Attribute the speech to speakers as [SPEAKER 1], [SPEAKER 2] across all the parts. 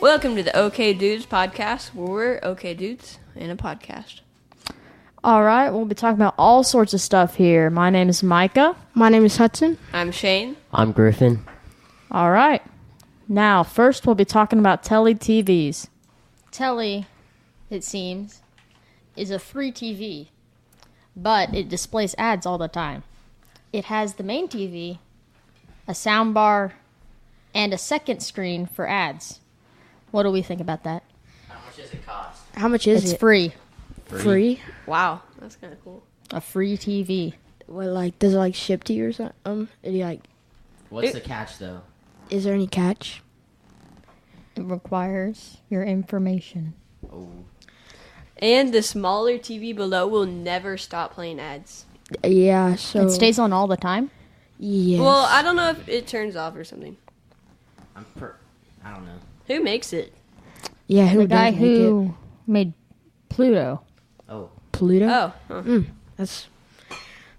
[SPEAKER 1] Welcome to the OK Dudes podcast, where we're OK Dudes in a podcast.
[SPEAKER 2] All right, we'll be talking about all sorts of stuff here. My name is Micah.
[SPEAKER 3] My name is Hudson.
[SPEAKER 1] I'm Shane.
[SPEAKER 4] I'm Griffin.
[SPEAKER 2] All right. Now, first we'll be talking about Telly TVs.
[SPEAKER 5] Telly, it seems, is a free TV, but it displays ads all the time. It has the main TV, a sound bar, and a second screen for ads. What do we think about that?
[SPEAKER 4] How much does it cost?
[SPEAKER 3] How much is
[SPEAKER 5] It's
[SPEAKER 3] it?
[SPEAKER 5] free.
[SPEAKER 3] free.
[SPEAKER 1] Wow, that's kind of cool.
[SPEAKER 5] A free TV.
[SPEAKER 3] What like does it like ship to you or something? Um, do you, like
[SPEAKER 4] What's
[SPEAKER 1] It-
[SPEAKER 4] the catch though?
[SPEAKER 3] is there any catch?
[SPEAKER 5] It requires your information.
[SPEAKER 4] Oh,
[SPEAKER 1] And the smaller TV below will never stop playing ads.
[SPEAKER 3] Yeah. So
[SPEAKER 5] It stays on all the time.
[SPEAKER 3] Yes.
[SPEAKER 1] Well, I don't know if it turns off or something.
[SPEAKER 4] I'm per. I don't know.
[SPEAKER 1] Who makes it?
[SPEAKER 3] yeah. Who
[SPEAKER 5] The guy
[SPEAKER 3] doesn't like it?
[SPEAKER 5] who made Pluto.
[SPEAKER 4] Oh,
[SPEAKER 3] Pluto?
[SPEAKER 1] Oh, huh.
[SPEAKER 3] That's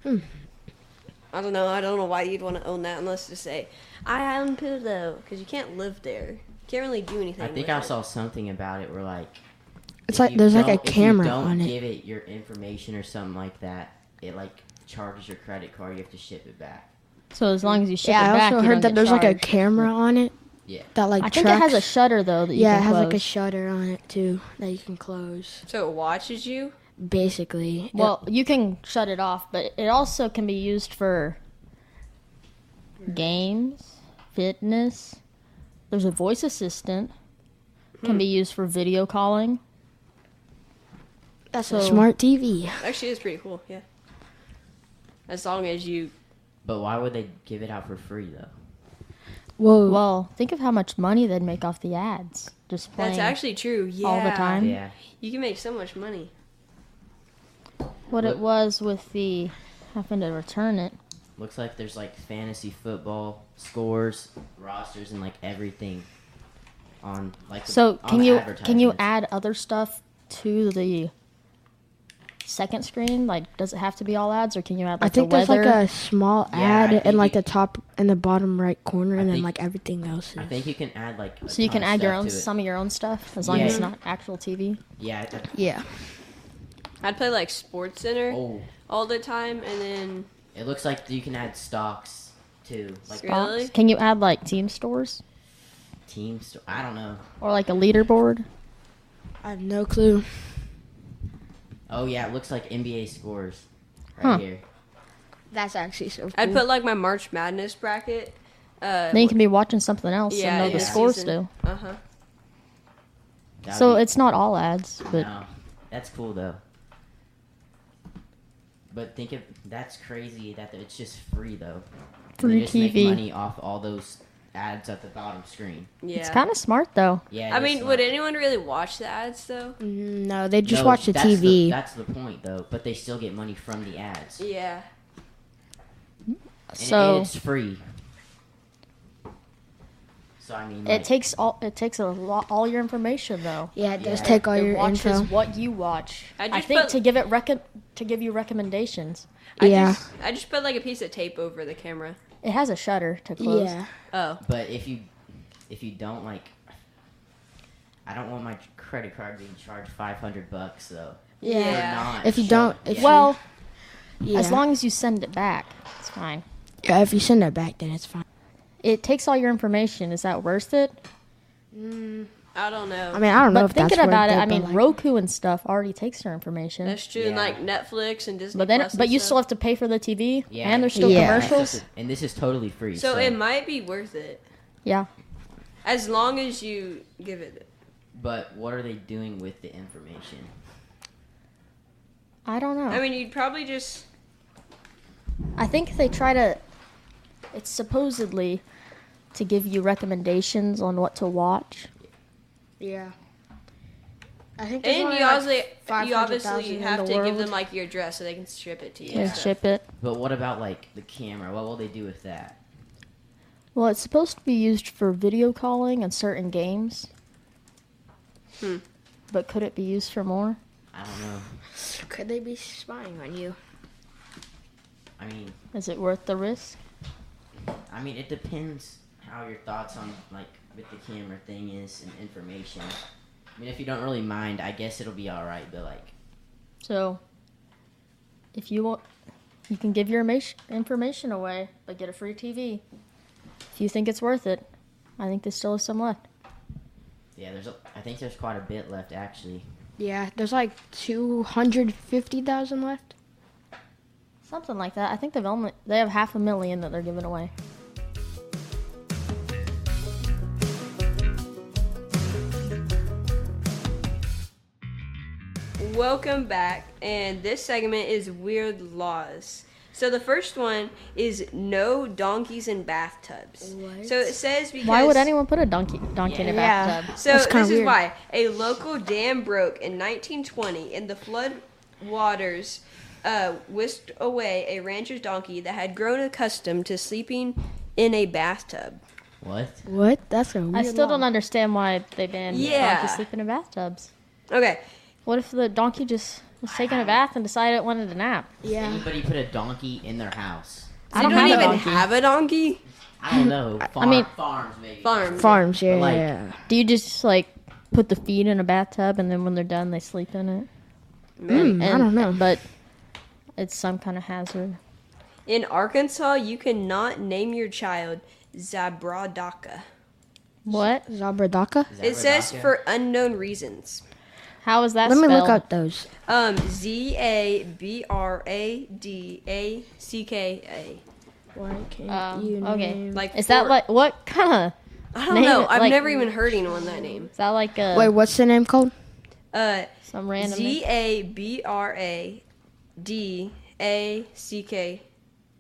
[SPEAKER 1] I don't know. I don't know why you'd want to own that unless to say, I own Pluto, because you can't live there. You can't really do anything.
[SPEAKER 4] I think
[SPEAKER 1] with
[SPEAKER 4] I
[SPEAKER 1] it.
[SPEAKER 4] saw something about it where like
[SPEAKER 3] it's
[SPEAKER 4] if
[SPEAKER 3] like
[SPEAKER 4] you
[SPEAKER 3] there's like a
[SPEAKER 4] don't- if
[SPEAKER 3] camera
[SPEAKER 4] you don't
[SPEAKER 3] on it.
[SPEAKER 4] give it your information or something like that, it like charges your credit card. You have to ship it back.
[SPEAKER 5] So as long as you ship
[SPEAKER 3] Yeah,
[SPEAKER 5] it
[SPEAKER 3] I
[SPEAKER 5] back,
[SPEAKER 3] also
[SPEAKER 5] you
[SPEAKER 3] heard
[SPEAKER 5] don't
[SPEAKER 3] that
[SPEAKER 5] get
[SPEAKER 3] there's like a
[SPEAKER 5] charged.
[SPEAKER 3] camera on it
[SPEAKER 4] Yeah.
[SPEAKER 3] that like
[SPEAKER 5] I think it
[SPEAKER 3] tracks.
[SPEAKER 5] has a shutter though that you
[SPEAKER 3] yeah, it
[SPEAKER 5] can
[SPEAKER 3] has like a
[SPEAKER 5] close.
[SPEAKER 3] shutter on it too that you can close.
[SPEAKER 1] So it watches you?
[SPEAKER 3] Basically.
[SPEAKER 5] Well, you can shut it off, but it also can be used for games, fitness. There's a voice assistant. Can
[SPEAKER 3] Hmm.
[SPEAKER 5] be used for video calling.
[SPEAKER 3] that's
[SPEAKER 5] so-
[SPEAKER 3] a smart TV.
[SPEAKER 1] Actually, it's pretty cool, yeah. As long as you.
[SPEAKER 4] But why would they give it out for free though?
[SPEAKER 3] Whoa.
[SPEAKER 5] Well, think of how much money they'd make off the ads just playing
[SPEAKER 1] That's actually true, yeah.
[SPEAKER 5] all the time.
[SPEAKER 4] Yeah.
[SPEAKER 1] You can make so much money.
[SPEAKER 5] What it was with the having to return it.
[SPEAKER 4] Looks like there's like fantasy football scores, rosters, and like everything on like.
[SPEAKER 5] So
[SPEAKER 4] on
[SPEAKER 5] can you can you
[SPEAKER 4] advertisements.
[SPEAKER 5] add other stuff to the second screen? Like, does it have to be all ads, or can you add
[SPEAKER 3] I
[SPEAKER 5] like
[SPEAKER 3] think
[SPEAKER 5] the
[SPEAKER 3] there's
[SPEAKER 5] weather?
[SPEAKER 3] like a small
[SPEAKER 4] Yeah, I
[SPEAKER 3] ad in
[SPEAKER 4] think
[SPEAKER 3] like
[SPEAKER 4] you-
[SPEAKER 3] the top and the bottom right corner, and then
[SPEAKER 4] think-
[SPEAKER 3] like everything else.
[SPEAKER 4] I
[SPEAKER 3] is-
[SPEAKER 4] think you can add like. a
[SPEAKER 5] So you
[SPEAKER 4] ton
[SPEAKER 5] can
[SPEAKER 4] of
[SPEAKER 5] add your
[SPEAKER 4] stuff
[SPEAKER 5] own
[SPEAKER 4] to it.
[SPEAKER 5] some of your own stuff as long
[SPEAKER 4] Yeah.
[SPEAKER 5] as it's not actual TV.
[SPEAKER 4] Yeah. I think-
[SPEAKER 3] Yeah.
[SPEAKER 1] I'd play like Sports Center
[SPEAKER 4] Oh,
[SPEAKER 1] all the time, and then
[SPEAKER 4] it looks like you can add stocks too, like
[SPEAKER 1] Screw- Really?
[SPEAKER 5] Box. Can you add like team stores
[SPEAKER 4] team. Sto- I don't know.
[SPEAKER 5] or like a leaderboard?
[SPEAKER 3] I have no clue.
[SPEAKER 4] Oh yeah, it looks like NBA scores right
[SPEAKER 5] Huh.
[SPEAKER 4] here.
[SPEAKER 3] That's actually so.
[SPEAKER 1] I'd put like my March Madness bracket. Uh,
[SPEAKER 5] Then you can be watching something else
[SPEAKER 1] Yeah,
[SPEAKER 5] and know the
[SPEAKER 4] yeah.
[SPEAKER 5] scores
[SPEAKER 1] Season.
[SPEAKER 5] too.
[SPEAKER 1] uh huh.
[SPEAKER 4] That
[SPEAKER 5] So
[SPEAKER 4] would be-
[SPEAKER 5] it's not all ads, but
[SPEAKER 4] no, that's cool though. But think of that's crazy that it's just free though.
[SPEAKER 5] Free
[SPEAKER 4] they just
[SPEAKER 5] TV.
[SPEAKER 4] Make money off all those ads at the bottom screen.
[SPEAKER 1] Yeah.
[SPEAKER 5] it's kind of smart though.
[SPEAKER 4] Yeah.
[SPEAKER 1] I
[SPEAKER 4] it is
[SPEAKER 1] mean,
[SPEAKER 4] smart.
[SPEAKER 1] would anyone really watch the ads though?
[SPEAKER 3] Mm, No, they just
[SPEAKER 4] No,
[SPEAKER 3] watch the
[SPEAKER 4] that's
[SPEAKER 3] TV.
[SPEAKER 4] that's the point though. But they still get money from the ads. And,
[SPEAKER 1] Yeah.
[SPEAKER 4] and
[SPEAKER 5] So
[SPEAKER 4] it's free. So I mean,
[SPEAKER 5] it
[SPEAKER 4] like,
[SPEAKER 5] takes all it takes a lot all your information though.
[SPEAKER 3] yeah, it does
[SPEAKER 4] Yeah.
[SPEAKER 3] take all
[SPEAKER 5] it
[SPEAKER 3] your
[SPEAKER 5] watches
[SPEAKER 3] info.
[SPEAKER 5] what you watch.
[SPEAKER 1] Oh, I
[SPEAKER 5] I,
[SPEAKER 1] just
[SPEAKER 5] think
[SPEAKER 1] put-
[SPEAKER 5] to give it recom to give you recommendations.
[SPEAKER 1] I
[SPEAKER 3] Yeah.
[SPEAKER 1] Just, I just put like a piece of tape over the camera.
[SPEAKER 5] It has a shutter to close.
[SPEAKER 3] Yeah,
[SPEAKER 1] Oh.
[SPEAKER 4] But if you if you don't like, I don't want my credit card being charged five hundred bucks though.
[SPEAKER 3] Yeah.
[SPEAKER 4] For not
[SPEAKER 3] If you
[SPEAKER 4] showing-
[SPEAKER 3] don't- if
[SPEAKER 4] yeah.
[SPEAKER 5] Well,
[SPEAKER 3] yeah.
[SPEAKER 5] as long as you send it back, it's fine.
[SPEAKER 3] yeah, if you send it back, then it's fine.
[SPEAKER 5] it takes all your information. Is that worth it?
[SPEAKER 1] I don't know.
[SPEAKER 3] I mean, I don't know
[SPEAKER 5] But
[SPEAKER 3] if that's
[SPEAKER 5] thinking about
[SPEAKER 3] worth
[SPEAKER 5] it,
[SPEAKER 3] it,
[SPEAKER 5] I
[SPEAKER 3] but,
[SPEAKER 5] mean,
[SPEAKER 3] like,
[SPEAKER 5] Roku and stuff already takes your information.
[SPEAKER 1] That's true.
[SPEAKER 4] Yeah.
[SPEAKER 1] Like Netflix and Disney.
[SPEAKER 5] but then,
[SPEAKER 1] Plus and
[SPEAKER 5] but you
[SPEAKER 1] stuff.
[SPEAKER 5] still have to pay for the TV,
[SPEAKER 4] Yeah.
[SPEAKER 5] and there's still
[SPEAKER 3] Yeah.
[SPEAKER 5] commercials.
[SPEAKER 4] and this is totally free.
[SPEAKER 1] So it might be worth it
[SPEAKER 5] Yeah,
[SPEAKER 1] as long as you give it.
[SPEAKER 4] But what are they doing with the information?
[SPEAKER 5] I don't know.
[SPEAKER 1] I mean, you'd probably just.
[SPEAKER 5] I think they try to. It's supposedly to give you recommendations on what to watch.
[SPEAKER 3] yeah. I think there's
[SPEAKER 1] And
[SPEAKER 3] only,
[SPEAKER 1] you
[SPEAKER 3] like,
[SPEAKER 1] obviously, you
[SPEAKER 3] 500,000
[SPEAKER 1] obviously
[SPEAKER 3] in
[SPEAKER 1] have
[SPEAKER 3] the
[SPEAKER 1] to give
[SPEAKER 3] world.
[SPEAKER 1] them like your address so they can ship it to you.
[SPEAKER 5] and
[SPEAKER 1] so.
[SPEAKER 5] ship it.
[SPEAKER 4] But what about like the camera? What will they do with that?
[SPEAKER 5] Well, it's supposed to be used for video calling and certain games.
[SPEAKER 1] Hmm.
[SPEAKER 5] But could it be used for more?
[SPEAKER 4] I don't know.
[SPEAKER 3] Could they be spying on you?
[SPEAKER 4] I mean,
[SPEAKER 5] Is it worth the risk?
[SPEAKER 4] I mean, it depends. how your thoughts on like with the camera thing is and information. I mean, if you don't really mind, I guess it'll be all right. But like,
[SPEAKER 5] So, if you want, you can give your imma- information away, but get a free TV. If you think it's worth it, I think there still is some left.
[SPEAKER 4] yeah, there's a, I think there's quite a bit left actually.
[SPEAKER 3] Yeah, there's like 250,000 left.
[SPEAKER 5] Something like that. I think they've only they have half a million that they're giving away.
[SPEAKER 1] Welcome back, and this segment is weird laws. So the first one is no donkeys in bathtubs.
[SPEAKER 3] What?
[SPEAKER 1] So it says because
[SPEAKER 5] Why would anyone put a donkey donkey in a
[SPEAKER 3] Yeah.
[SPEAKER 5] bathtub?
[SPEAKER 1] So
[SPEAKER 3] That's
[SPEAKER 1] this
[SPEAKER 3] kinda
[SPEAKER 1] is
[SPEAKER 3] weird.
[SPEAKER 1] why a local dam broke in 1920, and the flood waters uh, whisked away a rancher's donkey that had grown accustomed to sleeping in a bathtub.
[SPEAKER 4] What?
[SPEAKER 3] What? That's a weird
[SPEAKER 5] I still don't understand why they ban
[SPEAKER 1] Yeah.
[SPEAKER 5] donkeys sleeping in bathtubs.
[SPEAKER 1] Okay,
[SPEAKER 5] What if the donkey just was taking a bath and decided it wanted a nap?
[SPEAKER 3] Yeah.
[SPEAKER 4] Anybody put a donkey in their house?
[SPEAKER 5] I
[SPEAKER 1] you
[SPEAKER 5] don't
[SPEAKER 1] don't
[SPEAKER 5] have a
[SPEAKER 1] even
[SPEAKER 5] donkey.
[SPEAKER 1] have a donkey.
[SPEAKER 4] I don't know. Farm,
[SPEAKER 5] mean-
[SPEAKER 4] farms maybe.
[SPEAKER 1] Farm.
[SPEAKER 3] Farms, yeah.
[SPEAKER 4] Like-
[SPEAKER 3] yeah.
[SPEAKER 5] Do you just like put the feed in a bathtub and then when they're done they sleep in it?
[SPEAKER 3] Mm, I
[SPEAKER 5] And-
[SPEAKER 3] don't know.
[SPEAKER 5] But it's some kind of hazard.
[SPEAKER 1] In Arkansas, you cannot name your child Zabradaka.
[SPEAKER 5] What?
[SPEAKER 3] Zabradaka?
[SPEAKER 4] Is that
[SPEAKER 1] It says
[SPEAKER 4] Rebecca?
[SPEAKER 1] for unknown reasons.
[SPEAKER 5] How is that
[SPEAKER 3] Let me
[SPEAKER 5] spelled?
[SPEAKER 3] look up those.
[SPEAKER 1] Um, Z A B R A D A C K A.
[SPEAKER 3] Why can't
[SPEAKER 5] Um, okay.
[SPEAKER 1] Like
[SPEAKER 5] Is that
[SPEAKER 1] for-
[SPEAKER 5] like what kind of?
[SPEAKER 1] I don't
[SPEAKER 5] name
[SPEAKER 1] know.
[SPEAKER 5] it,
[SPEAKER 1] I've
[SPEAKER 5] like-
[SPEAKER 1] never even heard anyone that name.
[SPEAKER 5] Is that like a
[SPEAKER 3] Wait, what's the name called?
[SPEAKER 1] Uh,
[SPEAKER 5] some random?
[SPEAKER 1] Z A B R A D A C K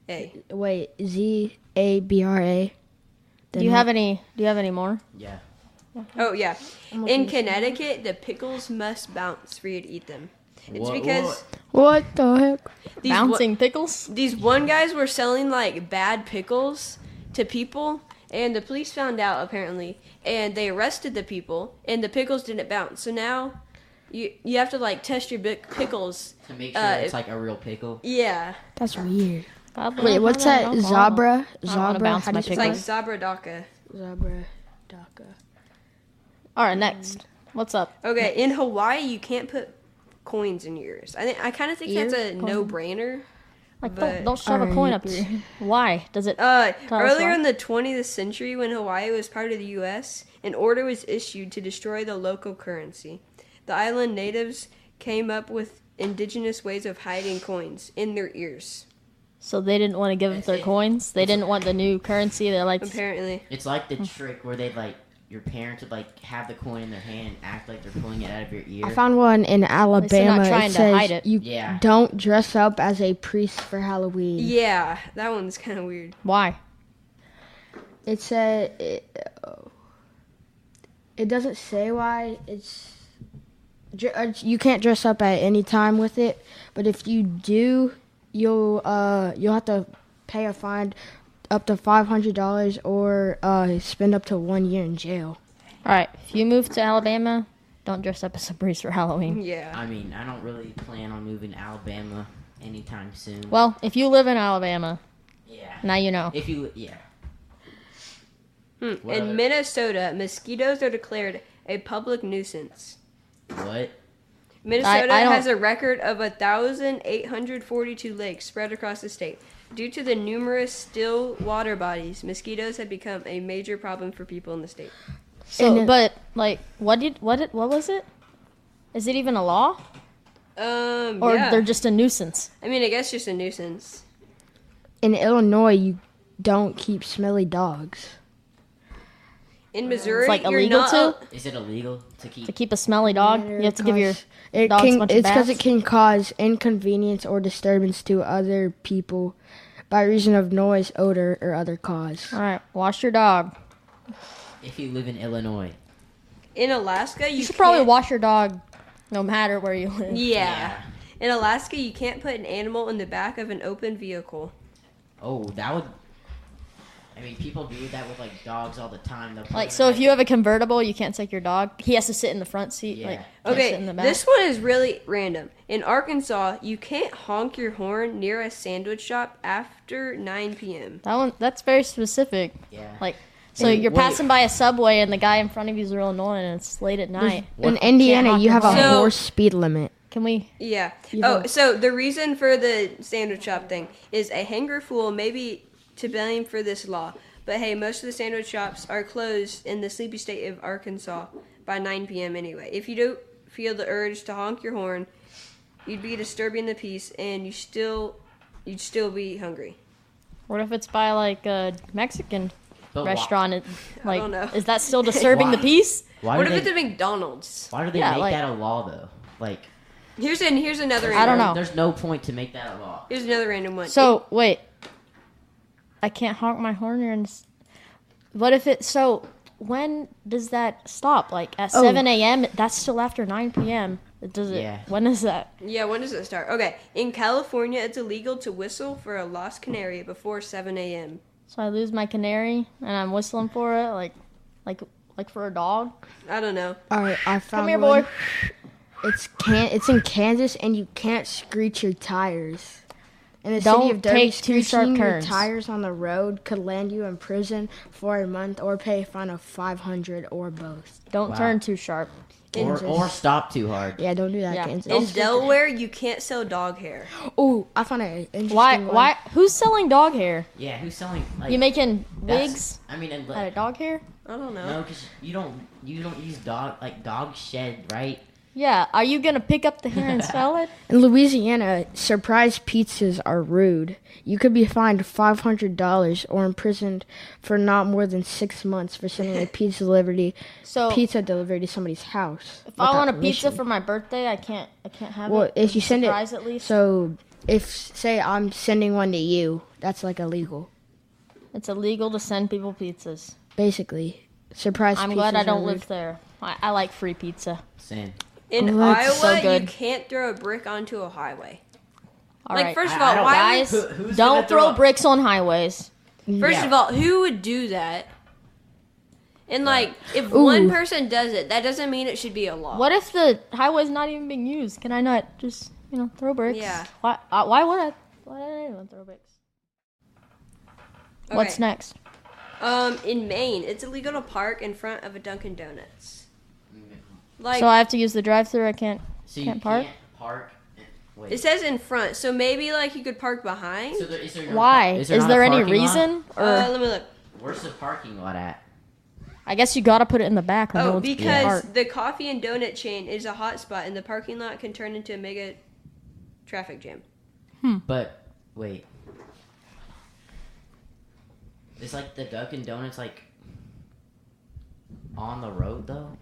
[SPEAKER 1] A.
[SPEAKER 3] Wait, Z A B R A.
[SPEAKER 5] do you have any? Do you have any more?
[SPEAKER 4] Yeah.
[SPEAKER 1] Oh yeah. In Connecticut, the pickles must bounce for you to eat them. It's
[SPEAKER 4] Wha-
[SPEAKER 1] because
[SPEAKER 3] What the heck?
[SPEAKER 1] these wa-
[SPEAKER 5] Bouncing pickles.
[SPEAKER 1] these one guys were selling like bad pickles to people and the police found out apparently and they arrested the people and the pickles didn't bounce so now you you have to like test your bic- pickles
[SPEAKER 4] To make sure
[SPEAKER 1] Uh,
[SPEAKER 4] it's
[SPEAKER 1] it-
[SPEAKER 4] like a real pickle.
[SPEAKER 1] yeah
[SPEAKER 3] That's weird.
[SPEAKER 5] God,
[SPEAKER 3] Wait, what's that? Zabra?
[SPEAKER 5] I wanna
[SPEAKER 3] Zabra?
[SPEAKER 5] bounce
[SPEAKER 3] How do
[SPEAKER 5] my
[SPEAKER 3] you
[SPEAKER 1] it's
[SPEAKER 3] spell
[SPEAKER 1] like
[SPEAKER 5] pickles.
[SPEAKER 3] it?
[SPEAKER 1] zabradaka
[SPEAKER 3] Zabra. Daka.
[SPEAKER 5] All right, next. What's up?
[SPEAKER 1] okay in hawaii you can't put coins in yours i think i kind of think that's a no-brainer
[SPEAKER 5] Like,
[SPEAKER 1] But-
[SPEAKER 5] don't, don't shove a coin up
[SPEAKER 3] Alright.
[SPEAKER 5] your. Why does it?
[SPEAKER 1] Uh,
[SPEAKER 5] Tell us
[SPEAKER 1] earlier
[SPEAKER 5] why.
[SPEAKER 1] in the 20th century, when Hawaii was part of the U.S., an order was issued to destroy the local currency. The island natives came up with indigenous ways of hiding coins in their ears,
[SPEAKER 5] so they didn't want to give up their coins. They didn't want the new currency. They're like,
[SPEAKER 1] apparently.
[SPEAKER 4] It's like the trick where they like your parents would like have the coin in their hand, and act like they're pulling it out of your ear.
[SPEAKER 3] I found one in
[SPEAKER 5] least they're not
[SPEAKER 3] Alabama.
[SPEAKER 5] trying
[SPEAKER 3] it
[SPEAKER 5] to
[SPEAKER 3] says
[SPEAKER 5] hide it.
[SPEAKER 3] you
[SPEAKER 4] Yeah.
[SPEAKER 3] don't dress up as a priest for Halloween.
[SPEAKER 1] Yeah, that one's kind of weird.
[SPEAKER 5] why?
[SPEAKER 3] It said it, oh. it doesn't say why. It's dr- uh, you can't dress up at any time with it, but if you do, you'll uh you'll have to pay a fine up to five hundred dollars or uh spend up to one year in jail.
[SPEAKER 5] All right, if you move to Alabama, don't dress up as a priest for Halloween.
[SPEAKER 1] Yeah.
[SPEAKER 4] I mean, I don't really plan on moving to Alabama anytime soon.
[SPEAKER 5] Well, if you live in Alabama,
[SPEAKER 4] yeah.
[SPEAKER 5] now you know.
[SPEAKER 4] If you, yeah.
[SPEAKER 1] Hmm.
[SPEAKER 4] What other-
[SPEAKER 1] In Minnesota, mosquitoes are declared a public nuisance.
[SPEAKER 4] What?
[SPEAKER 1] Minnesota
[SPEAKER 5] I don't-
[SPEAKER 1] has a record of 1,842 lakes spread across the state. Due to the numerous still water bodies, mosquitoes have become a major problem for people in the state.
[SPEAKER 5] So,
[SPEAKER 3] And it-
[SPEAKER 5] but like, what did what did, what was it? Is it even a law,
[SPEAKER 1] Um,
[SPEAKER 5] or
[SPEAKER 1] yeah.
[SPEAKER 5] they're just a nuisance?
[SPEAKER 1] I mean, I guess just a nuisance.
[SPEAKER 3] In Illinois, you don't keep smelly dogs.
[SPEAKER 1] In Missouri,
[SPEAKER 5] like,
[SPEAKER 1] you're
[SPEAKER 5] illegal
[SPEAKER 1] not
[SPEAKER 5] to?
[SPEAKER 4] Is it illegal to keep?
[SPEAKER 5] To keep a smelly dog, you have to give your.
[SPEAKER 3] Cause it
[SPEAKER 5] dogs
[SPEAKER 3] can,
[SPEAKER 5] a bunch of
[SPEAKER 3] it's because it
[SPEAKER 5] baths?
[SPEAKER 3] can cause inconvenience or disturbance to other people by reason of noise, odor, or other cause.
[SPEAKER 5] All right, wash your dog.
[SPEAKER 4] If you live in Illinois,
[SPEAKER 1] in Alaska. You,
[SPEAKER 5] You should probably
[SPEAKER 1] can't-
[SPEAKER 5] wash your dog, no matter where you live.
[SPEAKER 1] Yeah. in Alaska, you can't put an animal in the back of an open vehicle.
[SPEAKER 4] oh, that would. I mean, people do that with like dogs all the time. They'll put
[SPEAKER 5] Like,
[SPEAKER 4] them,
[SPEAKER 5] so if you have a convertible, you can't take your dog. He has to sit in the front seat.
[SPEAKER 4] Yeah.
[SPEAKER 5] Like, can't sit in
[SPEAKER 1] Okay,
[SPEAKER 5] the back.
[SPEAKER 1] this one is really random. In Arkansas, you can't honk your horn near a sandwich shop after 9 p.m.
[SPEAKER 5] that one that's very specific.
[SPEAKER 4] yeah.
[SPEAKER 5] Like, So
[SPEAKER 4] And
[SPEAKER 5] you're
[SPEAKER 4] wait.
[SPEAKER 5] passing by a subway and the guy in front of you is real annoying and it's late at night.
[SPEAKER 3] In Indiana,
[SPEAKER 5] knock
[SPEAKER 3] you
[SPEAKER 5] them
[SPEAKER 3] have a
[SPEAKER 5] off.
[SPEAKER 1] So-
[SPEAKER 3] horse speed limit.
[SPEAKER 5] Can we?
[SPEAKER 1] Yeah. Oh, so the reason for the sandwich shop thing is a hanger fool may be to blame for this law, but hey, most of the sandwich shops are closed in the sleepy state of Arkansas by 9 p.m. anyway. If you don't feel the urge to honk your horn, you'd be disturbing the peace, and you still you'd still be hungry.
[SPEAKER 5] What if it's by like a Mexican
[SPEAKER 4] But why-
[SPEAKER 5] restaurant? It, like,
[SPEAKER 1] don't know.
[SPEAKER 5] is that still disturbing the
[SPEAKER 4] Why?
[SPEAKER 5] peace?
[SPEAKER 4] Why,
[SPEAKER 1] what
[SPEAKER 4] do
[SPEAKER 1] if it's
[SPEAKER 4] they,
[SPEAKER 1] a McDonald's?
[SPEAKER 4] why do they
[SPEAKER 5] Yeah,
[SPEAKER 4] make
[SPEAKER 5] like-
[SPEAKER 4] that a law though? Like
[SPEAKER 1] Here's an here's another. Random,
[SPEAKER 5] I don't know.
[SPEAKER 4] There's no point to make that a law.
[SPEAKER 1] Here's another random one.
[SPEAKER 5] So wait, I can't honk my horn here. And s- what if it? So when does that stop? Like at seven a.m. That's still after nine p.m. Does it?
[SPEAKER 4] Yeah.
[SPEAKER 5] When is that?
[SPEAKER 1] Yeah, when does it start? Okay, in California, it's illegal to whistle for a lost canary before 7 a.m.
[SPEAKER 5] So I lose my canary and I'm whistling for it, like, like, like for a dog.
[SPEAKER 1] I don't know.
[SPEAKER 3] All right, I found
[SPEAKER 5] Come here,
[SPEAKER 3] one.
[SPEAKER 5] boy.
[SPEAKER 3] It's can it's in Kansas, and you can't screech your tires. In the
[SPEAKER 5] Don't
[SPEAKER 3] city of Derby,
[SPEAKER 5] take too sharp
[SPEAKER 3] screeching your
[SPEAKER 5] turns.
[SPEAKER 3] tires on the road could land you in prison for a month or pay a fine of five hundred or both.
[SPEAKER 5] Don't
[SPEAKER 4] Wow.
[SPEAKER 5] turn too sharp.
[SPEAKER 4] Or,
[SPEAKER 3] Kansas.
[SPEAKER 4] or stop too hard.
[SPEAKER 3] Yeah, don't do that,
[SPEAKER 5] Yeah.
[SPEAKER 3] Kansas.
[SPEAKER 1] In Delaware, you can't sell dog hair.
[SPEAKER 3] oh, I found an interesting
[SPEAKER 5] Why?
[SPEAKER 3] one.
[SPEAKER 5] Why? Who's selling dog hair?
[SPEAKER 4] Yeah, who's selling? Like,
[SPEAKER 5] You making
[SPEAKER 4] that's-
[SPEAKER 5] wigs
[SPEAKER 4] I mean, and
[SPEAKER 5] out of
[SPEAKER 4] like,
[SPEAKER 5] dog hair?
[SPEAKER 1] I don't know.
[SPEAKER 4] no, because you don't you don't use dog like dog shed, right?
[SPEAKER 5] Yeah. Are you gonna pick up the hair and sell it?
[SPEAKER 3] In Louisiana, surprise pizzas are rude. You could be fined five hundred dollars or imprisoned for not more than six months for sending a pizza delivery
[SPEAKER 5] So
[SPEAKER 3] pizza delivery to somebody's house.
[SPEAKER 5] if I want a
[SPEAKER 3] without
[SPEAKER 5] pizza
[SPEAKER 3] permission.
[SPEAKER 5] for my birthday, I can't. I can't have
[SPEAKER 3] well,
[SPEAKER 5] it.
[SPEAKER 3] if you send
[SPEAKER 5] surprise
[SPEAKER 3] it,
[SPEAKER 5] at least.
[SPEAKER 3] so if say I'm sending one to you, that's like illegal,
[SPEAKER 5] It's illegal to send people pizzas.
[SPEAKER 3] basically. Surprise.
[SPEAKER 5] I'm glad
[SPEAKER 3] pizzas
[SPEAKER 5] I
[SPEAKER 3] are
[SPEAKER 5] don't
[SPEAKER 3] rude.
[SPEAKER 5] live there. I, I like free pizza.
[SPEAKER 4] Sin.
[SPEAKER 1] In
[SPEAKER 3] Oh,
[SPEAKER 1] Iowa,
[SPEAKER 3] that's
[SPEAKER 5] so good.
[SPEAKER 1] you can't throw a brick onto a highway.
[SPEAKER 5] All
[SPEAKER 1] like,
[SPEAKER 5] right,
[SPEAKER 1] first of
[SPEAKER 4] I- I
[SPEAKER 1] all,
[SPEAKER 4] don't-
[SPEAKER 1] why?
[SPEAKER 5] guys,
[SPEAKER 4] Who- who's
[SPEAKER 5] don't
[SPEAKER 4] gonna
[SPEAKER 5] throw,
[SPEAKER 4] throw a-
[SPEAKER 5] bricks on highways.
[SPEAKER 1] would- first
[SPEAKER 4] Yeah.
[SPEAKER 1] of all, who would do that? And like, if one
[SPEAKER 3] Ooh.
[SPEAKER 1] person does it, that doesn't mean it should be a law.
[SPEAKER 5] What if the highway's not even being used? Can I not just you know throw bricks?
[SPEAKER 1] Yeah.
[SPEAKER 5] Why? Uh, why would I? Why would anyone throw bricks?
[SPEAKER 1] Okay.
[SPEAKER 5] What's next?
[SPEAKER 1] Um, in Maine, it's illegal to park in front of a Dunkin' Donuts.
[SPEAKER 4] Mm-hmm.
[SPEAKER 1] Like,
[SPEAKER 5] so I have to use the drive-through. I can't.
[SPEAKER 4] So you
[SPEAKER 5] Can't park?
[SPEAKER 4] Can't park. Wait.
[SPEAKER 1] it says in front, so maybe like you could park behind.
[SPEAKER 4] so there, is there no
[SPEAKER 5] Why?
[SPEAKER 4] par-
[SPEAKER 5] Is
[SPEAKER 4] not a
[SPEAKER 5] there any
[SPEAKER 4] parking lot?
[SPEAKER 5] reason? Or
[SPEAKER 1] uh, let me look.
[SPEAKER 4] Where's the parking lot at?
[SPEAKER 5] I guess you gotta put it in the back. when no
[SPEAKER 1] Oh,
[SPEAKER 5] one's-
[SPEAKER 1] because
[SPEAKER 5] park.
[SPEAKER 1] the coffee and donut chain is a hot spot, and the parking lot can turn into a mega traffic jam.
[SPEAKER 4] But wait, it's like the Dunkin' Donuts like on the road though.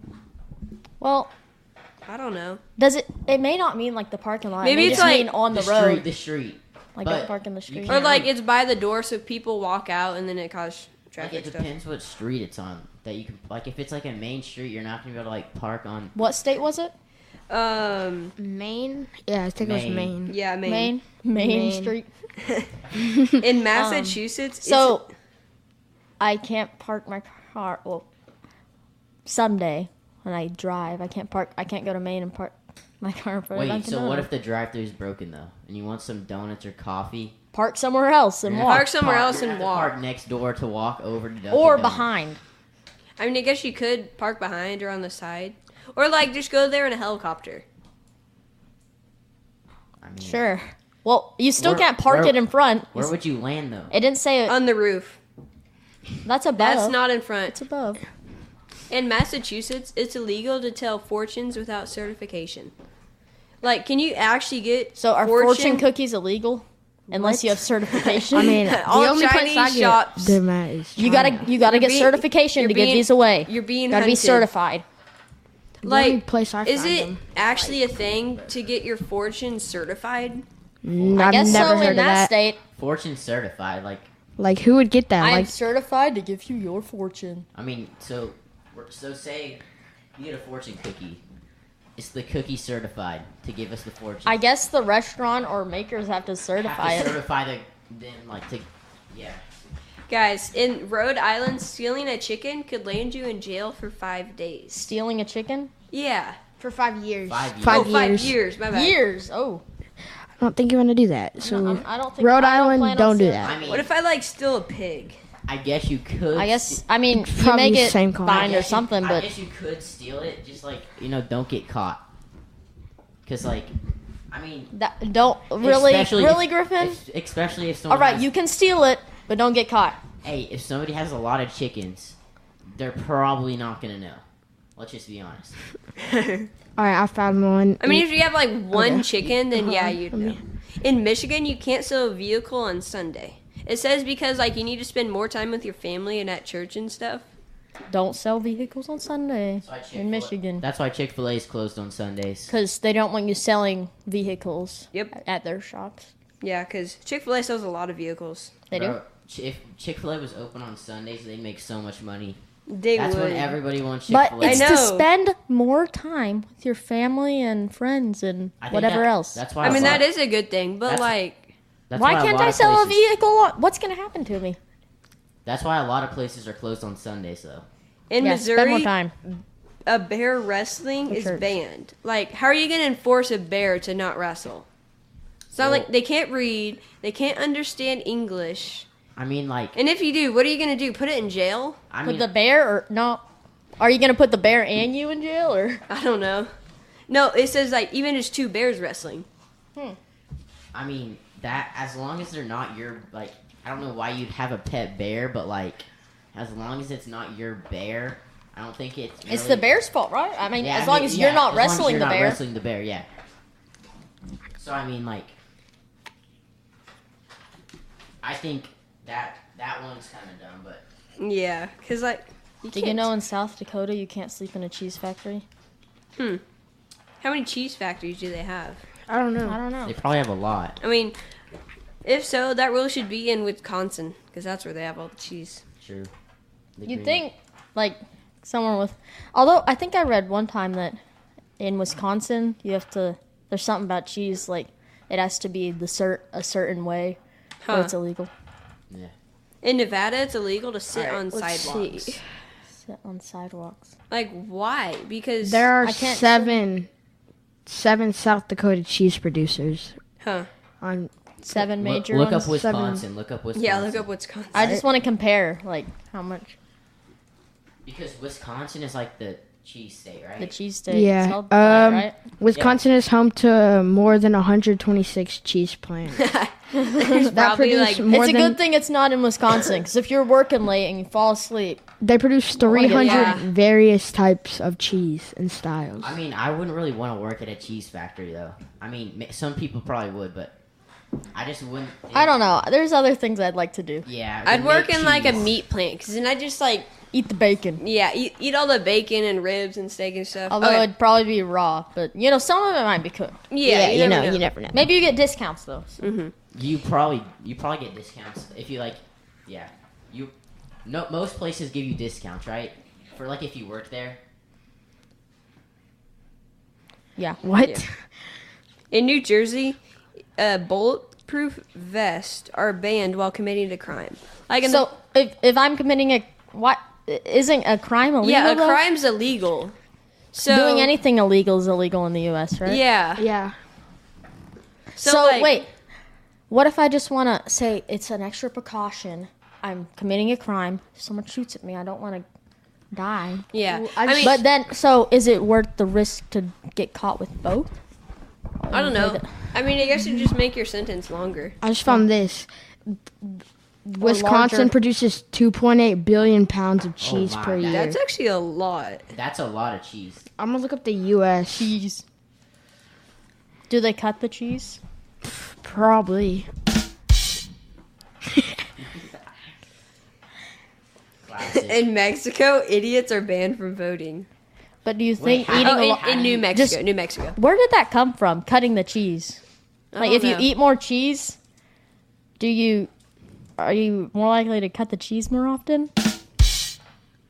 [SPEAKER 5] well,
[SPEAKER 1] I don't know.
[SPEAKER 5] does it? It may not mean like the parking lot.
[SPEAKER 1] Maybe
[SPEAKER 5] Maybe
[SPEAKER 1] it's
[SPEAKER 5] it's
[SPEAKER 1] like
[SPEAKER 5] mean on the,
[SPEAKER 4] street,
[SPEAKER 5] road.
[SPEAKER 4] the street.
[SPEAKER 5] Like,
[SPEAKER 4] but
[SPEAKER 5] don't park in the
[SPEAKER 4] you
[SPEAKER 5] street.
[SPEAKER 1] Or
[SPEAKER 4] can't
[SPEAKER 1] like
[SPEAKER 4] really-
[SPEAKER 1] it's by the door, so people walk out, and then it causes
[SPEAKER 4] like,
[SPEAKER 1] traffic
[SPEAKER 4] it
[SPEAKER 1] stuff.
[SPEAKER 4] depends what street it's on. That you can like if it's like a main street, you're not gonna be able to like park on
[SPEAKER 5] What state was it?
[SPEAKER 1] Um,
[SPEAKER 3] Maine. Yeah, I think it was
[SPEAKER 4] Maine.
[SPEAKER 3] Maine.
[SPEAKER 1] yeah, Maine.
[SPEAKER 5] Maine. Maine,
[SPEAKER 3] Maine.
[SPEAKER 5] Street.
[SPEAKER 1] In Massachusetts, it's-
[SPEAKER 5] So I can't park my car. Well, someday when I drive, I can't park. I can't go to Maine and park my car in front of
[SPEAKER 4] Wait,
[SPEAKER 5] Dunkin'
[SPEAKER 4] so what if
[SPEAKER 5] Donuts.
[SPEAKER 4] the drive-thru is broken though, and you want some donuts or coffee?
[SPEAKER 5] park somewhere else and
[SPEAKER 4] You're gonna
[SPEAKER 5] walk
[SPEAKER 4] have
[SPEAKER 1] Park
[SPEAKER 4] to
[SPEAKER 1] somewhere else
[SPEAKER 4] you're gonna
[SPEAKER 1] and
[SPEAKER 4] have to
[SPEAKER 1] walk.
[SPEAKER 4] Park next door to walk over to Dunkin'
[SPEAKER 5] or
[SPEAKER 4] Donuts.
[SPEAKER 5] behind?
[SPEAKER 1] I mean, I guess you could park behind or on the side, or like just go there in a helicopter.
[SPEAKER 4] I mean,
[SPEAKER 5] Sure. Well, you still
[SPEAKER 4] Where-
[SPEAKER 5] can't park
[SPEAKER 4] where-
[SPEAKER 5] it in front.
[SPEAKER 4] Where would you land though?
[SPEAKER 5] it didn't say it.
[SPEAKER 1] On the roof.
[SPEAKER 5] That's above.
[SPEAKER 1] Uh, That's not in
[SPEAKER 5] It's
[SPEAKER 1] front.
[SPEAKER 5] above.
[SPEAKER 1] In Massachusetts, it's illegal to tell fortunes without certification. Like, can you actually get
[SPEAKER 5] So are fortune, cookies illegal? Unless you have certification.
[SPEAKER 3] I mean, the
[SPEAKER 1] All
[SPEAKER 3] only place I
[SPEAKER 1] Chinese
[SPEAKER 3] get
[SPEAKER 1] shops.
[SPEAKER 3] them at is
[SPEAKER 5] you
[SPEAKER 3] China.
[SPEAKER 5] gotta you gotta
[SPEAKER 1] You're
[SPEAKER 5] get
[SPEAKER 1] being-
[SPEAKER 5] certification
[SPEAKER 1] you're
[SPEAKER 5] to get
[SPEAKER 1] being-
[SPEAKER 5] these away.
[SPEAKER 1] You're being
[SPEAKER 5] gotta be
[SPEAKER 1] hunted.
[SPEAKER 5] certified.
[SPEAKER 1] Like,
[SPEAKER 3] only place I
[SPEAKER 1] is
[SPEAKER 3] found
[SPEAKER 1] it
[SPEAKER 3] them.
[SPEAKER 1] actually a thing to get your fortune certified?
[SPEAKER 3] Mm,
[SPEAKER 5] I
[SPEAKER 3] I've
[SPEAKER 5] guess
[SPEAKER 3] never
[SPEAKER 5] so.
[SPEAKER 3] heard
[SPEAKER 5] In
[SPEAKER 3] of
[SPEAKER 5] that,
[SPEAKER 3] that.
[SPEAKER 5] state,
[SPEAKER 4] Fortune certified, like
[SPEAKER 3] Like, who would get that?
[SPEAKER 5] I am
[SPEAKER 3] like,
[SPEAKER 5] certified to give you your fortune.
[SPEAKER 4] I mean, so we're- so say you get a fortune cookie. It's the cookie certified to give us the fortune.
[SPEAKER 5] I guess the restaurant or makers have to certify
[SPEAKER 4] have to
[SPEAKER 5] it.
[SPEAKER 4] certify the then like to yeah.
[SPEAKER 1] Guys, in Rhode Island, stealing a chicken could land you in jail for five days.
[SPEAKER 5] Stealing a chicken?
[SPEAKER 1] Yeah.
[SPEAKER 3] for five years.
[SPEAKER 4] Five years.
[SPEAKER 1] Oh,
[SPEAKER 3] Five
[SPEAKER 1] five
[SPEAKER 3] years.
[SPEAKER 1] years. My bad.
[SPEAKER 5] Years. Oh,
[SPEAKER 3] I don't think you want to do that. So,
[SPEAKER 5] I'm- I don't think
[SPEAKER 3] Rhode
[SPEAKER 5] I don't
[SPEAKER 3] Island,
[SPEAKER 5] plan on
[SPEAKER 3] don't do
[SPEAKER 5] stealing-
[SPEAKER 3] that.
[SPEAKER 4] I mean,
[SPEAKER 1] What if I like steal a pig?
[SPEAKER 4] I guess you could.
[SPEAKER 5] I guess.
[SPEAKER 4] st-
[SPEAKER 5] I mean, you
[SPEAKER 3] Probably
[SPEAKER 5] make it
[SPEAKER 3] same color.
[SPEAKER 4] I
[SPEAKER 5] bind or
[SPEAKER 4] guess you-
[SPEAKER 5] something,
[SPEAKER 4] I
[SPEAKER 5] but
[SPEAKER 4] guess you could steal it. Just like you know, don't get caught. Cause like, I mean,
[SPEAKER 5] that, don't really,
[SPEAKER 4] especially
[SPEAKER 5] really,
[SPEAKER 4] if-
[SPEAKER 5] Griffin.
[SPEAKER 4] if- especially if someone.
[SPEAKER 5] All right,
[SPEAKER 4] has-
[SPEAKER 5] you can steal it, but don't get caught.
[SPEAKER 4] Hey, if somebody has a lot of chickens, they're probably not gonna know. Let's just be honest.
[SPEAKER 3] All right, I found one.
[SPEAKER 1] I mean, if you have like one chicken, then
[SPEAKER 5] Uh-huh.
[SPEAKER 1] yeah,
[SPEAKER 3] Hold on,
[SPEAKER 1] you'd
[SPEAKER 3] let
[SPEAKER 1] know. In Michigan, you can't sell a vehicle on Sunday. It says because like you need to spend more time with your family and at church and stuff.
[SPEAKER 5] Don't sell vehicles on Sunday
[SPEAKER 4] That's why Chick-fil-A-
[SPEAKER 5] in Michigan
[SPEAKER 4] That's why Chick Fil A is closed on Sundays.
[SPEAKER 5] because they don't want you selling vehicles
[SPEAKER 1] Yep.
[SPEAKER 5] at their shops.
[SPEAKER 1] Yeah, because Chick Fil A sells a lot of vehicles.
[SPEAKER 5] They do.
[SPEAKER 4] Bro, Ch- if Chick Fil A was open on Sundays, they'd make so much money.
[SPEAKER 1] They
[SPEAKER 4] That's
[SPEAKER 1] would.
[SPEAKER 4] when everybody wants Chick
[SPEAKER 5] But
[SPEAKER 4] Fil A.
[SPEAKER 5] it's
[SPEAKER 1] I
[SPEAKER 5] to
[SPEAKER 1] know.
[SPEAKER 5] spend more time with your family and friends and whatever else.
[SPEAKER 4] That's why.
[SPEAKER 1] I mean,
[SPEAKER 4] a lot-
[SPEAKER 1] that is a good thing, but
[SPEAKER 4] That's-
[SPEAKER 1] like,
[SPEAKER 4] that's
[SPEAKER 5] why,
[SPEAKER 4] a
[SPEAKER 5] can't
[SPEAKER 4] lot
[SPEAKER 5] I
[SPEAKER 4] of
[SPEAKER 5] sell
[SPEAKER 4] places-
[SPEAKER 5] a vehicle? on- What's gonna happen to me?
[SPEAKER 4] That's why a lot of places are closed on Sundays, though.
[SPEAKER 1] in
[SPEAKER 5] Yeah, spend more
[SPEAKER 1] Missouri,
[SPEAKER 5] time.
[SPEAKER 1] a bear wrestling
[SPEAKER 5] The
[SPEAKER 1] is
[SPEAKER 5] church.
[SPEAKER 1] banned. Like, how are you going to enforce a bear to not wrestle? It's not
[SPEAKER 4] Well-
[SPEAKER 1] like they can't read, they can't understand English.
[SPEAKER 4] I mean, like,
[SPEAKER 1] And if you do, what are you going to do? Put it in jail?
[SPEAKER 4] I
[SPEAKER 5] Put
[SPEAKER 4] mean,
[SPEAKER 5] the bear or no? Are you gonna put the bear and you in jail or?
[SPEAKER 1] I don't know. No, it says like even as two bears wrestling.
[SPEAKER 4] I mean that as long as they're not your like, I don't know why you'd have a pet bear, but like, as long as it's not your bear, I don't think it's.
[SPEAKER 5] It's
[SPEAKER 4] really-
[SPEAKER 5] the bear's fault, right? I mean,
[SPEAKER 4] Yeah,
[SPEAKER 5] as
[SPEAKER 4] I
[SPEAKER 5] long
[SPEAKER 4] mean,
[SPEAKER 5] as
[SPEAKER 4] yeah,
[SPEAKER 5] you're not
[SPEAKER 4] as long as
[SPEAKER 5] wrestling
[SPEAKER 4] you're
[SPEAKER 5] the
[SPEAKER 4] not
[SPEAKER 5] bear.
[SPEAKER 4] Wrestling the bear, yeah. So I mean, like, I think that that one's kind of dumb, but
[SPEAKER 1] Yeah, because like, you
[SPEAKER 5] Did
[SPEAKER 1] can't.
[SPEAKER 5] you know in South Dakota you can't sleep in a cheese factory?
[SPEAKER 1] How many cheese factories do they have?
[SPEAKER 3] I don't know.
[SPEAKER 5] I don't know.
[SPEAKER 4] they probably have a lot.
[SPEAKER 1] I mean, if so, that rule should be in Wisconsin because that's where they have all the cheese.
[SPEAKER 4] True. The
[SPEAKER 5] You'd
[SPEAKER 4] green-
[SPEAKER 5] think, like, someone with. Although, I think I read one time that in Wisconsin, you have to. There's something about cheese, like, it has to be the cer- a certain way or
[SPEAKER 1] Huh.
[SPEAKER 5] it's illegal.
[SPEAKER 4] Yeah.
[SPEAKER 1] In Nevada, it's illegal to sit
[SPEAKER 5] Alright,
[SPEAKER 1] on
[SPEAKER 5] let's
[SPEAKER 1] sidewalks.
[SPEAKER 5] see. Sit on sidewalks.
[SPEAKER 1] Like, why? Because
[SPEAKER 3] There are
[SPEAKER 5] I can't-
[SPEAKER 3] seven, seven South Dakota cheese producers
[SPEAKER 1] huh?
[SPEAKER 3] on.
[SPEAKER 5] Seven
[SPEAKER 4] Look,
[SPEAKER 5] major
[SPEAKER 4] look
[SPEAKER 5] ones.
[SPEAKER 4] up Wisconsin. Look up Wisconsin.
[SPEAKER 1] Yeah, look up Wisconsin.
[SPEAKER 5] I just want to compare, like, how much
[SPEAKER 4] Because Wisconsin is like the cheese state, right?
[SPEAKER 5] the cheese steak
[SPEAKER 3] Yeah,
[SPEAKER 5] is held by,
[SPEAKER 3] um,
[SPEAKER 5] right?
[SPEAKER 3] Wisconsin is home to more than 126 cheese plants.
[SPEAKER 1] There's
[SPEAKER 3] that
[SPEAKER 1] probably
[SPEAKER 3] produce
[SPEAKER 1] like
[SPEAKER 3] more
[SPEAKER 5] it's a
[SPEAKER 3] than
[SPEAKER 5] good thing it's not in Wisconsin, because if you're working late and you fall asleep,
[SPEAKER 3] they produce
[SPEAKER 5] wanna get
[SPEAKER 3] 300
[SPEAKER 1] that.
[SPEAKER 3] various types of cheese and styles.
[SPEAKER 4] I mean, I wouldn't really want to work at a cheese factory, though. I mean, ma- some people probably would, but I just wouldn't. Think,
[SPEAKER 5] I don't know. There's other things I'd like to do.
[SPEAKER 4] Yeah,
[SPEAKER 1] I'd
[SPEAKER 4] to
[SPEAKER 1] work
[SPEAKER 4] make
[SPEAKER 1] in like a
[SPEAKER 4] cheese.
[SPEAKER 1] meat plant because then I just like
[SPEAKER 5] Eat the bacon.
[SPEAKER 1] yeah eat, eat all the bacon and ribs and steak and stuff.
[SPEAKER 5] Although
[SPEAKER 1] Okay.
[SPEAKER 5] it'd probably be raw, but you know, some of it might be cooked.
[SPEAKER 1] yeah, you, never know,
[SPEAKER 3] never know.
[SPEAKER 5] Maybe you get discounts though.
[SPEAKER 4] You probably you probably get discounts if you like. Yeah, you. No, most places give you discounts, right? For like if you work there.
[SPEAKER 5] Yeah.
[SPEAKER 3] What?
[SPEAKER 1] Yeah. In New Jersey, uh, bulletproof vests are banned while committing a crime. Like in
[SPEAKER 5] So if if I'm committing a what isn't a crime
[SPEAKER 1] the,
[SPEAKER 5] illegal?
[SPEAKER 1] yeah, a
[SPEAKER 5] though?
[SPEAKER 1] crime's illegal. So
[SPEAKER 5] Doing anything illegal is illegal in the U.S., right?
[SPEAKER 1] Yeah.
[SPEAKER 3] Yeah.
[SPEAKER 1] So,
[SPEAKER 5] So,
[SPEAKER 1] like,
[SPEAKER 5] wait, what if I just want to say it's an extra precaution? I'm committing a crime. If someone shoots at me, I don't want to die.
[SPEAKER 1] Yeah.
[SPEAKER 3] Well, I
[SPEAKER 1] I, mean,
[SPEAKER 5] but then, so is it worth the risk to get caught with both?
[SPEAKER 1] I don't know. I mean, I guess you just make your sentence longer.
[SPEAKER 3] I just found this. Wisconsin
[SPEAKER 5] larger-
[SPEAKER 3] produces 2.8 billion pounds of cheese
[SPEAKER 4] Oh my,
[SPEAKER 3] per
[SPEAKER 4] that-
[SPEAKER 3] year.
[SPEAKER 1] That's actually a lot.
[SPEAKER 4] That's a lot of cheese.
[SPEAKER 3] I'm gonna look up the U.S.
[SPEAKER 5] Cheese. Do they cut the cheese?
[SPEAKER 3] Probably.
[SPEAKER 4] Classic.
[SPEAKER 1] In Mexico, idiots are banned from voting.
[SPEAKER 5] But do you think
[SPEAKER 4] Wait, how-
[SPEAKER 5] eating
[SPEAKER 1] Oh,
[SPEAKER 5] a
[SPEAKER 1] in,
[SPEAKER 5] lot?
[SPEAKER 1] in New Mexico,
[SPEAKER 5] Just-
[SPEAKER 1] New Mexico.
[SPEAKER 5] Where did that come from? Cutting the cheese.
[SPEAKER 1] I
[SPEAKER 5] Like
[SPEAKER 1] don't
[SPEAKER 5] if you
[SPEAKER 1] know.
[SPEAKER 5] eat more cheese, do you are you more likely to cut the cheese more often?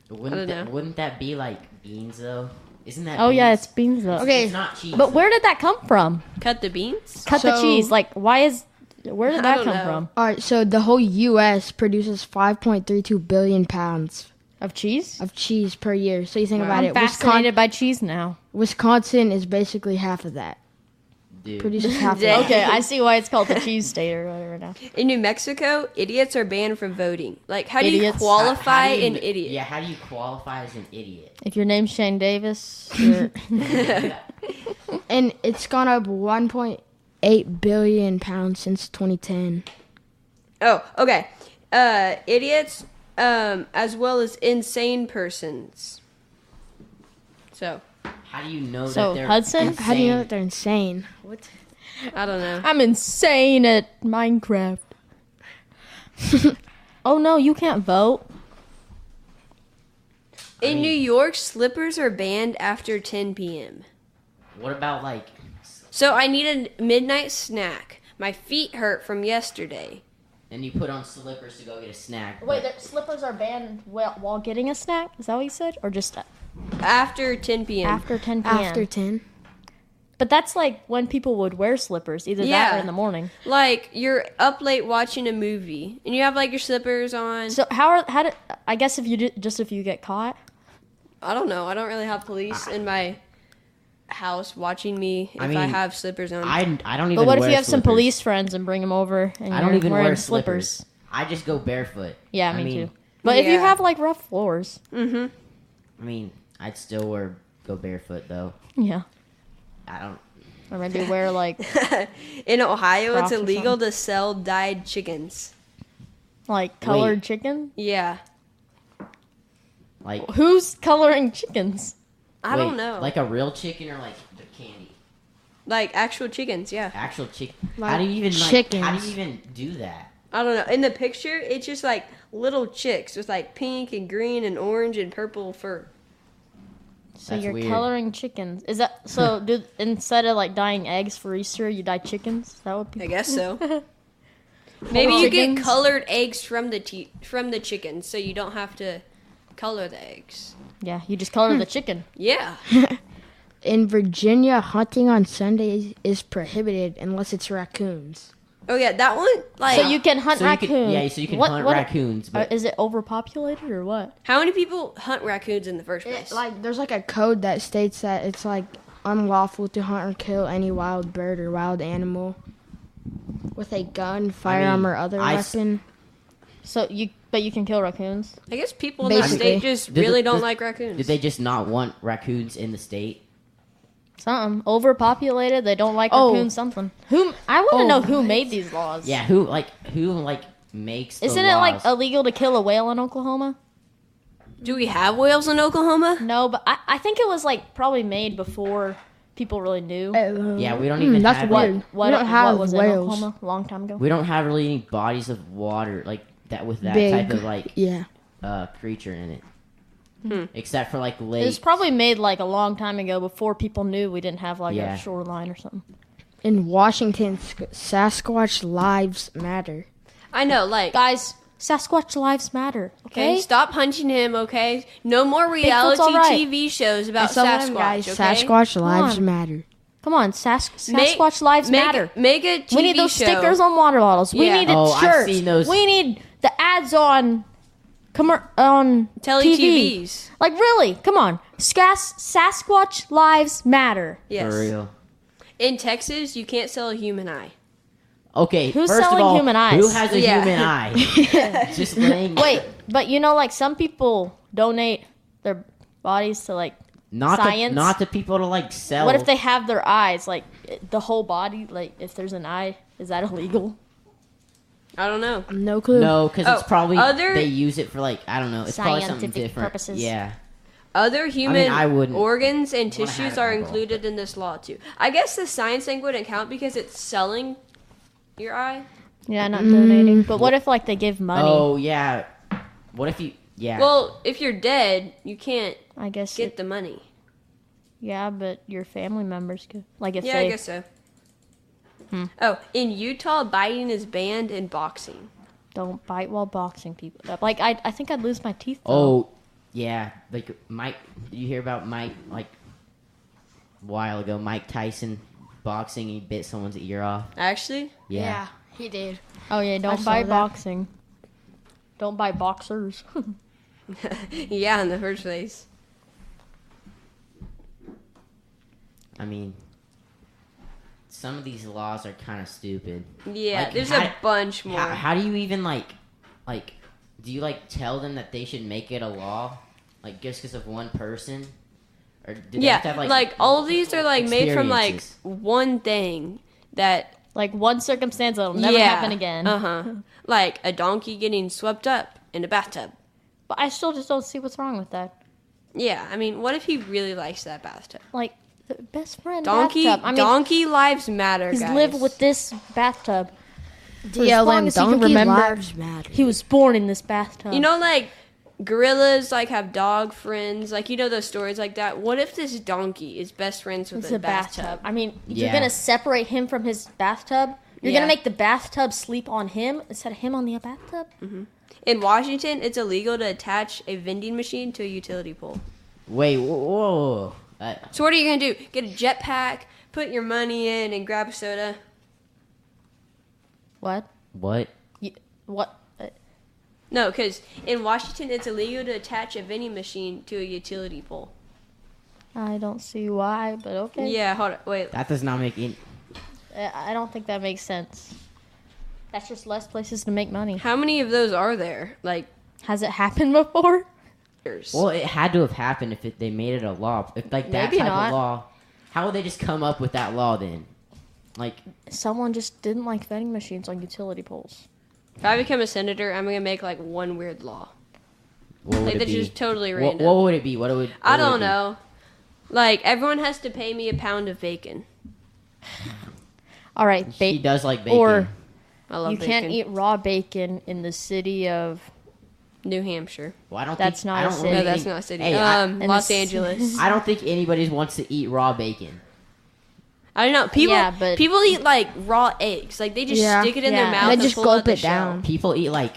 [SPEAKER 4] wouldn't,
[SPEAKER 1] I don't
[SPEAKER 4] that,
[SPEAKER 1] know.
[SPEAKER 4] wouldn't that be like beans though? Isn't that?
[SPEAKER 5] Oh yeah,
[SPEAKER 4] beans?
[SPEAKER 5] it's beans though.
[SPEAKER 3] Okay.
[SPEAKER 4] It's not cheese.
[SPEAKER 5] But where did that come from?
[SPEAKER 1] cut the beans.
[SPEAKER 5] Cut the
[SPEAKER 3] So-
[SPEAKER 5] cheese. Like why is where
[SPEAKER 1] I
[SPEAKER 5] did that
[SPEAKER 1] don't
[SPEAKER 5] come
[SPEAKER 1] know.
[SPEAKER 5] from?
[SPEAKER 3] All right, so the whole U.S. produces 5.32 billion pounds
[SPEAKER 5] Of cheese?
[SPEAKER 3] of cheese per year. So you think about it,
[SPEAKER 5] I'm
[SPEAKER 3] Wisconsin,
[SPEAKER 5] fascinated by cheese now.
[SPEAKER 3] Wisconsin is basically half of that.
[SPEAKER 4] dude.
[SPEAKER 3] Producers have to.
[SPEAKER 1] Dang.
[SPEAKER 3] watch.
[SPEAKER 5] Okay, I see why it's called the cheese state or whatever now.
[SPEAKER 1] In New Mexico, idiots are banned from voting. Like, how do
[SPEAKER 5] Idiots.
[SPEAKER 1] you
[SPEAKER 5] How-
[SPEAKER 4] How- how
[SPEAKER 1] qualify
[SPEAKER 4] do you
[SPEAKER 1] an
[SPEAKER 4] kn-
[SPEAKER 1] idiot?
[SPEAKER 4] Yeah, how do you qualify as an idiot?
[SPEAKER 5] If your name's Shane Davis, you're,
[SPEAKER 3] And it's gone up 1.8 billion pounds since 2010.
[SPEAKER 1] Oh, okay. Uh, idiots, um, as well as insane persons. So
[SPEAKER 4] How do you know
[SPEAKER 5] So,
[SPEAKER 4] that they're
[SPEAKER 5] Hudson?
[SPEAKER 4] Insane?
[SPEAKER 3] How do you know that they're insane?
[SPEAKER 1] I don't know.
[SPEAKER 5] I'm insane at Minecraft. oh no, you can't vote.
[SPEAKER 1] In New York, slippers are banned after 10 p.m.
[SPEAKER 4] what about like?
[SPEAKER 1] So I need a midnight snack. My feet hurt from yesterday.
[SPEAKER 4] And you put on slippers to go get a snack.
[SPEAKER 5] Wait,
[SPEAKER 4] but-
[SPEAKER 5] slippers are banned while, while getting a snack. Is that what you said, or just
[SPEAKER 1] After 10 p.m.
[SPEAKER 5] after 10 p.m.?
[SPEAKER 3] After 10.
[SPEAKER 5] but that's like when people would wear slippers, either that
[SPEAKER 1] Yeah.
[SPEAKER 5] or in the morning.
[SPEAKER 1] Like you're up late watching a movie and you have like your slippers on.
[SPEAKER 5] So how are how do I guess if you do, just if you get caught?
[SPEAKER 1] I don't know. I don't really have police in my house watching me if I,
[SPEAKER 4] I mean,
[SPEAKER 1] have slippers on.
[SPEAKER 4] I, I don't even.
[SPEAKER 5] um, But what if
[SPEAKER 4] wear
[SPEAKER 5] you have some
[SPEAKER 4] slippers.
[SPEAKER 5] police friends and bring them over and
[SPEAKER 4] I
[SPEAKER 5] you're
[SPEAKER 4] don't even
[SPEAKER 5] wearing
[SPEAKER 4] wear slippers. I just go barefoot.
[SPEAKER 5] Yeah,
[SPEAKER 4] I
[SPEAKER 5] me
[SPEAKER 4] mean,
[SPEAKER 5] too. But if you
[SPEAKER 1] Yeah.
[SPEAKER 5] have like rough floors,
[SPEAKER 1] mm-hmm.
[SPEAKER 4] I mean, I'd still wear go barefoot though.
[SPEAKER 5] yeah,
[SPEAKER 4] I don't.
[SPEAKER 5] or maybe wear like
[SPEAKER 1] In Ohio,
[SPEAKER 5] Crocs
[SPEAKER 1] it's
[SPEAKER 5] or
[SPEAKER 1] illegal to sell dyed chickens.
[SPEAKER 5] like colored chicken.
[SPEAKER 1] Yeah.
[SPEAKER 4] Like
[SPEAKER 5] Who's coloring chickens?
[SPEAKER 1] I
[SPEAKER 4] wait,
[SPEAKER 1] don't know. Like,
[SPEAKER 4] Like a real chicken or like the candy?
[SPEAKER 1] actual chickens, yeah.
[SPEAKER 4] Actual chicken. how
[SPEAKER 3] Like
[SPEAKER 4] do you even like, How do
[SPEAKER 3] chickens.
[SPEAKER 4] you even do that?
[SPEAKER 1] I don't know. In the picture, it's just like little chicks with like pink and green and orange and purple fur.
[SPEAKER 5] So
[SPEAKER 4] That's
[SPEAKER 5] you're
[SPEAKER 4] weird.
[SPEAKER 5] coloring chickens. Is that so? do instead of like dyeing eggs for Easter, you dye chickens? Is That would be.
[SPEAKER 1] I guess so. Maybe you get
[SPEAKER 5] Chickens?
[SPEAKER 1] colored eggs from the te- from the chickens, so you don't have to color the eggs.
[SPEAKER 5] Yeah, you just color
[SPEAKER 4] Hmm.
[SPEAKER 5] the chicken.
[SPEAKER 1] Yeah.
[SPEAKER 3] In Virginia, hunting on Sundays is prohibited unless it's raccoons.
[SPEAKER 1] Oh yeah, that one. Like,
[SPEAKER 5] So you can hunt
[SPEAKER 4] so you
[SPEAKER 5] raccoons. uh,
[SPEAKER 4] can- yeah, so you can hunt raccoons, but-
[SPEAKER 5] is it overpopulated or what?
[SPEAKER 1] how many people hunt raccoons in the first place?
[SPEAKER 3] It, like, there's like a code that states that it's like unlawful to hunt or kill any wild bird or wild animal with a gun, firearm, or other
[SPEAKER 4] I s-
[SPEAKER 3] weapon.
[SPEAKER 5] So you, but you can kill raccoons.
[SPEAKER 1] I guess people in that
[SPEAKER 3] Basically.
[SPEAKER 1] state just
[SPEAKER 4] Did the-
[SPEAKER 1] really don't
[SPEAKER 4] did-
[SPEAKER 1] like raccoons.
[SPEAKER 4] Did they just not want raccoons in the state?
[SPEAKER 5] Something overpopulated. They don't like
[SPEAKER 3] Oh.
[SPEAKER 5] raccoons. Something. Who? I want to
[SPEAKER 3] Oh,
[SPEAKER 5] know who made these laws.
[SPEAKER 4] Yeah, who like who like makes? the
[SPEAKER 5] Isn't it like
[SPEAKER 4] laws?
[SPEAKER 5] illegal to kill a whale in Oklahoma?
[SPEAKER 1] Do we have whales in Oklahoma?
[SPEAKER 5] No, but I, I think it was like probably made before people really knew.
[SPEAKER 3] Uh,
[SPEAKER 4] Yeah, we don't
[SPEAKER 3] hmm,
[SPEAKER 4] even
[SPEAKER 3] that's
[SPEAKER 4] have
[SPEAKER 3] weird.
[SPEAKER 4] like-
[SPEAKER 5] What,
[SPEAKER 3] we don't have
[SPEAKER 5] what was in
[SPEAKER 3] whales.
[SPEAKER 5] Oklahoma a long time ago.
[SPEAKER 4] we don't have really any bodies of water like that with that
[SPEAKER 3] Big.
[SPEAKER 4] type of like
[SPEAKER 3] Yeah.
[SPEAKER 4] uh, creature in it.
[SPEAKER 1] Hmm.
[SPEAKER 4] Except for like
[SPEAKER 5] It was
[SPEAKER 4] lakes.
[SPEAKER 5] probably made like a long time ago before people knew we didn't have like
[SPEAKER 4] Yeah.
[SPEAKER 5] a shoreline or something.
[SPEAKER 3] In Washington, Sk- Sasquatch lives matter.
[SPEAKER 1] I know, like.
[SPEAKER 5] Guys, Sasquatch lives matter.
[SPEAKER 1] Okay,
[SPEAKER 5] Okay.
[SPEAKER 1] stop punching him. Okay, no more reality
[SPEAKER 5] alright.
[SPEAKER 1] TV shows about
[SPEAKER 3] Some of
[SPEAKER 1] Sasquatch.
[SPEAKER 3] them guys,
[SPEAKER 1] okay?
[SPEAKER 3] Sasquatch lives
[SPEAKER 5] on.
[SPEAKER 3] matter.
[SPEAKER 5] Come on, Sas-
[SPEAKER 1] Make-
[SPEAKER 5] Sasquatch lives
[SPEAKER 1] make-
[SPEAKER 5] matter.
[SPEAKER 1] Make a TV
[SPEAKER 5] We need those
[SPEAKER 1] show.
[SPEAKER 5] stickers on water bottles. We
[SPEAKER 1] Yeah.
[SPEAKER 5] need a
[SPEAKER 4] Oh, I've
[SPEAKER 5] shirt.
[SPEAKER 4] seen those.
[SPEAKER 5] We need the ads on commer- on
[SPEAKER 1] Telly
[SPEAKER 5] TV.
[SPEAKER 1] TVs.
[SPEAKER 5] Like really? Come on. Sas- Sasquatch lives matter.
[SPEAKER 1] Yes.
[SPEAKER 4] For real.
[SPEAKER 1] In Texas, you can't sell a human eye.
[SPEAKER 4] Okay.
[SPEAKER 5] Who's
[SPEAKER 4] first
[SPEAKER 5] selling
[SPEAKER 4] of all,
[SPEAKER 5] human eyes?
[SPEAKER 4] Who has a
[SPEAKER 1] Yeah.
[SPEAKER 4] human eye? Just laying.
[SPEAKER 5] Wait, but you know like some people donate their bodies to like
[SPEAKER 4] not
[SPEAKER 5] science?
[SPEAKER 4] To, not to people to like sell.
[SPEAKER 5] What if they have their eyes, like the whole body? Like if there's an eye, is that illegal?
[SPEAKER 1] I don't know.
[SPEAKER 5] Mm.
[SPEAKER 3] No clue.
[SPEAKER 4] No, because it's
[SPEAKER 1] Oh,
[SPEAKER 4] probably
[SPEAKER 1] other-
[SPEAKER 4] they use it for like I don't know. It's probably something
[SPEAKER 5] Scientific
[SPEAKER 4] different.
[SPEAKER 5] purposes.
[SPEAKER 4] Yeah.
[SPEAKER 1] Other human
[SPEAKER 4] I wouldn't-
[SPEAKER 1] organs and
[SPEAKER 4] wouldn't have
[SPEAKER 1] tissues
[SPEAKER 4] it
[SPEAKER 1] are
[SPEAKER 4] at all,
[SPEAKER 1] included in this law too. I guess the science thing wouldn't count because it's selling your eye.
[SPEAKER 5] Yeah, not donating. But what if like they give money?
[SPEAKER 4] Mm. Oh yeah. What if you? Yeah.
[SPEAKER 1] Well, if you're dead, you can't
[SPEAKER 5] I guess.
[SPEAKER 1] get
[SPEAKER 5] It,
[SPEAKER 1] the money.
[SPEAKER 5] yeah, but your family members could. Like if
[SPEAKER 1] Yeah,
[SPEAKER 5] they.
[SPEAKER 1] I guess so. Oh, in Utah, biting is banned in boxing.
[SPEAKER 5] Don't bite while boxing people. Like I, I think I'd lose my teeth. Though.
[SPEAKER 4] oh. Yeah. Like Mike. Did you hear about Mike? Like a while ago, Mike Tyson boxing. He bit someone's ear off.
[SPEAKER 1] Actually,
[SPEAKER 4] Yeah.
[SPEAKER 3] he did.
[SPEAKER 5] Oh yeah, don't
[SPEAKER 3] saw
[SPEAKER 5] buy
[SPEAKER 3] that.
[SPEAKER 5] boxing. Don't buy boxers.
[SPEAKER 1] yeah, in the first place.
[SPEAKER 4] I mean. some of these laws are kind of stupid.
[SPEAKER 1] Yeah,
[SPEAKER 4] Like,
[SPEAKER 1] there's
[SPEAKER 4] how-
[SPEAKER 1] a bunch more.
[SPEAKER 4] How, how do you even like, like, do you like tell them that they should make it a law, like just because of one person, or do they
[SPEAKER 1] yeah,
[SPEAKER 4] have to have,
[SPEAKER 1] like, all of these are like made from like
[SPEAKER 4] experiences?
[SPEAKER 1] one thing that
[SPEAKER 5] Like one circumstance that'll never
[SPEAKER 1] yeah,
[SPEAKER 5] happen again.
[SPEAKER 1] Uh huh. like a donkey getting swept up in a bathtub.
[SPEAKER 5] But I still just don't see what's wrong with that.
[SPEAKER 1] Yeah, I mean, what if he really likes that bathtub?
[SPEAKER 5] Like the best friend
[SPEAKER 1] Donkey,
[SPEAKER 5] bathtub. I mean,
[SPEAKER 1] donkey lives matter.
[SPEAKER 5] he's
[SPEAKER 1] guys.
[SPEAKER 5] lived with this bathtub. For as long
[SPEAKER 3] DLM
[SPEAKER 5] as he can
[SPEAKER 3] donkey
[SPEAKER 5] remember,
[SPEAKER 3] lives matter.
[SPEAKER 5] he was born in this bathtub.
[SPEAKER 1] You know, like gorillas like have dog friends. Like you know those stories like that. What if this donkey is best friends with
[SPEAKER 5] it's
[SPEAKER 1] a,
[SPEAKER 5] a bathtub. I mean, you're
[SPEAKER 4] Yeah.
[SPEAKER 5] gonna separate him from his bathtub. You're
[SPEAKER 1] Yeah.
[SPEAKER 5] gonna make the bathtub sleep on him instead of him on the bathtub.
[SPEAKER 1] In Washington, it's illegal to attach a vending machine to a utility pole.
[SPEAKER 4] Wait, whoa, whoa, whoa. Uh,
[SPEAKER 1] So what are you gonna do? Get a jetpack, put your money in, and grab a soda?
[SPEAKER 5] What?
[SPEAKER 4] what?
[SPEAKER 5] You, what? Uh,
[SPEAKER 1] No, because in Washington, it's illegal to attach a vending machine to a utility pole.
[SPEAKER 5] I don't see why, but okay.
[SPEAKER 1] Yeah, hold on, wait.
[SPEAKER 4] That does not make any.
[SPEAKER 5] I I don't think that makes sense. That's just less places to make money.
[SPEAKER 1] How many of those are there? Like,
[SPEAKER 5] Has it happened before?
[SPEAKER 1] there's-
[SPEAKER 4] Well, it had to have happened if it, they made it a law. If like that
[SPEAKER 5] Maybe
[SPEAKER 4] type
[SPEAKER 5] not.
[SPEAKER 4] of law, how would they just come up with that law then? Like,
[SPEAKER 5] Someone just didn't like vending machines on utility poles.
[SPEAKER 1] if I become a senator, I'm gonna make like one weird law.
[SPEAKER 4] what would
[SPEAKER 1] Like,
[SPEAKER 4] it
[SPEAKER 1] that's
[SPEAKER 4] be?
[SPEAKER 1] just totally
[SPEAKER 4] What,
[SPEAKER 1] random.
[SPEAKER 4] what would it be? What it would?
[SPEAKER 1] I
[SPEAKER 4] what would it
[SPEAKER 1] don't
[SPEAKER 4] be?
[SPEAKER 1] know. Like, everyone has to pay me a pound of bacon.
[SPEAKER 5] All right,
[SPEAKER 4] She
[SPEAKER 5] bacon.
[SPEAKER 4] does like bacon.
[SPEAKER 5] Or
[SPEAKER 1] I love
[SPEAKER 5] You
[SPEAKER 1] bacon.
[SPEAKER 5] can't eat raw bacon in the city of.
[SPEAKER 1] New Hampshire.
[SPEAKER 4] Well, I don't
[SPEAKER 5] That's
[SPEAKER 4] think,
[SPEAKER 5] not
[SPEAKER 4] I
[SPEAKER 5] a
[SPEAKER 4] don't
[SPEAKER 5] city.
[SPEAKER 4] really
[SPEAKER 1] No, that's
[SPEAKER 4] think-
[SPEAKER 1] not a city.
[SPEAKER 4] Hey, I-
[SPEAKER 1] um,
[SPEAKER 5] and
[SPEAKER 1] Los
[SPEAKER 5] this-
[SPEAKER 1] Angeles.
[SPEAKER 4] I don't think anybody wants to eat raw bacon.
[SPEAKER 1] I don't know. People,
[SPEAKER 5] Yeah, but-
[SPEAKER 1] people eat like raw eggs. Like they just
[SPEAKER 3] Yeah.
[SPEAKER 1] stick it in
[SPEAKER 5] Yeah.
[SPEAKER 1] their
[SPEAKER 5] And
[SPEAKER 1] mouth
[SPEAKER 3] they
[SPEAKER 1] and
[SPEAKER 3] just
[SPEAKER 1] pull out
[SPEAKER 3] gulp
[SPEAKER 1] the
[SPEAKER 3] it
[SPEAKER 1] shell.
[SPEAKER 3] down.
[SPEAKER 4] People eat like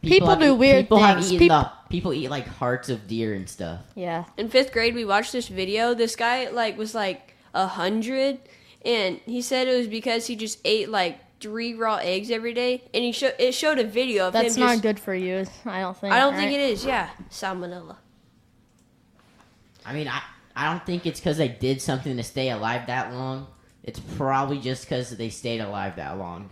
[SPEAKER 5] People
[SPEAKER 4] have
[SPEAKER 5] do
[SPEAKER 4] eat-
[SPEAKER 5] weird
[SPEAKER 4] people Have
[SPEAKER 5] things.
[SPEAKER 4] eaten
[SPEAKER 5] People-
[SPEAKER 4] the- people eat like hearts of deer and stuff.
[SPEAKER 5] Yeah.
[SPEAKER 1] In fifth grade, we watched this video. This guy like was like a hundred, and he said it was because he just ate like three raw eggs every day, and he showed it showed a video of
[SPEAKER 5] That's
[SPEAKER 1] him.
[SPEAKER 5] not
[SPEAKER 1] just,
[SPEAKER 5] good for you. I don't think.
[SPEAKER 1] I don't think it is. Yeah, salmonella.
[SPEAKER 4] I mean, I I don't think it's because they did something to stay alive that long. It's probably just because they stayed alive that long.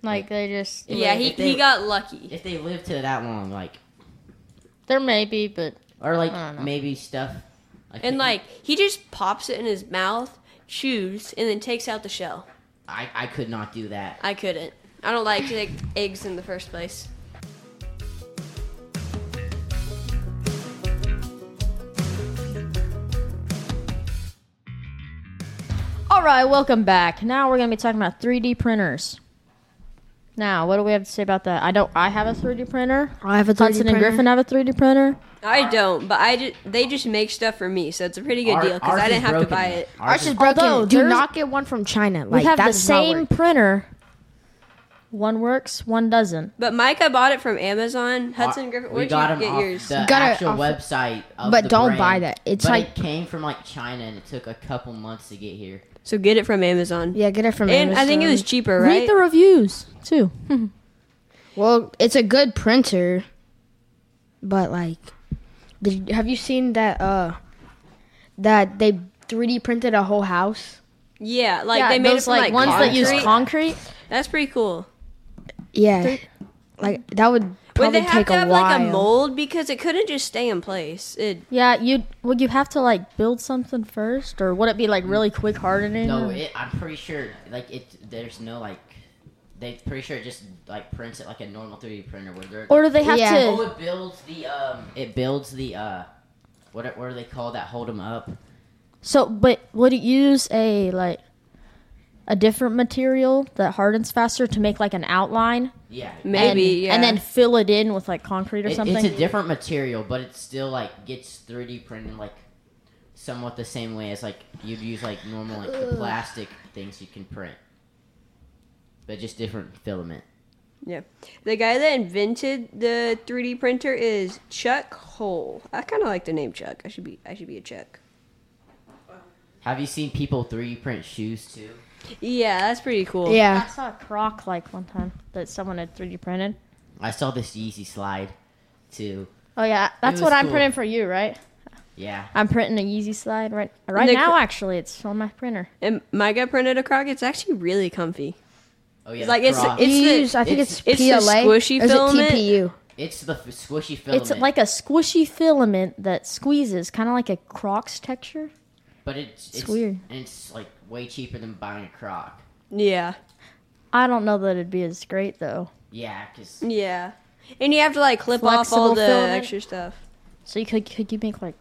[SPEAKER 5] Like they just.
[SPEAKER 1] Yeah, he,
[SPEAKER 4] if they-
[SPEAKER 1] he got lucky.
[SPEAKER 4] If they lived to that long, like
[SPEAKER 5] There may be, but
[SPEAKER 4] or
[SPEAKER 5] I
[SPEAKER 4] like
[SPEAKER 5] don't know.
[SPEAKER 4] maybe stuff. Like
[SPEAKER 1] And like he just pops it in his mouth, chews, and then takes out the shell.
[SPEAKER 4] I I could not do that.
[SPEAKER 1] I couldn't. I don't like to take eggs in the first place.
[SPEAKER 5] All right, welcome back. Now we're going to be talking about 3D printers. Now, what do we have to say about that? I don't. I have a 3D printer.
[SPEAKER 3] I have a 3D
[SPEAKER 5] Hudson and
[SPEAKER 3] printer.
[SPEAKER 5] Griffin have a 3D printer.
[SPEAKER 1] I don't, but I ju- they just make stuff for me, so it's a pretty good
[SPEAKER 4] Our-
[SPEAKER 1] deal because
[SPEAKER 4] ours
[SPEAKER 1] I
[SPEAKER 4] is
[SPEAKER 1] didn't have to
[SPEAKER 4] broken.
[SPEAKER 1] buy it.
[SPEAKER 4] Ours is-
[SPEAKER 3] broken.
[SPEAKER 5] Although
[SPEAKER 3] Do
[SPEAKER 5] there's-
[SPEAKER 3] not get one from China. Like
[SPEAKER 5] we have
[SPEAKER 3] that
[SPEAKER 5] the
[SPEAKER 3] does not
[SPEAKER 5] same
[SPEAKER 3] work.
[SPEAKER 5] printer. One works, one doesn't.
[SPEAKER 1] But Micah bought it from Amazon. Hudson
[SPEAKER 4] Our-
[SPEAKER 1] Griffin,
[SPEAKER 4] We
[SPEAKER 1] where'd
[SPEAKER 4] got
[SPEAKER 1] you
[SPEAKER 4] 'em
[SPEAKER 1] get
[SPEAKER 4] off
[SPEAKER 1] yours?
[SPEAKER 4] the
[SPEAKER 3] Got it
[SPEAKER 4] actual
[SPEAKER 3] off-
[SPEAKER 4] website. Of
[SPEAKER 3] But
[SPEAKER 4] the
[SPEAKER 3] don't
[SPEAKER 4] brand,
[SPEAKER 3] buy that. It's
[SPEAKER 4] but
[SPEAKER 3] like-
[SPEAKER 4] it came from like China and it took a couple months to get here.
[SPEAKER 1] So get it from Amazon.
[SPEAKER 3] Yeah, get it from
[SPEAKER 1] and I think it was
[SPEAKER 3] Amazon.
[SPEAKER 1] cheaper, right?
[SPEAKER 5] Read the reviews too.
[SPEAKER 3] Well, it's a good printer, but like, did, have you seen that? Uh, that they 3D printed a whole house.
[SPEAKER 1] yeah, like they made it
[SPEAKER 5] those
[SPEAKER 1] from like,
[SPEAKER 5] like, ones that use
[SPEAKER 1] concrete.
[SPEAKER 5] concrete.
[SPEAKER 1] That's pretty cool.
[SPEAKER 3] Yeah, like that would
[SPEAKER 1] Would
[SPEAKER 3] probably
[SPEAKER 1] they have
[SPEAKER 3] take
[SPEAKER 1] to have
[SPEAKER 3] a while.
[SPEAKER 1] like a mold because it couldn't just stay in place? It
[SPEAKER 5] Yeah, you would you have to like build something first, or would it be like really quick hardening?
[SPEAKER 4] No,
[SPEAKER 5] or-
[SPEAKER 4] it, I'm pretty sure like it. There's no like. They pretty sure it just like prints it like a normal 3D printer would. There-
[SPEAKER 5] or do they have
[SPEAKER 3] Yeah.
[SPEAKER 5] to?
[SPEAKER 4] Oh, it builds the um. It builds the uh. What are- what do they call that? Hold them up.
[SPEAKER 5] So, but would it use a like a different material that hardens faster to make like an outline?
[SPEAKER 4] Yeah.
[SPEAKER 5] and-
[SPEAKER 1] maybe yeah.
[SPEAKER 5] and then fill it in with like concrete or
[SPEAKER 4] It-
[SPEAKER 5] something.
[SPEAKER 4] It's a different material, but it still like gets 3D printed like somewhat the same way as like you'd use like normal like the plastic things you can print, but just different filament.
[SPEAKER 1] yeah, the guy that invented the 3D printer is Chuck Hole. I kind of like the name Chuck. I should be I should be a Chuck.
[SPEAKER 4] Have you seen people 3D print shoes too?
[SPEAKER 1] Yeah, that's pretty cool.
[SPEAKER 5] I
[SPEAKER 3] yeah,
[SPEAKER 5] saw a croc like one time that someone had 3D printed.
[SPEAKER 4] I saw this Yeezy slide too.
[SPEAKER 5] Oh yeah, that's
[SPEAKER 4] was
[SPEAKER 5] what I'm
[SPEAKER 4] cool.
[SPEAKER 5] printing for you, right?
[SPEAKER 4] Yeah.
[SPEAKER 2] I'm printing a Yeezy slide right right
[SPEAKER 1] Nick-
[SPEAKER 2] now. Actually, it's on my printer.
[SPEAKER 1] And Micah printed a croc. It's actually really comfy.
[SPEAKER 4] Oh yeah.
[SPEAKER 1] It's like it's-
[SPEAKER 4] Crocs.
[SPEAKER 3] You
[SPEAKER 1] it's- the-
[SPEAKER 3] use, I think it's,
[SPEAKER 4] it's-
[SPEAKER 1] it's the
[SPEAKER 3] PLA.
[SPEAKER 1] squishy
[SPEAKER 3] or is
[SPEAKER 1] filament.
[SPEAKER 3] it TPU?
[SPEAKER 4] It's the f- squishy filament.
[SPEAKER 2] It's like a squishy filament that squeezes, kind of like a Crocs texture.
[SPEAKER 4] but it's, it's
[SPEAKER 2] weird.
[SPEAKER 4] and it's like way cheaper than buying a Croc.
[SPEAKER 1] Yeah.
[SPEAKER 2] I don't know that it'd be as great though.
[SPEAKER 4] Yeah, cause
[SPEAKER 1] Yeah. And you have to like clip off all
[SPEAKER 2] Flexible
[SPEAKER 1] the
[SPEAKER 2] filament.
[SPEAKER 1] extra stuff.
[SPEAKER 2] So you could could you make like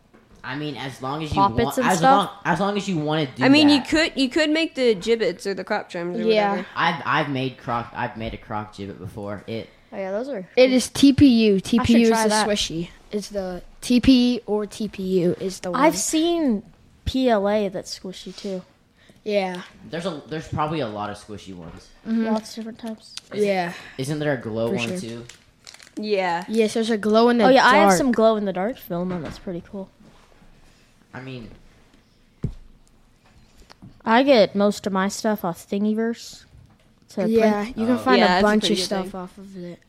[SPEAKER 4] I mean, as long as you
[SPEAKER 2] Poppets
[SPEAKER 4] want,
[SPEAKER 2] and
[SPEAKER 4] as
[SPEAKER 2] stuff?
[SPEAKER 4] long as long as you want to do.
[SPEAKER 1] I mean, you
[SPEAKER 4] that.
[SPEAKER 1] could you could make the gibbets or the crop trims or
[SPEAKER 3] Yeah.
[SPEAKER 1] whatever.
[SPEAKER 4] I've I've made Croc. I've made a Croc gibbet before. It
[SPEAKER 2] oh yeah those are
[SPEAKER 3] It is TPU. TPU is
[SPEAKER 2] try
[SPEAKER 3] the
[SPEAKER 2] that.
[SPEAKER 3] squishy. It's the TPE or TPU is the one.
[SPEAKER 2] I've seen PLA that's squishy too.
[SPEAKER 3] yeah.
[SPEAKER 4] there's a there's probably a lot of squishy ones.
[SPEAKER 2] Lots of different types.
[SPEAKER 3] Yeah.
[SPEAKER 4] Isn't there a glow
[SPEAKER 3] For
[SPEAKER 4] one
[SPEAKER 3] sure.
[SPEAKER 4] too?
[SPEAKER 1] Yeah.
[SPEAKER 3] Yes, there's a glow in the
[SPEAKER 2] Oh yeah,
[SPEAKER 3] dark.
[SPEAKER 2] I have some glow in the dark filament. That's pretty cool.
[SPEAKER 4] I mean,
[SPEAKER 2] I get most of my stuff off Thingiverse. So
[SPEAKER 3] Yeah, you can
[SPEAKER 4] Oh.
[SPEAKER 3] find
[SPEAKER 1] Yeah, that's
[SPEAKER 3] a
[SPEAKER 1] a
[SPEAKER 3] bunch
[SPEAKER 1] pretty
[SPEAKER 3] of
[SPEAKER 1] good
[SPEAKER 3] stuff
[SPEAKER 1] thing.
[SPEAKER 3] off of it.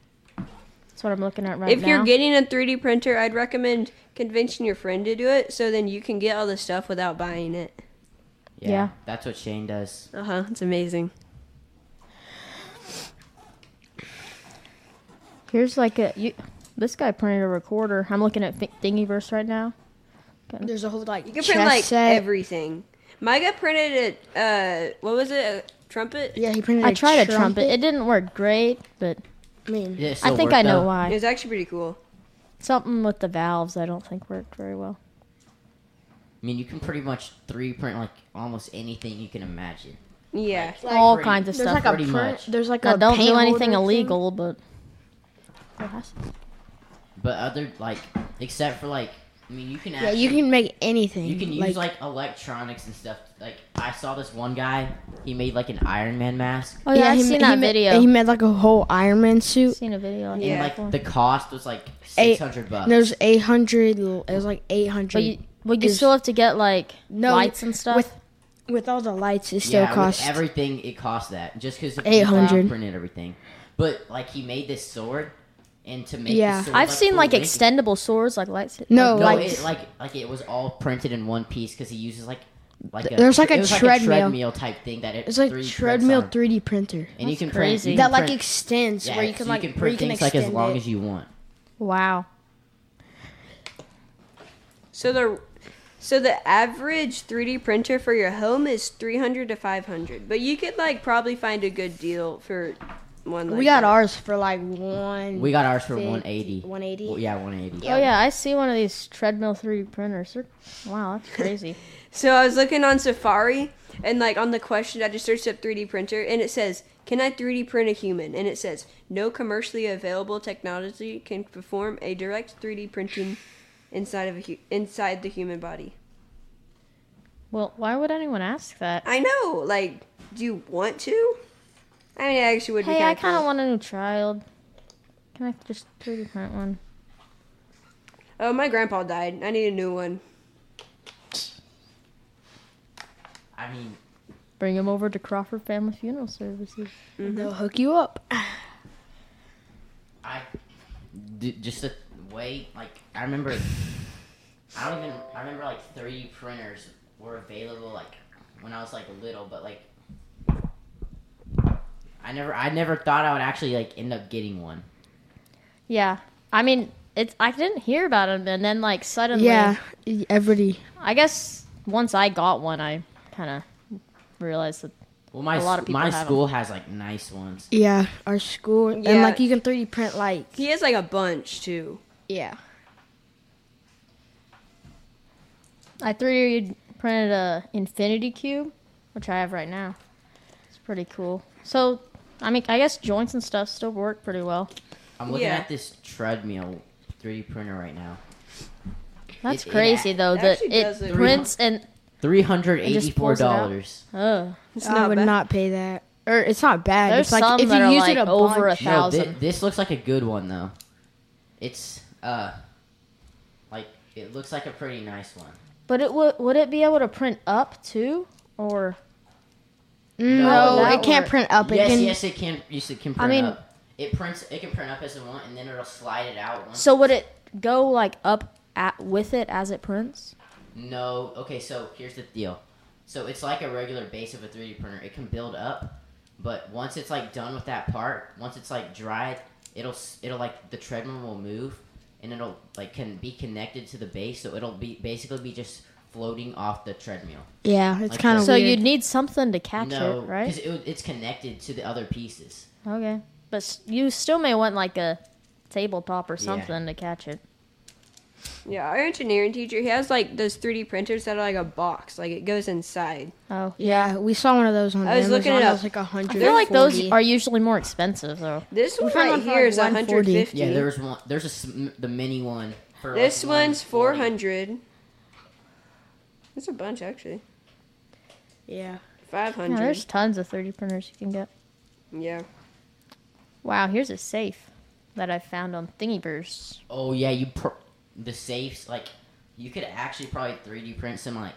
[SPEAKER 2] that's what I'm looking at right
[SPEAKER 1] If
[SPEAKER 2] now.
[SPEAKER 1] you're getting a 3D printer, I'd recommend convincing your friend to do it so then you can get all the stuff without buying it.
[SPEAKER 4] yeah,
[SPEAKER 2] Yeah.
[SPEAKER 4] that's what Shane does.
[SPEAKER 1] Uh huh. It's amazing.
[SPEAKER 2] Here's like a you. This guy printed a recorder. I'm looking at Thi- Thingiverse right now.
[SPEAKER 3] There's a whole like
[SPEAKER 1] You can print like everything. Micah printed a, uh, what was it? A trumpet?
[SPEAKER 3] yeah, he printed.
[SPEAKER 2] I tried a trumpet. It didn't work great, but
[SPEAKER 3] I mean,
[SPEAKER 4] It
[SPEAKER 2] I
[SPEAKER 4] still
[SPEAKER 2] think
[SPEAKER 4] worked,
[SPEAKER 2] I know
[SPEAKER 4] though.
[SPEAKER 1] It
[SPEAKER 2] why.
[SPEAKER 1] was actually pretty cool.
[SPEAKER 2] Something with the valves I don't think worked very well.
[SPEAKER 4] I mean, you can pretty much three print like almost anything you can imagine.
[SPEAKER 1] Yeah.
[SPEAKER 2] All
[SPEAKER 4] pretty-
[SPEAKER 2] kinds of
[SPEAKER 3] there's
[SPEAKER 2] stuff.
[SPEAKER 3] like a
[SPEAKER 4] pretty
[SPEAKER 3] print.
[SPEAKER 4] much.
[SPEAKER 3] There's like
[SPEAKER 2] Now,
[SPEAKER 3] a
[SPEAKER 2] don't
[SPEAKER 3] paint
[SPEAKER 2] do anything
[SPEAKER 3] holder thing.
[SPEAKER 2] illegal, but. Yes.
[SPEAKER 4] But other like, except for like, I mean, you can
[SPEAKER 3] Yeah,
[SPEAKER 4] actually,
[SPEAKER 3] you can make anything.
[SPEAKER 4] you can use like, electronics and stuff. Like I saw this one guy, he made like an Iron Man mask,
[SPEAKER 2] Oh yeah, I've
[SPEAKER 3] he,
[SPEAKER 2] seen
[SPEAKER 3] he
[SPEAKER 2] that
[SPEAKER 3] ma-
[SPEAKER 2] video.
[SPEAKER 3] He made like a whole Iron Man suit.
[SPEAKER 2] seen a video. On
[SPEAKER 1] Yeah.
[SPEAKER 4] and
[SPEAKER 2] yeah.
[SPEAKER 4] like the cost was like
[SPEAKER 3] Eight-
[SPEAKER 4] six hundred
[SPEAKER 3] And
[SPEAKER 4] bucks.
[SPEAKER 3] there's 800. l- It was like 800.
[SPEAKER 2] But you, but you
[SPEAKER 3] is-
[SPEAKER 2] still have to get like
[SPEAKER 3] No,
[SPEAKER 2] lights and stuff.
[SPEAKER 3] with- with all the lights, it still
[SPEAKER 4] yeah, with
[SPEAKER 3] costs.
[SPEAKER 4] everything. It cost that just because
[SPEAKER 3] 800.
[SPEAKER 4] printed everything. But like he made this sword, and to make
[SPEAKER 3] Yeah.
[SPEAKER 4] the sword,
[SPEAKER 2] I've seen
[SPEAKER 4] blue
[SPEAKER 2] like
[SPEAKER 4] link-
[SPEAKER 2] extendable swords, like lights.
[SPEAKER 3] No,
[SPEAKER 4] No,
[SPEAKER 3] like,
[SPEAKER 4] it, like like it was all printed in one piece because he uses like like a,
[SPEAKER 3] There's like a
[SPEAKER 4] it was
[SPEAKER 3] treadmill.
[SPEAKER 4] treadmill type thing that it,
[SPEAKER 3] it's like
[SPEAKER 4] three prints
[SPEAKER 3] treadmill
[SPEAKER 4] on.
[SPEAKER 3] 3D printer
[SPEAKER 4] and you
[SPEAKER 2] That's
[SPEAKER 4] can print
[SPEAKER 2] crazy.
[SPEAKER 4] you can
[SPEAKER 3] that like
[SPEAKER 4] print-
[SPEAKER 3] extends
[SPEAKER 4] yeah,
[SPEAKER 3] where you can
[SPEAKER 4] so
[SPEAKER 3] like
[SPEAKER 4] you can
[SPEAKER 3] where
[SPEAKER 4] print things like
[SPEAKER 3] extend
[SPEAKER 4] as long
[SPEAKER 3] it.
[SPEAKER 4] as you want.
[SPEAKER 2] Wow.
[SPEAKER 1] So the so the average 3D printer for your home is 300 to 500, but you could like probably find a good deal for one. Like
[SPEAKER 3] we got
[SPEAKER 1] that.
[SPEAKER 3] ours for like one.
[SPEAKER 4] We got ours for
[SPEAKER 3] 50
[SPEAKER 4] 180.
[SPEAKER 3] 180?
[SPEAKER 4] Well, yeah, 180.
[SPEAKER 2] Oh yeah, I see one of these treadmill 3D printers. They're- Wow, that's crazy.
[SPEAKER 1] So I was looking on Safari and like on the question I just searched up 3D printer and it says, "Can I 3D print a human?" And it says, "No commercially available technology can perform a direct 3D printing inside of a hu- inside the human body."
[SPEAKER 2] well, why would anyone ask that?
[SPEAKER 1] I know, like, do you want to? I mean, it actually would be
[SPEAKER 2] Hey, I
[SPEAKER 1] kind
[SPEAKER 2] kind of want a new child. Can I just 3D print one?
[SPEAKER 1] Oh, my grandpa died. I need a new one.
[SPEAKER 4] I mean,
[SPEAKER 2] Bring him over to Crawford Family Funeral Services.
[SPEAKER 3] They'll hook you up.
[SPEAKER 4] I d- just the way like I remember. I don't even. I remember like 3D printers were available like when I was like little, but like I never. I never thought I would actually like end up getting one.
[SPEAKER 2] Yeah, I mean, it's I didn't hear about him, and then like suddenly,
[SPEAKER 3] Yeah, e, everybody.
[SPEAKER 2] I guess once I got one, I kind of realized that
[SPEAKER 4] Well, my
[SPEAKER 2] A lot of
[SPEAKER 4] sc-
[SPEAKER 2] people
[SPEAKER 4] my
[SPEAKER 2] have 'em.
[SPEAKER 4] school has like nice ones.
[SPEAKER 3] Yeah, our school and
[SPEAKER 1] Yeah.
[SPEAKER 3] like you can 3D print like
[SPEAKER 1] He has like a bunch too.
[SPEAKER 3] yeah.
[SPEAKER 2] I 3D printed a infinity cube, which I have right now. It's pretty cool. So, I mean, I guess joints and stuff still work pretty well.
[SPEAKER 4] I'm looking
[SPEAKER 1] Yeah.
[SPEAKER 4] at this treadmill 3D printer right now.
[SPEAKER 2] That's
[SPEAKER 4] It- it
[SPEAKER 2] crazy
[SPEAKER 4] act-
[SPEAKER 2] though
[SPEAKER 1] it
[SPEAKER 2] that
[SPEAKER 1] actually does
[SPEAKER 2] it
[SPEAKER 1] look-
[SPEAKER 2] prints and
[SPEAKER 4] Three hundred
[SPEAKER 2] It just pulls
[SPEAKER 4] eighty-four
[SPEAKER 2] it out.
[SPEAKER 4] dollars.
[SPEAKER 2] oh,
[SPEAKER 1] It's
[SPEAKER 3] I would
[SPEAKER 1] bad.
[SPEAKER 3] not pay that. Or it's not bad.
[SPEAKER 2] There's
[SPEAKER 3] it's like
[SPEAKER 2] some
[SPEAKER 3] if you
[SPEAKER 2] that are,
[SPEAKER 3] use
[SPEAKER 2] like,
[SPEAKER 3] it a
[SPEAKER 2] over
[SPEAKER 3] bunch.
[SPEAKER 2] a
[SPEAKER 4] No, thi-
[SPEAKER 2] thousand.
[SPEAKER 4] this looks like a good one though. It's uh, like it looks like a pretty nice one.
[SPEAKER 2] but it would would it be able to print up too or
[SPEAKER 4] How
[SPEAKER 3] no,
[SPEAKER 2] would
[SPEAKER 3] it
[SPEAKER 2] that
[SPEAKER 3] can't
[SPEAKER 2] work?
[SPEAKER 3] print up. It
[SPEAKER 4] yes,
[SPEAKER 3] can,
[SPEAKER 4] yes, it can. Yes, it can print
[SPEAKER 2] mean-
[SPEAKER 4] up. It prints. It can print up as it want, and then it'll slide it out. Once.
[SPEAKER 2] so would it go like up at, with it as it prints?
[SPEAKER 4] No. Okay, so here's the deal. So it's like a regular base of a 3D printer. It can build up, but once it's like done with that part, once it's like dried, it'll s- it'll like the treadmill will move and it'll like can be connected to the base, so it'll be basically be just floating off the treadmill.
[SPEAKER 3] Yeah, it's
[SPEAKER 4] Like
[SPEAKER 3] kind
[SPEAKER 4] that.
[SPEAKER 3] of
[SPEAKER 5] So
[SPEAKER 3] weird.
[SPEAKER 5] you'd need something to catch
[SPEAKER 4] no,
[SPEAKER 5] it, right?
[SPEAKER 4] Because it, it's connected to the other pieces.
[SPEAKER 5] Okay. But s- you still may want like a tabletop or
[SPEAKER 4] Yeah.
[SPEAKER 5] something to catch it.
[SPEAKER 1] Yeah, our engineering teacher, he has like those 3D printers that are like a box, like it goes inside.
[SPEAKER 5] Oh.
[SPEAKER 3] yeah, we saw one of those on
[SPEAKER 1] I was
[SPEAKER 3] Amazon.
[SPEAKER 1] looking it
[SPEAKER 3] It
[SPEAKER 1] up.
[SPEAKER 3] was like a
[SPEAKER 5] I
[SPEAKER 3] hundred.
[SPEAKER 5] feel like those are usually more expensive though.
[SPEAKER 1] This one
[SPEAKER 3] found
[SPEAKER 1] right
[SPEAKER 3] one for,
[SPEAKER 1] here
[SPEAKER 3] like,
[SPEAKER 1] is
[SPEAKER 3] 140.
[SPEAKER 1] 150.
[SPEAKER 4] Yeah, there's one. There's a sm- the mini one. For
[SPEAKER 1] This
[SPEAKER 4] like
[SPEAKER 1] one's
[SPEAKER 4] 140.
[SPEAKER 1] 400. That's a bunch actually.
[SPEAKER 3] Yeah.
[SPEAKER 5] Yeah,
[SPEAKER 1] 500.
[SPEAKER 5] there's tons of 3D printers you can get.
[SPEAKER 1] yeah.
[SPEAKER 5] Wow, here's a safe that I found on Thingiverse.
[SPEAKER 4] Oh yeah, you pr- the safes like you could actually probably 3D print some like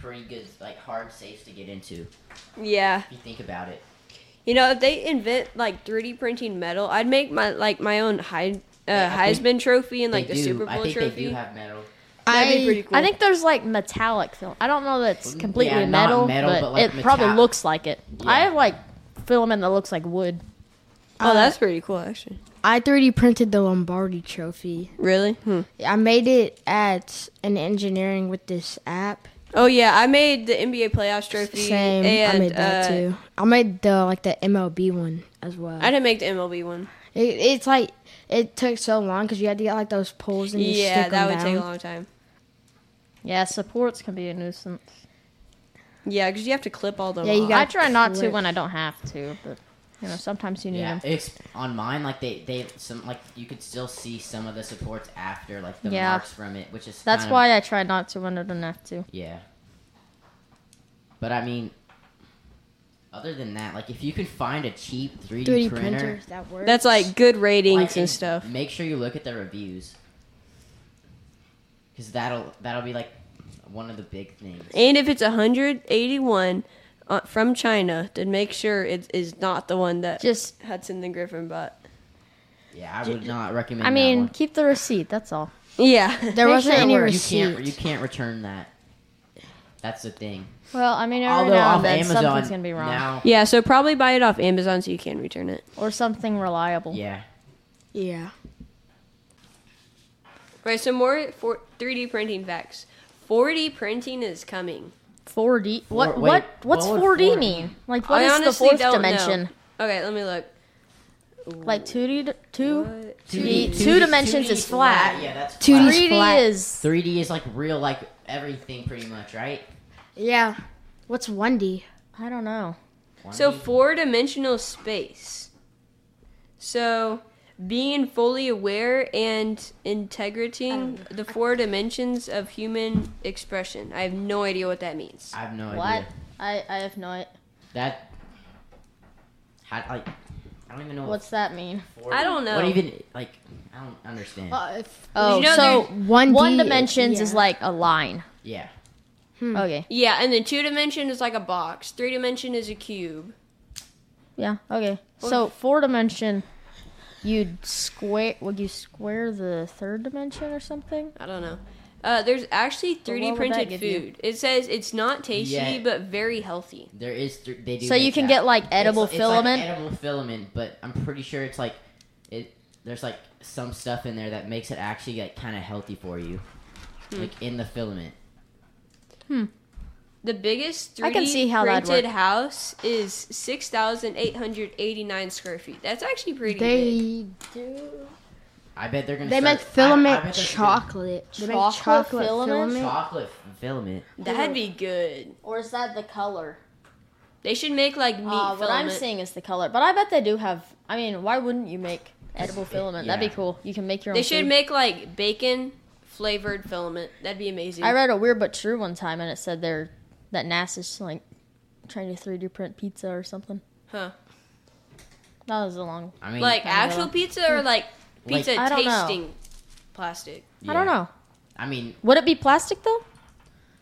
[SPEAKER 4] pretty good like hard safes to get into if
[SPEAKER 1] Yeah.
[SPEAKER 4] you think about it.
[SPEAKER 1] You know, if they invent like 3D printing metal, I'd make my like my own Heid uh,
[SPEAKER 4] Yeah, I
[SPEAKER 1] Heisman
[SPEAKER 4] think
[SPEAKER 1] trophy and like
[SPEAKER 4] They
[SPEAKER 1] the
[SPEAKER 4] do-
[SPEAKER 1] Super Bowl
[SPEAKER 4] I think
[SPEAKER 1] trophy.
[SPEAKER 4] they do have metal.
[SPEAKER 1] That'd be pretty cool.
[SPEAKER 5] I think there's like metallic film. I don't know that it's
[SPEAKER 4] Mm,
[SPEAKER 5] completely
[SPEAKER 4] yeah, not
[SPEAKER 5] metal,
[SPEAKER 4] metal,
[SPEAKER 5] but,
[SPEAKER 4] but, like,
[SPEAKER 5] it probably
[SPEAKER 4] metallic.
[SPEAKER 5] looks like it. I
[SPEAKER 4] Yeah.
[SPEAKER 5] have like filament that looks like wood.
[SPEAKER 1] oh,
[SPEAKER 3] uh,
[SPEAKER 1] that's pretty cool actually.
[SPEAKER 3] I 3D printed the Lombardi trophy.
[SPEAKER 1] Really? Hmm.
[SPEAKER 3] I made it at an engineering with this app.
[SPEAKER 1] Oh yeah, I made the NBA playoffs trophy.
[SPEAKER 3] Same.
[SPEAKER 1] and,
[SPEAKER 3] I made that
[SPEAKER 1] uh,
[SPEAKER 3] too. I made the like the MLB one as well.
[SPEAKER 1] I didn't make the MLB one.
[SPEAKER 3] it, it's like it took so long because you had to get like those poles and you
[SPEAKER 1] Yeah,
[SPEAKER 3] stick
[SPEAKER 1] that
[SPEAKER 3] them
[SPEAKER 1] would
[SPEAKER 3] down.
[SPEAKER 1] take a long time.
[SPEAKER 5] Yeah, supports can be a nuisance.
[SPEAKER 1] Yeah, because you have to clip all the.
[SPEAKER 3] Yeah, you
[SPEAKER 1] off.
[SPEAKER 3] gotta
[SPEAKER 5] I try not to
[SPEAKER 3] clip.
[SPEAKER 5] when I don't have to, but you know sometimes you need
[SPEAKER 4] Yeah,
[SPEAKER 5] them.
[SPEAKER 4] it's on mine. Like they, they some like you could still see some of the supports after like the
[SPEAKER 5] Yeah.
[SPEAKER 4] marks from it, which is
[SPEAKER 5] That's
[SPEAKER 4] kind of-
[SPEAKER 5] why I try not to when I don't have to.
[SPEAKER 4] yeah. But I mean, other than that, like if you can find a cheap 3D,
[SPEAKER 3] 3D
[SPEAKER 4] printer,
[SPEAKER 3] printers that work.
[SPEAKER 1] That's like good ratings
[SPEAKER 4] like,
[SPEAKER 1] and stuff.
[SPEAKER 4] Make sure you look at the reviews, because that'll that'll be like one of the big things.
[SPEAKER 1] And if it's 181 uh, from China, then make sure it is not the one that
[SPEAKER 5] Just
[SPEAKER 1] Hudson the Griffin bought.
[SPEAKER 4] Yeah, I would not recommend.
[SPEAKER 5] I mean,
[SPEAKER 4] that
[SPEAKER 5] keep the receipt. That's all.
[SPEAKER 1] Yeah.
[SPEAKER 3] there
[SPEAKER 5] make
[SPEAKER 3] wasn't
[SPEAKER 5] sure it
[SPEAKER 3] any
[SPEAKER 4] one.
[SPEAKER 5] works.
[SPEAKER 4] you can't you
[SPEAKER 3] receipt.
[SPEAKER 4] can't return that. That's the thing.
[SPEAKER 5] Well, I mean, every
[SPEAKER 4] Although
[SPEAKER 5] now
[SPEAKER 4] off
[SPEAKER 5] and then
[SPEAKER 4] Amazon
[SPEAKER 5] something's gonna be wrong,
[SPEAKER 4] now,
[SPEAKER 1] yeah, so probably buy it off Amazon so you can return it.
[SPEAKER 5] or something reliable.
[SPEAKER 4] yeah,
[SPEAKER 3] Yeah.
[SPEAKER 1] Right, so more for 3D printing facts. 4D printing is coming.
[SPEAKER 5] 4D. What?
[SPEAKER 4] wait,
[SPEAKER 5] what? What's
[SPEAKER 4] what would
[SPEAKER 5] 4D
[SPEAKER 4] 4D
[SPEAKER 5] mean? Like,
[SPEAKER 1] I
[SPEAKER 5] what is the
[SPEAKER 1] honestly
[SPEAKER 5] fourth
[SPEAKER 1] don't know.
[SPEAKER 5] dimension?
[SPEAKER 1] Okay, let me look.
[SPEAKER 5] Like 2D, two,
[SPEAKER 1] What?
[SPEAKER 5] two, D, two dimensions
[SPEAKER 4] 2D
[SPEAKER 5] is flat.
[SPEAKER 4] Yeah, that's
[SPEAKER 3] 2D 's
[SPEAKER 5] 3D
[SPEAKER 3] flat.
[SPEAKER 5] is.
[SPEAKER 4] Three D is like real, like everything, pretty much, right?
[SPEAKER 3] Yeah. What's 1D?
[SPEAKER 5] I don't know.
[SPEAKER 1] So
[SPEAKER 4] 1D?
[SPEAKER 1] four dimensional space. So being fully aware and integrating the four dimensions of human expression. I have no idea what that means.
[SPEAKER 4] I have no
[SPEAKER 5] What?
[SPEAKER 4] idea.
[SPEAKER 5] I I have no. i-
[SPEAKER 4] That how like I don't even know
[SPEAKER 5] What's that mean?
[SPEAKER 4] what
[SPEAKER 1] I don't know.
[SPEAKER 4] What even like I don't understand.
[SPEAKER 5] Oh,
[SPEAKER 1] you know
[SPEAKER 5] so
[SPEAKER 3] One
[SPEAKER 5] one dimensions is like a line.
[SPEAKER 4] yeah.
[SPEAKER 5] Okay.
[SPEAKER 1] yeah, and then two dimension is like a box. Three dimension is a cube.
[SPEAKER 5] Yeah. Okay. So four dimension, you'd square. Would you square the third dimension or something?
[SPEAKER 1] I don't know. Uh, there's actually 3D
[SPEAKER 5] what would that
[SPEAKER 1] printed
[SPEAKER 5] give you?
[SPEAKER 1] food. It says it's not tasty
[SPEAKER 4] Yeah.
[SPEAKER 1] but very healthy.
[SPEAKER 4] There is th- they do.
[SPEAKER 5] So you
[SPEAKER 4] make
[SPEAKER 5] can
[SPEAKER 4] that.
[SPEAKER 5] get, like, edible
[SPEAKER 4] it's,
[SPEAKER 5] filament?
[SPEAKER 4] It's like edible filament, but I'm pretty sure it's like it. There's like some stuff in there that makes it actually like kind of healthy for you,
[SPEAKER 5] Hmm.
[SPEAKER 4] like in the filament.
[SPEAKER 1] The biggest 3D
[SPEAKER 5] I can see how that'd
[SPEAKER 1] printed
[SPEAKER 5] work.
[SPEAKER 1] house is 6,889 square feet. That's actually pretty big.
[SPEAKER 3] They do.
[SPEAKER 4] I bet they're gonna.
[SPEAKER 3] They
[SPEAKER 4] start-
[SPEAKER 3] make
[SPEAKER 4] I, I
[SPEAKER 3] filament
[SPEAKER 4] bet they're gonna-
[SPEAKER 3] chocolate. They
[SPEAKER 5] Chocolate
[SPEAKER 3] make chocolate
[SPEAKER 5] filament?
[SPEAKER 3] filament.
[SPEAKER 4] Chocolate filament.
[SPEAKER 1] That'd be good.
[SPEAKER 5] Or is that the color?
[SPEAKER 1] They should make like meat
[SPEAKER 5] Uh, what I'm
[SPEAKER 1] filament.
[SPEAKER 5] seeing is the color, but I bet they do have. I mean, why wouldn't you make edible
[SPEAKER 4] it-
[SPEAKER 5] filament?
[SPEAKER 4] yeah.
[SPEAKER 5] That'd be cool. You can make your own.
[SPEAKER 1] They should
[SPEAKER 5] food.
[SPEAKER 1] make like bacon flavored filament. That'd be amazing.
[SPEAKER 5] I read a weird but true one time, and it said they're that NASA's like trying to 3D print pizza or something.
[SPEAKER 1] Huh.
[SPEAKER 5] That was a long.
[SPEAKER 4] I mean,
[SPEAKER 1] like
[SPEAKER 5] kinda
[SPEAKER 1] actual
[SPEAKER 5] little.
[SPEAKER 1] pizza or like
[SPEAKER 4] Like-
[SPEAKER 1] pizza
[SPEAKER 5] Hmm. I don't know.
[SPEAKER 1] tasting plastic.
[SPEAKER 5] I don't
[SPEAKER 4] yeah.
[SPEAKER 5] know.
[SPEAKER 4] I mean,
[SPEAKER 5] Would it be plastic though?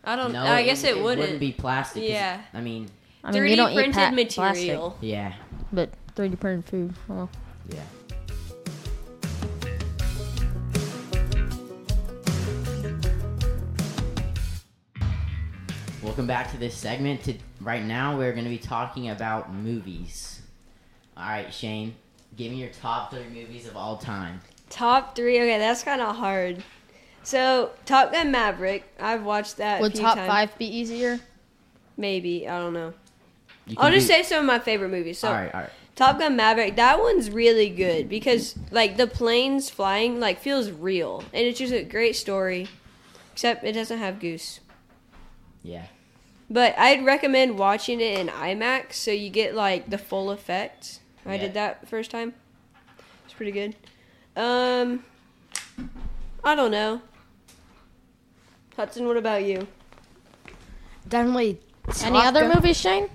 [SPEAKER 1] I don't.
[SPEAKER 4] no.
[SPEAKER 1] I guess it,
[SPEAKER 4] wouldn't.
[SPEAKER 1] wouldn't.
[SPEAKER 4] be plastic. 'cause it-
[SPEAKER 1] Yeah.
[SPEAKER 4] I mean,
[SPEAKER 5] I
[SPEAKER 1] 3D
[SPEAKER 5] you don't eat
[SPEAKER 1] printed
[SPEAKER 5] pa-
[SPEAKER 1] material.
[SPEAKER 4] yeah,
[SPEAKER 5] plastic, but 3D printed food. I don't know.
[SPEAKER 4] yeah. welcome back to this segment. To right now, we're going to be talking about movies. All right, Shane, give me your top three movies of all time.
[SPEAKER 1] Top three. Okay, that's kind of hard. So Top Gun Maverick. I've watched that. a
[SPEAKER 5] Would
[SPEAKER 1] few
[SPEAKER 5] top
[SPEAKER 1] times.
[SPEAKER 5] five be easier?
[SPEAKER 1] Maybe I don't know.
[SPEAKER 4] You
[SPEAKER 1] I'll
[SPEAKER 4] can
[SPEAKER 1] just
[SPEAKER 4] do-
[SPEAKER 1] say some of my favorite movies. So
[SPEAKER 4] all right, all right.
[SPEAKER 1] Top Gun Maverick, that one's really good because like the planes flying like feels real and it's just a great story. Except it doesn't have Goose.
[SPEAKER 4] Yeah.
[SPEAKER 1] But I'd recommend watching it in IMAX so you get like the full effect. I
[SPEAKER 4] Yeah.
[SPEAKER 1] did that first time. It's pretty good. Um I don't know. Hudson, what about you?
[SPEAKER 3] Definitely.
[SPEAKER 5] Any other movies, Shane?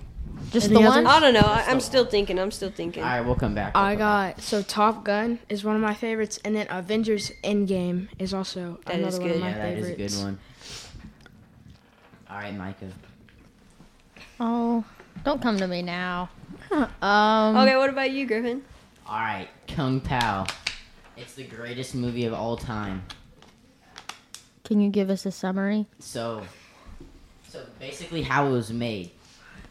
[SPEAKER 5] Just the
[SPEAKER 3] Any
[SPEAKER 5] one?
[SPEAKER 1] I don't know. I, I'm still thinking. I'm still thinking.
[SPEAKER 4] All right, we'll come back.
[SPEAKER 3] I
[SPEAKER 4] We'll come
[SPEAKER 3] got so Top Gun is one of my favorites, and then Avengers Endgame is also
[SPEAKER 1] That
[SPEAKER 3] another
[SPEAKER 1] is
[SPEAKER 3] one
[SPEAKER 1] good.
[SPEAKER 3] of
[SPEAKER 4] back.
[SPEAKER 3] my
[SPEAKER 4] Yeah, that is
[SPEAKER 3] favorites.
[SPEAKER 4] a good one. All right, Micah.
[SPEAKER 5] Oh, don't come to me now. Um,
[SPEAKER 1] Okay, what about you, Griffin?
[SPEAKER 4] All right, Kung Pao. It's the greatest movie of all time.
[SPEAKER 5] Can you give us a summary?
[SPEAKER 4] So, so basically, how it was made.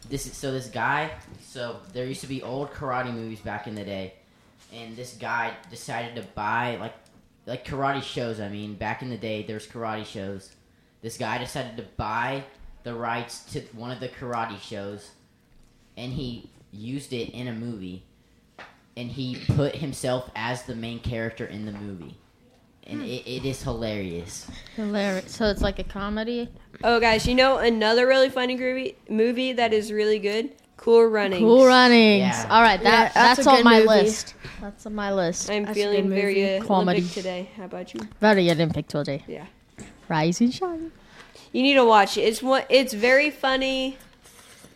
[SPEAKER 4] This is so this guy. So there used to be old karate movies back in the day, and this guy decided to buy like like karate shows. I mean, back in the day, there's karate shows. This guy decided to buy the rights to one of the karate shows, and he used it in a movie, and he put himself as the main character in the movie, and it, it is hilarious.
[SPEAKER 5] Hilarious. So it's like a comedy.
[SPEAKER 1] Oh, guys, you know another really funny groovy movie that is really good? Cool Runnings.
[SPEAKER 5] Cool runnings.
[SPEAKER 4] Yeah.
[SPEAKER 5] All right,
[SPEAKER 3] Yeah,
[SPEAKER 5] that, that's,
[SPEAKER 3] that's a
[SPEAKER 5] on
[SPEAKER 3] good
[SPEAKER 5] my
[SPEAKER 3] movie.
[SPEAKER 5] list. That's on my list.
[SPEAKER 1] I'm
[SPEAKER 3] That's a
[SPEAKER 1] feeling
[SPEAKER 3] good movie.
[SPEAKER 1] very uh,
[SPEAKER 5] Comedy.
[SPEAKER 1] Olympic today. How about you?
[SPEAKER 5] Better get in pick J.
[SPEAKER 1] Yeah.
[SPEAKER 5] Rise and shine.
[SPEAKER 1] You need to watch it. It's one. It's very funny.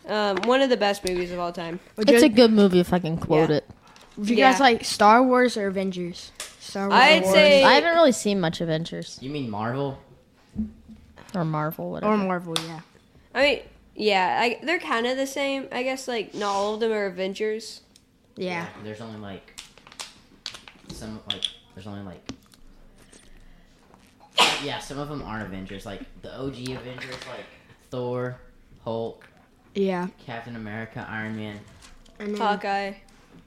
[SPEAKER 1] Um, one of the best movies of all time.
[SPEAKER 3] Would you,
[SPEAKER 5] It's a good movie if I can quote
[SPEAKER 1] Yeah.
[SPEAKER 5] it.
[SPEAKER 3] would you
[SPEAKER 1] yeah.
[SPEAKER 3] guys like Star Wars or Avengers? Star Wars.
[SPEAKER 1] I'd say-
[SPEAKER 5] I haven't really seen much Avengers
[SPEAKER 4] You mean Marvel?
[SPEAKER 5] or Marvel, whatever.
[SPEAKER 3] or Marvel. Yeah.
[SPEAKER 1] I mean, yeah, I, they're kind of the same. I guess like not all of them are Avengers.
[SPEAKER 3] Yeah.
[SPEAKER 4] There's only like some like there's only like yeah some of them aren't Avengers like the OG Avengers like Thor, Hulk,
[SPEAKER 3] Yeah.
[SPEAKER 4] Captain America, Iron Man,
[SPEAKER 3] And then,
[SPEAKER 1] Hawkeye,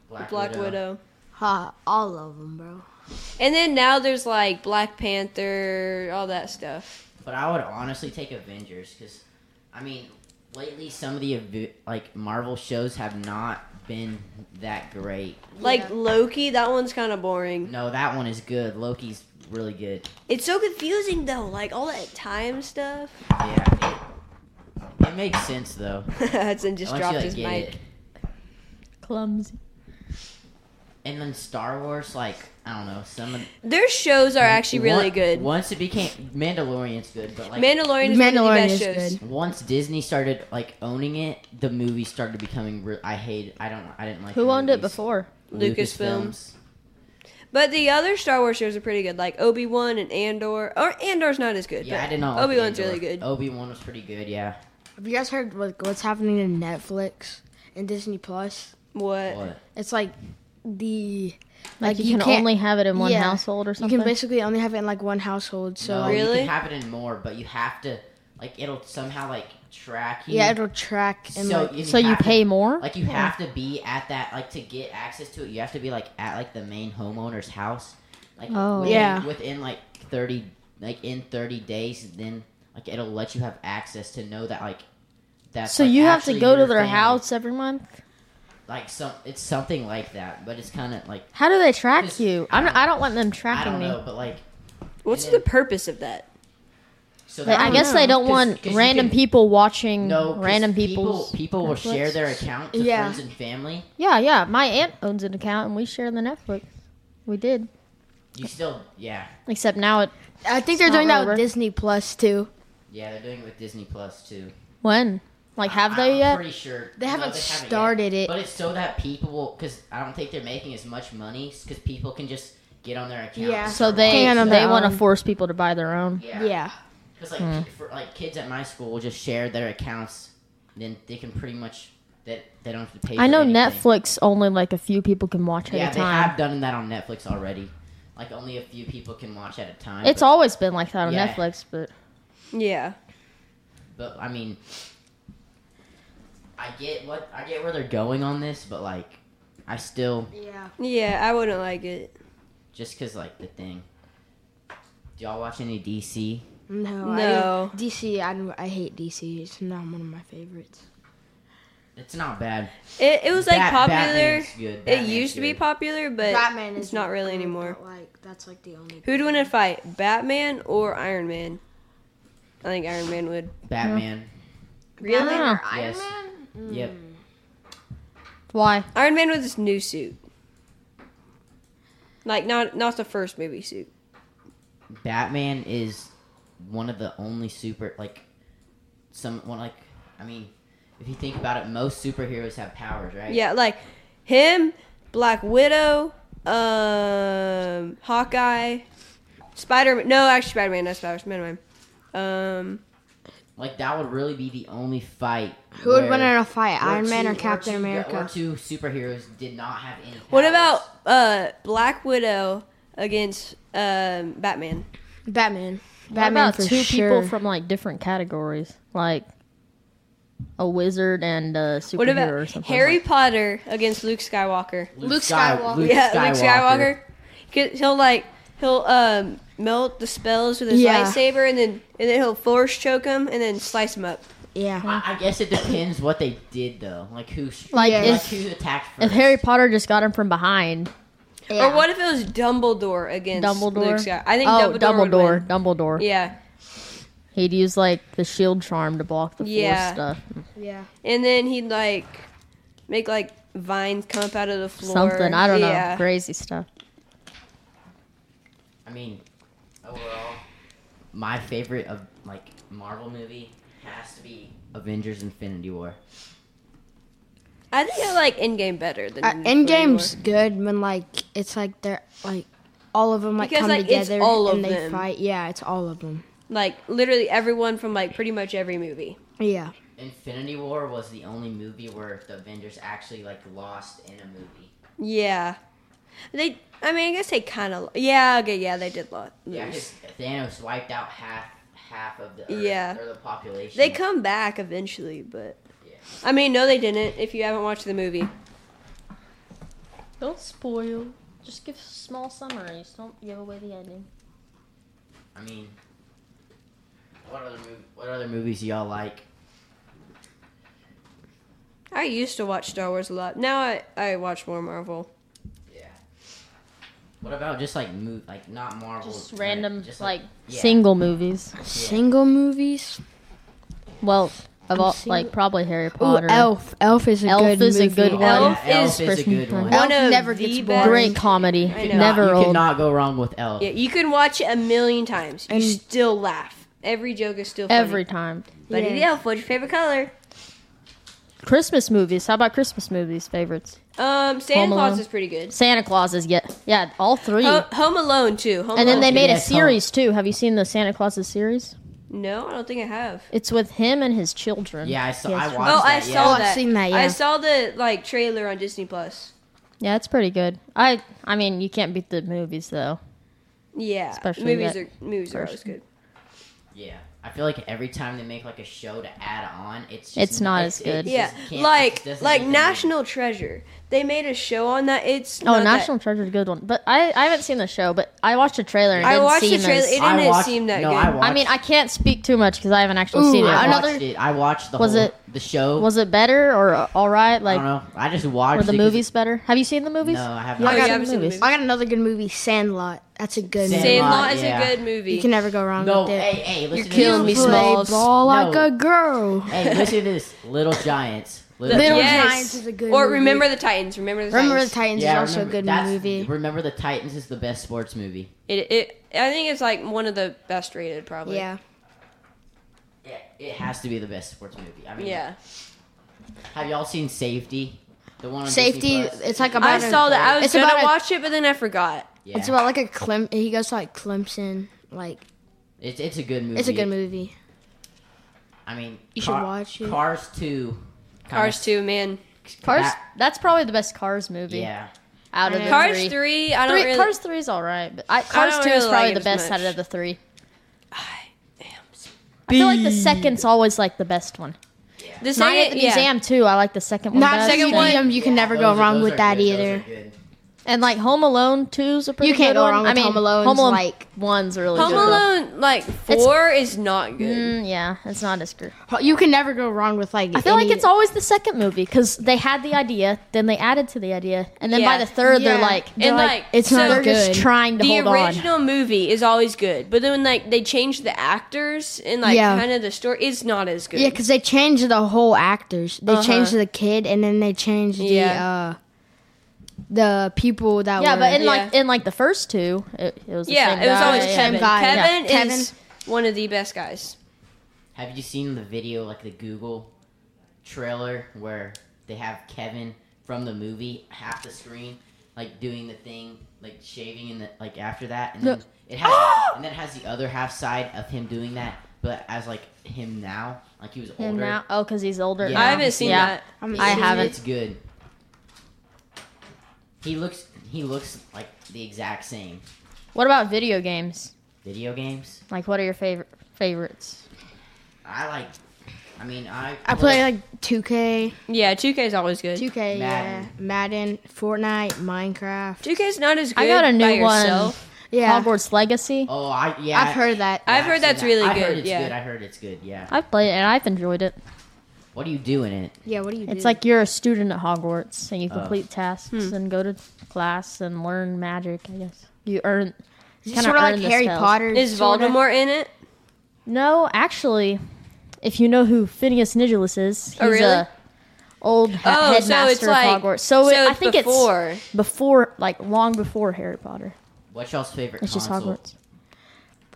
[SPEAKER 4] Black,
[SPEAKER 1] Black
[SPEAKER 4] Widow.
[SPEAKER 1] Widow.
[SPEAKER 3] ha, all of them, bro.
[SPEAKER 1] and then now there's like Black Panther, all that stuff.
[SPEAKER 4] But I would honestly take Avengers because I mean lately some of the Ave- like Marvel shows have not been that great.
[SPEAKER 1] Like Loki, that one's kind of boring.
[SPEAKER 4] No, that one is good. Loki's really good.
[SPEAKER 1] It's so confusing though, like all that time stuff.
[SPEAKER 4] Yeah. It, it makes sense though.
[SPEAKER 1] Hudson just
[SPEAKER 4] Once
[SPEAKER 1] dropped
[SPEAKER 4] you like,
[SPEAKER 1] his
[SPEAKER 4] get
[SPEAKER 1] mic.
[SPEAKER 4] it.
[SPEAKER 5] Clumsy.
[SPEAKER 4] And then Star Wars, like I don't know, some of
[SPEAKER 1] Their shows are actually really
[SPEAKER 4] Once-
[SPEAKER 1] good.
[SPEAKER 4] Once it became Mandalorian's good, but like
[SPEAKER 1] Mandalorian is one
[SPEAKER 3] Mandalorian
[SPEAKER 1] of the best
[SPEAKER 3] is
[SPEAKER 1] shows.
[SPEAKER 3] good.
[SPEAKER 4] once Disney started like owning it, the movie started becoming. Re- I hate. I don't. I didn't like.
[SPEAKER 5] Who
[SPEAKER 4] the
[SPEAKER 5] owned it
[SPEAKER 4] movies.
[SPEAKER 5] before?
[SPEAKER 1] Lucasfilms. But the other Star Wars shows are pretty good, like Obi Wan and Andor. Or Andor's not as good.
[SPEAKER 4] Yeah,
[SPEAKER 1] but
[SPEAKER 4] I did not. Oh,
[SPEAKER 1] Obi Wan's really good.
[SPEAKER 4] Obi Wan was pretty good. Yeah.
[SPEAKER 3] Have you guys heard what, what's happening to Netflix and Disney Plus?
[SPEAKER 1] What?
[SPEAKER 4] What?
[SPEAKER 3] It's like the
[SPEAKER 5] Like,
[SPEAKER 3] Like,
[SPEAKER 5] you,
[SPEAKER 3] you
[SPEAKER 5] can
[SPEAKER 3] can't-
[SPEAKER 5] only have it in one
[SPEAKER 3] yeah.
[SPEAKER 5] household or
[SPEAKER 3] you
[SPEAKER 5] something.
[SPEAKER 3] can basically only have it in like one household. So
[SPEAKER 4] no,
[SPEAKER 3] like,
[SPEAKER 1] Really?
[SPEAKER 4] You can have it in more, but you have to like it'll somehow like track you.
[SPEAKER 3] yeah, it'll track and
[SPEAKER 4] so
[SPEAKER 3] like
[SPEAKER 4] you,
[SPEAKER 5] so you
[SPEAKER 4] have to-
[SPEAKER 5] pay more.
[SPEAKER 4] Like you have to be at that like to get access to it. You have to be like at like the main homeowner's house. Like
[SPEAKER 5] Oh.
[SPEAKER 4] within,
[SPEAKER 3] Yeah.
[SPEAKER 4] within like thirty like in thirty days, then like it'll let you have access to know that like that.
[SPEAKER 5] so you have to go to their house every month.
[SPEAKER 4] Like some, it's something like that, but it's kind of like
[SPEAKER 5] How do they track
[SPEAKER 4] Just-
[SPEAKER 5] you? I'm not, I don't want them
[SPEAKER 4] I
[SPEAKER 5] tracking
[SPEAKER 4] don't
[SPEAKER 5] me.
[SPEAKER 4] know, but like
[SPEAKER 1] What's
[SPEAKER 4] And then-
[SPEAKER 1] the purpose of that?
[SPEAKER 4] so.
[SPEAKER 5] But
[SPEAKER 4] that-
[SPEAKER 5] I guess they don't
[SPEAKER 4] 'Cause-
[SPEAKER 5] want
[SPEAKER 4] 'cause you
[SPEAKER 5] random
[SPEAKER 4] can-
[SPEAKER 5] people watching
[SPEAKER 4] No, 'cause
[SPEAKER 5] random
[SPEAKER 4] people.
[SPEAKER 5] people's.
[SPEAKER 4] People will share
[SPEAKER 5] Netflix.
[SPEAKER 4] their account to
[SPEAKER 3] Yeah.
[SPEAKER 4] friends and family.
[SPEAKER 5] Yeah, yeah. My aunt owns an account, and we share the Netflix. We did,
[SPEAKER 4] You still, yeah,
[SPEAKER 5] except now it.
[SPEAKER 3] I think they're
[SPEAKER 5] not
[SPEAKER 3] doing that
[SPEAKER 5] over.
[SPEAKER 3] with Disney Plus too.
[SPEAKER 4] yeah. They're doing it with Disney Plus too.
[SPEAKER 5] When? Like, have
[SPEAKER 4] I'm
[SPEAKER 5] they yet?
[SPEAKER 4] Pretty sure
[SPEAKER 3] They
[SPEAKER 4] No,
[SPEAKER 3] haven't
[SPEAKER 4] yet.
[SPEAKER 3] started it.
[SPEAKER 4] But it's so that people will, because I don't think they're making as much money, because people can just get on their account.
[SPEAKER 3] Yeah.
[SPEAKER 5] So they
[SPEAKER 3] Hang on
[SPEAKER 5] they
[SPEAKER 3] their
[SPEAKER 5] want to
[SPEAKER 3] own.
[SPEAKER 5] force people to buy their own.
[SPEAKER 4] yeah,
[SPEAKER 3] Yeah.
[SPEAKER 4] yeah. Because like
[SPEAKER 5] Hmm.
[SPEAKER 4] ki- for like kids at my school will just share their accounts, then they can pretty much that they, don't have to pay.
[SPEAKER 5] I
[SPEAKER 4] for
[SPEAKER 5] know
[SPEAKER 4] anything.
[SPEAKER 5] Netflix only like a few people can watch
[SPEAKER 4] Yeah,
[SPEAKER 5] at a
[SPEAKER 4] they
[SPEAKER 5] time.
[SPEAKER 4] have done that on Netflix already. Like only a few people can watch at a time.
[SPEAKER 5] It's
[SPEAKER 4] but,
[SPEAKER 5] always been like that on
[SPEAKER 4] Yeah.
[SPEAKER 5] Netflix, but
[SPEAKER 1] Yeah.
[SPEAKER 4] But I mean, I get what I get where they're going on this, but like, I still
[SPEAKER 3] Yeah.
[SPEAKER 1] Yeah, I wouldn't like it.
[SPEAKER 4] just cause like the thing. Do y'all watch any DC?
[SPEAKER 3] No.
[SPEAKER 1] No.
[SPEAKER 3] I, DC. I, I hate DC. It's not one of my favorites.
[SPEAKER 4] It's not bad.
[SPEAKER 1] It, it was like
[SPEAKER 4] Bat-
[SPEAKER 1] popular.
[SPEAKER 4] Batman's good.
[SPEAKER 1] It
[SPEAKER 4] Batman's
[SPEAKER 1] used to be
[SPEAKER 4] good.
[SPEAKER 1] popular, but
[SPEAKER 3] Batman
[SPEAKER 1] it's not really
[SPEAKER 3] cool,
[SPEAKER 1] anymore.
[SPEAKER 3] but, Like that's like the only.
[SPEAKER 1] Who'd win in a fight, Batman or Iron Man? I think Iron Man would.
[SPEAKER 4] Batman.
[SPEAKER 5] Really?
[SPEAKER 3] Batman or
[SPEAKER 4] Yes. Yep.
[SPEAKER 5] Why?
[SPEAKER 1] Iron Man with his new suit. Like not not the first movie suit.
[SPEAKER 4] Batman is one of the only super like some one like I mean, if you think about it, most superheroes have powers, right?
[SPEAKER 1] Yeah, like him, Black Widow, um, Hawkeye, Spider Man. No, actually Spider Man, not Spider Man. Um,
[SPEAKER 4] Like that would really be the only fight.
[SPEAKER 3] Who would
[SPEAKER 4] where-
[SPEAKER 3] win in a fight,
[SPEAKER 4] where
[SPEAKER 3] Iron Man
[SPEAKER 4] two-
[SPEAKER 3] or
[SPEAKER 4] where
[SPEAKER 3] Captain
[SPEAKER 4] two-
[SPEAKER 3] America?
[SPEAKER 4] Or two superheroes did not have any.
[SPEAKER 1] what
[SPEAKER 4] powers.
[SPEAKER 1] about uh Black Widow against um Batman?
[SPEAKER 3] Batman.
[SPEAKER 5] What
[SPEAKER 3] Batman
[SPEAKER 5] about
[SPEAKER 3] for
[SPEAKER 5] two
[SPEAKER 3] sure.
[SPEAKER 5] people from like different categories, like a wizard and a superhero
[SPEAKER 1] What
[SPEAKER 5] or
[SPEAKER 1] about
[SPEAKER 5] something?
[SPEAKER 1] Harry Potter against Luke Skywalker?
[SPEAKER 3] Luke
[SPEAKER 4] Sky-
[SPEAKER 3] Skywalker.
[SPEAKER 1] yeah, Luke Skywalker. 'Cause He'll like he'll um melt the spells with his
[SPEAKER 3] Yeah.
[SPEAKER 1] lightsaber, and then and then he'll force choke him, and then slice him up.
[SPEAKER 3] yeah.
[SPEAKER 4] I, I guess it depends what they did though. Like who?
[SPEAKER 5] Like,
[SPEAKER 4] like
[SPEAKER 5] if-
[SPEAKER 4] who attacked first?
[SPEAKER 5] If Harry Potter just got him from behind,
[SPEAKER 1] Or what if it was Dumbledore against Luke
[SPEAKER 5] Dumbledore.
[SPEAKER 1] Skywalker? I think
[SPEAKER 5] oh,
[SPEAKER 1] Dumbledore. would
[SPEAKER 5] Dumbledore,
[SPEAKER 1] win.
[SPEAKER 5] Dumbledore.
[SPEAKER 1] Yeah,
[SPEAKER 5] He'd use like the shield charm to block the force
[SPEAKER 1] Yeah.
[SPEAKER 5] stuff.
[SPEAKER 3] Yeah.
[SPEAKER 1] and then he'd like make like vines come up out of the floor.
[SPEAKER 5] Something I don't know,
[SPEAKER 1] Yeah.
[SPEAKER 5] crazy stuff.
[SPEAKER 4] I mean, overall, my favorite of like Marvel movie has to be Avengers: Infinity War.
[SPEAKER 1] I think I like Endgame better than
[SPEAKER 3] Uh,
[SPEAKER 1] Infinity
[SPEAKER 3] Endgame's
[SPEAKER 1] War.
[SPEAKER 3] good when like it's like they're like all of them like
[SPEAKER 1] Because,
[SPEAKER 3] come
[SPEAKER 1] like, it's
[SPEAKER 3] together
[SPEAKER 1] all of
[SPEAKER 3] and they
[SPEAKER 1] them.
[SPEAKER 3] fight. Yeah, it's all of them.
[SPEAKER 1] Like literally everyone from like pretty much every movie.
[SPEAKER 3] Yeah.
[SPEAKER 4] Infinity War was the only movie where the Avengers actually like lost in a movie.
[SPEAKER 1] Yeah, they. I mean, I guess they kind of. Yeah. Okay. Yeah, they did lot.
[SPEAKER 4] Yeah,
[SPEAKER 1] lose.
[SPEAKER 4] 'cause Thanos wiped out half half of the Earth,
[SPEAKER 1] Yeah.
[SPEAKER 4] or the population.
[SPEAKER 1] They come back eventually, but
[SPEAKER 4] Yeah.
[SPEAKER 1] I mean, no, they didn't. If you haven't watched the movie,
[SPEAKER 5] Don't spoil. Just give small summaries. Don't give away the ending.
[SPEAKER 4] I mean, what other mov- what other movies do y'all like?
[SPEAKER 1] I used to watch Star Wars a lot. Now I, I watch more Marvel.
[SPEAKER 4] Yeah. What about just like move like not Marvel?
[SPEAKER 5] Just
[SPEAKER 4] but
[SPEAKER 5] random,
[SPEAKER 4] just,
[SPEAKER 5] like,
[SPEAKER 4] yeah.
[SPEAKER 5] single movies.
[SPEAKER 3] Single movies.
[SPEAKER 5] Well, of all,
[SPEAKER 3] Single-
[SPEAKER 5] like probably Harry
[SPEAKER 3] Oh,
[SPEAKER 5] Potter.
[SPEAKER 3] Elf. Elf is a
[SPEAKER 5] Elf
[SPEAKER 3] good
[SPEAKER 5] is a
[SPEAKER 3] movie.
[SPEAKER 5] good one.
[SPEAKER 1] Elf
[SPEAKER 4] yeah,
[SPEAKER 1] is
[SPEAKER 4] Elf is a good
[SPEAKER 5] Christmas
[SPEAKER 4] one.
[SPEAKER 5] time.
[SPEAKER 1] One of
[SPEAKER 3] never
[SPEAKER 1] the
[SPEAKER 3] gets
[SPEAKER 1] best-
[SPEAKER 3] boring.
[SPEAKER 5] Great comedy.
[SPEAKER 1] I know.
[SPEAKER 5] Never
[SPEAKER 4] you
[SPEAKER 5] old.
[SPEAKER 4] cannot go wrong with Elf.
[SPEAKER 1] Yeah, you can watch it a million times. You
[SPEAKER 3] And-
[SPEAKER 1] still laugh. Every joke is still funny.
[SPEAKER 5] Every time.
[SPEAKER 1] Buddy
[SPEAKER 3] Yeah.
[SPEAKER 1] the Elf. What's your favorite color?
[SPEAKER 5] Christmas movies. How about Christmas movies favorites?
[SPEAKER 1] Um, Santa
[SPEAKER 5] Home
[SPEAKER 1] Claus
[SPEAKER 5] Alone.
[SPEAKER 1] is pretty good.
[SPEAKER 5] Santa Claus is yet. Yeah, all three.
[SPEAKER 1] Ho- Home Alone too. Home
[SPEAKER 5] and then they
[SPEAKER 1] Alone.
[SPEAKER 5] made a
[SPEAKER 4] Yes, Home-
[SPEAKER 5] series too. Have you seen the Santa Claus's series?
[SPEAKER 1] No, I don't think I have.
[SPEAKER 5] It's with him and his children.
[SPEAKER 4] Yeah, I saw.
[SPEAKER 5] Yes.
[SPEAKER 4] I watched.
[SPEAKER 1] Oh, I
[SPEAKER 4] that,
[SPEAKER 1] saw
[SPEAKER 4] yeah.
[SPEAKER 3] I've
[SPEAKER 1] that.
[SPEAKER 3] seen that,
[SPEAKER 1] I
[SPEAKER 3] yeah.
[SPEAKER 1] saw the like trailer on Disney Plus.
[SPEAKER 5] Yeah, it's pretty good. I I mean, you can't beat the movies though.
[SPEAKER 1] Yeah,
[SPEAKER 5] Especially
[SPEAKER 1] movies
[SPEAKER 5] that
[SPEAKER 1] are movies are always
[SPEAKER 5] version.
[SPEAKER 1] good.
[SPEAKER 4] Yeah, I feel like every time they make like a show to add on, it's just
[SPEAKER 5] It's not as good.
[SPEAKER 4] it
[SPEAKER 1] Yeah,
[SPEAKER 4] just can't- it just
[SPEAKER 1] like
[SPEAKER 4] doesn't
[SPEAKER 1] like
[SPEAKER 4] get the
[SPEAKER 1] National Treasure. They made a show on that. It's
[SPEAKER 5] Oh,
[SPEAKER 1] not that-
[SPEAKER 5] National Treasure's a good one. But I, I haven't seen the show, but I watched a trailer and it
[SPEAKER 1] I
[SPEAKER 5] didn't
[SPEAKER 1] watched the
[SPEAKER 5] seem
[SPEAKER 1] trailer.
[SPEAKER 5] as-
[SPEAKER 1] It
[SPEAKER 4] I
[SPEAKER 1] didn't
[SPEAKER 4] watched-
[SPEAKER 1] seem that
[SPEAKER 4] no,
[SPEAKER 1] good.
[SPEAKER 4] I watched,
[SPEAKER 5] I mean, I can't speak too much because I haven't actually seen it.
[SPEAKER 4] I
[SPEAKER 5] Another,
[SPEAKER 4] watched it. I watched the
[SPEAKER 5] Was
[SPEAKER 4] whole
[SPEAKER 5] it-
[SPEAKER 4] the show.
[SPEAKER 5] was it better or uh, all right?
[SPEAKER 4] I
[SPEAKER 5] Like,
[SPEAKER 4] don't know. I just
[SPEAKER 5] were
[SPEAKER 4] watched
[SPEAKER 5] the
[SPEAKER 4] it 'cause-
[SPEAKER 5] movies better? Have you seen the movies?
[SPEAKER 4] No, I have
[SPEAKER 5] You
[SPEAKER 4] not.
[SPEAKER 1] Oh, yeah, I
[SPEAKER 5] haven't
[SPEAKER 1] haven't seen the movies.
[SPEAKER 3] I got another good movie, Sandlot. That's a good
[SPEAKER 4] Sandlot.
[SPEAKER 3] movie.
[SPEAKER 1] Sandlot is
[SPEAKER 4] yeah.
[SPEAKER 1] a good movie.
[SPEAKER 3] You can never go wrong
[SPEAKER 4] No,
[SPEAKER 3] with it.
[SPEAKER 4] hey, hey, listen to
[SPEAKER 1] killing me,
[SPEAKER 4] this.
[SPEAKER 3] Play
[SPEAKER 1] Smalls.
[SPEAKER 3] ball like
[SPEAKER 4] No.
[SPEAKER 3] a girl.
[SPEAKER 4] Hey, listen to this. Little Giants.
[SPEAKER 3] Little
[SPEAKER 4] Giants.
[SPEAKER 1] yes.
[SPEAKER 3] Giants is a good
[SPEAKER 1] Or
[SPEAKER 3] movie.
[SPEAKER 1] Remember the Titans. Remember the
[SPEAKER 3] Remember the
[SPEAKER 1] Titans.
[SPEAKER 3] Titans
[SPEAKER 4] Yeah,
[SPEAKER 3] is also
[SPEAKER 4] remember-
[SPEAKER 3] a good
[SPEAKER 4] that's-
[SPEAKER 3] movie.
[SPEAKER 4] Remember the Titans is the best sports movie.
[SPEAKER 1] it, it, I think it's like one of the best rated, probably.
[SPEAKER 3] yeah.
[SPEAKER 4] It, it has to be the best sports movie. I mean,
[SPEAKER 1] Yeah.
[SPEAKER 4] Have y'all seen Safety? The one on
[SPEAKER 3] Safety.
[SPEAKER 4] Disney Plus?
[SPEAKER 3] It's like about.
[SPEAKER 1] I
[SPEAKER 3] a-
[SPEAKER 1] saw that. I was
[SPEAKER 3] it's
[SPEAKER 1] gonna
[SPEAKER 3] about a-
[SPEAKER 1] watch it, but then I forgot.
[SPEAKER 4] Yeah.
[SPEAKER 3] It's about like a Clem. He goes to like Clemson. Like
[SPEAKER 4] It's it's a good movie.
[SPEAKER 3] it's a good movie.
[SPEAKER 4] I mean,
[SPEAKER 3] You should watch it.
[SPEAKER 4] Cars Two.
[SPEAKER 1] Cars two, man.
[SPEAKER 5] Cars.
[SPEAKER 4] That-
[SPEAKER 5] that's probably the best Cars movie
[SPEAKER 4] yeah.
[SPEAKER 5] out of
[SPEAKER 3] I
[SPEAKER 5] the
[SPEAKER 3] know.
[SPEAKER 1] Cars
[SPEAKER 5] three.
[SPEAKER 1] three, I don't
[SPEAKER 5] Three-
[SPEAKER 1] really.
[SPEAKER 5] Cars three is all right, but I, Cars
[SPEAKER 1] don't
[SPEAKER 5] two is
[SPEAKER 1] really
[SPEAKER 5] probably
[SPEAKER 1] like
[SPEAKER 5] the
[SPEAKER 1] it as
[SPEAKER 5] best out
[SPEAKER 1] much.
[SPEAKER 5] of the three.
[SPEAKER 1] I am.
[SPEAKER 5] I feel like the second's always like the best one.
[SPEAKER 4] Yeah.
[SPEAKER 1] The
[SPEAKER 2] Mine
[SPEAKER 1] second,
[SPEAKER 2] at the
[SPEAKER 1] yeah.
[SPEAKER 2] museum too. I like the second one.
[SPEAKER 3] Not
[SPEAKER 2] best.
[SPEAKER 3] second
[SPEAKER 1] second one-
[SPEAKER 3] one. You can never go
[SPEAKER 4] Those are-
[SPEAKER 3] wrong
[SPEAKER 4] those
[SPEAKER 3] with
[SPEAKER 4] are
[SPEAKER 3] that
[SPEAKER 4] good, those
[SPEAKER 3] either.
[SPEAKER 4] are good.
[SPEAKER 2] And like Home Alone two's a pretty
[SPEAKER 3] You can't
[SPEAKER 2] good
[SPEAKER 3] go
[SPEAKER 2] one.
[SPEAKER 3] wrong with
[SPEAKER 2] I mean,
[SPEAKER 3] Home Alone's,
[SPEAKER 2] Home Alone
[SPEAKER 3] like-
[SPEAKER 2] one's a really
[SPEAKER 1] Home
[SPEAKER 2] good. though.
[SPEAKER 1] Alone, like four, is not good.
[SPEAKER 2] Mm, yeah, it's not as good.
[SPEAKER 3] You can never go wrong with like.
[SPEAKER 2] I feel like
[SPEAKER 3] any-
[SPEAKER 2] it's always the second movie because they had the idea, then they added to the idea, and then
[SPEAKER 1] Yeah.
[SPEAKER 2] by the third they're
[SPEAKER 3] Yeah.
[SPEAKER 2] like,
[SPEAKER 1] And,
[SPEAKER 2] they're
[SPEAKER 1] like,
[SPEAKER 2] like,
[SPEAKER 3] It's
[SPEAKER 1] so
[SPEAKER 3] not
[SPEAKER 2] they're
[SPEAKER 3] good.
[SPEAKER 2] just trying to
[SPEAKER 1] The
[SPEAKER 2] hold on.
[SPEAKER 1] original movie is always good, but then when like they change the actors and like
[SPEAKER 3] Yeah.
[SPEAKER 1] kind of the story, it's not as good.
[SPEAKER 3] yeah, because they changed the whole actors. They
[SPEAKER 1] Uh-huh.
[SPEAKER 3] changed the kid, and then they changed the
[SPEAKER 1] Yeah.
[SPEAKER 3] uh, the people that
[SPEAKER 2] Yeah,
[SPEAKER 3] were.
[SPEAKER 2] but in
[SPEAKER 1] Yeah.
[SPEAKER 2] like in like the first two, it, it was the
[SPEAKER 1] yeah,
[SPEAKER 2] same
[SPEAKER 1] it was
[SPEAKER 2] guy.
[SPEAKER 1] always
[SPEAKER 2] Yeah,
[SPEAKER 1] Kevin.
[SPEAKER 2] yeah.
[SPEAKER 3] guy.
[SPEAKER 1] Kevin
[SPEAKER 3] Yeah.
[SPEAKER 1] is one of the best guys.
[SPEAKER 4] Have you seen the video, like the Google trailer, where they have Kevin from the movie half the screen, like doing the thing, like shaving, and the, like after that, and then it has, and then it has the other half side of him doing that, but as like him now, like he was older.
[SPEAKER 2] And now, oh, because he's older.
[SPEAKER 4] Yeah.
[SPEAKER 2] now.
[SPEAKER 1] I haven't seen
[SPEAKER 2] Yeah.
[SPEAKER 1] that.
[SPEAKER 3] I'm
[SPEAKER 2] I
[SPEAKER 4] It's-
[SPEAKER 2] haven't.
[SPEAKER 4] It's good. He looks. He looks like the exact same.
[SPEAKER 2] What about video games?
[SPEAKER 4] Video games.
[SPEAKER 2] Like, what are your favorite favorites?
[SPEAKER 4] I like. I mean, I.
[SPEAKER 3] I play like 2K,
[SPEAKER 1] Yeah, 2K is always good.
[SPEAKER 3] 2K, yeah,
[SPEAKER 4] Madden.
[SPEAKER 3] Madden, Fortnite, Minecraft.
[SPEAKER 1] 2K is not as good.
[SPEAKER 2] I got a
[SPEAKER 1] by
[SPEAKER 2] new one.
[SPEAKER 1] yourself.
[SPEAKER 3] Yeah,
[SPEAKER 2] Hogwarts Legacy.
[SPEAKER 4] Oh, I yeah.
[SPEAKER 3] I've heard that.
[SPEAKER 1] I've heard
[SPEAKER 4] seen
[SPEAKER 1] that's
[SPEAKER 4] that.
[SPEAKER 1] really
[SPEAKER 4] I've
[SPEAKER 1] good,
[SPEAKER 4] Heard it's
[SPEAKER 1] yeah.
[SPEAKER 4] good. I heard it's good. Yeah.
[SPEAKER 2] I've played it and I've enjoyed it.
[SPEAKER 4] What do you do in it?
[SPEAKER 3] yeah, what do you? do?
[SPEAKER 2] It's like you're a student at Hogwarts and you
[SPEAKER 4] Oh.
[SPEAKER 2] complete tasks
[SPEAKER 1] Hmm.
[SPEAKER 2] and go to class and learn magic. I guess you earn.
[SPEAKER 3] It's
[SPEAKER 2] kinda
[SPEAKER 3] sort of like
[SPEAKER 2] earn the
[SPEAKER 3] Harry
[SPEAKER 2] spells.
[SPEAKER 3] Potter.
[SPEAKER 1] Is
[SPEAKER 3] sorta.
[SPEAKER 1] Voldemort in it?
[SPEAKER 2] No, actually, if you know who Phineas Nigilus is, he's
[SPEAKER 1] Oh, really?
[SPEAKER 2] a old he-
[SPEAKER 1] Oh,
[SPEAKER 2] headmaster
[SPEAKER 1] so it's like
[SPEAKER 2] of Hogwarts. So, it, Oh, I think
[SPEAKER 1] before.
[SPEAKER 2] it's before, like long before Harry Potter.
[SPEAKER 4] What's y'all's favorite
[SPEAKER 2] It's just
[SPEAKER 4] console?
[SPEAKER 2] Hogwarts,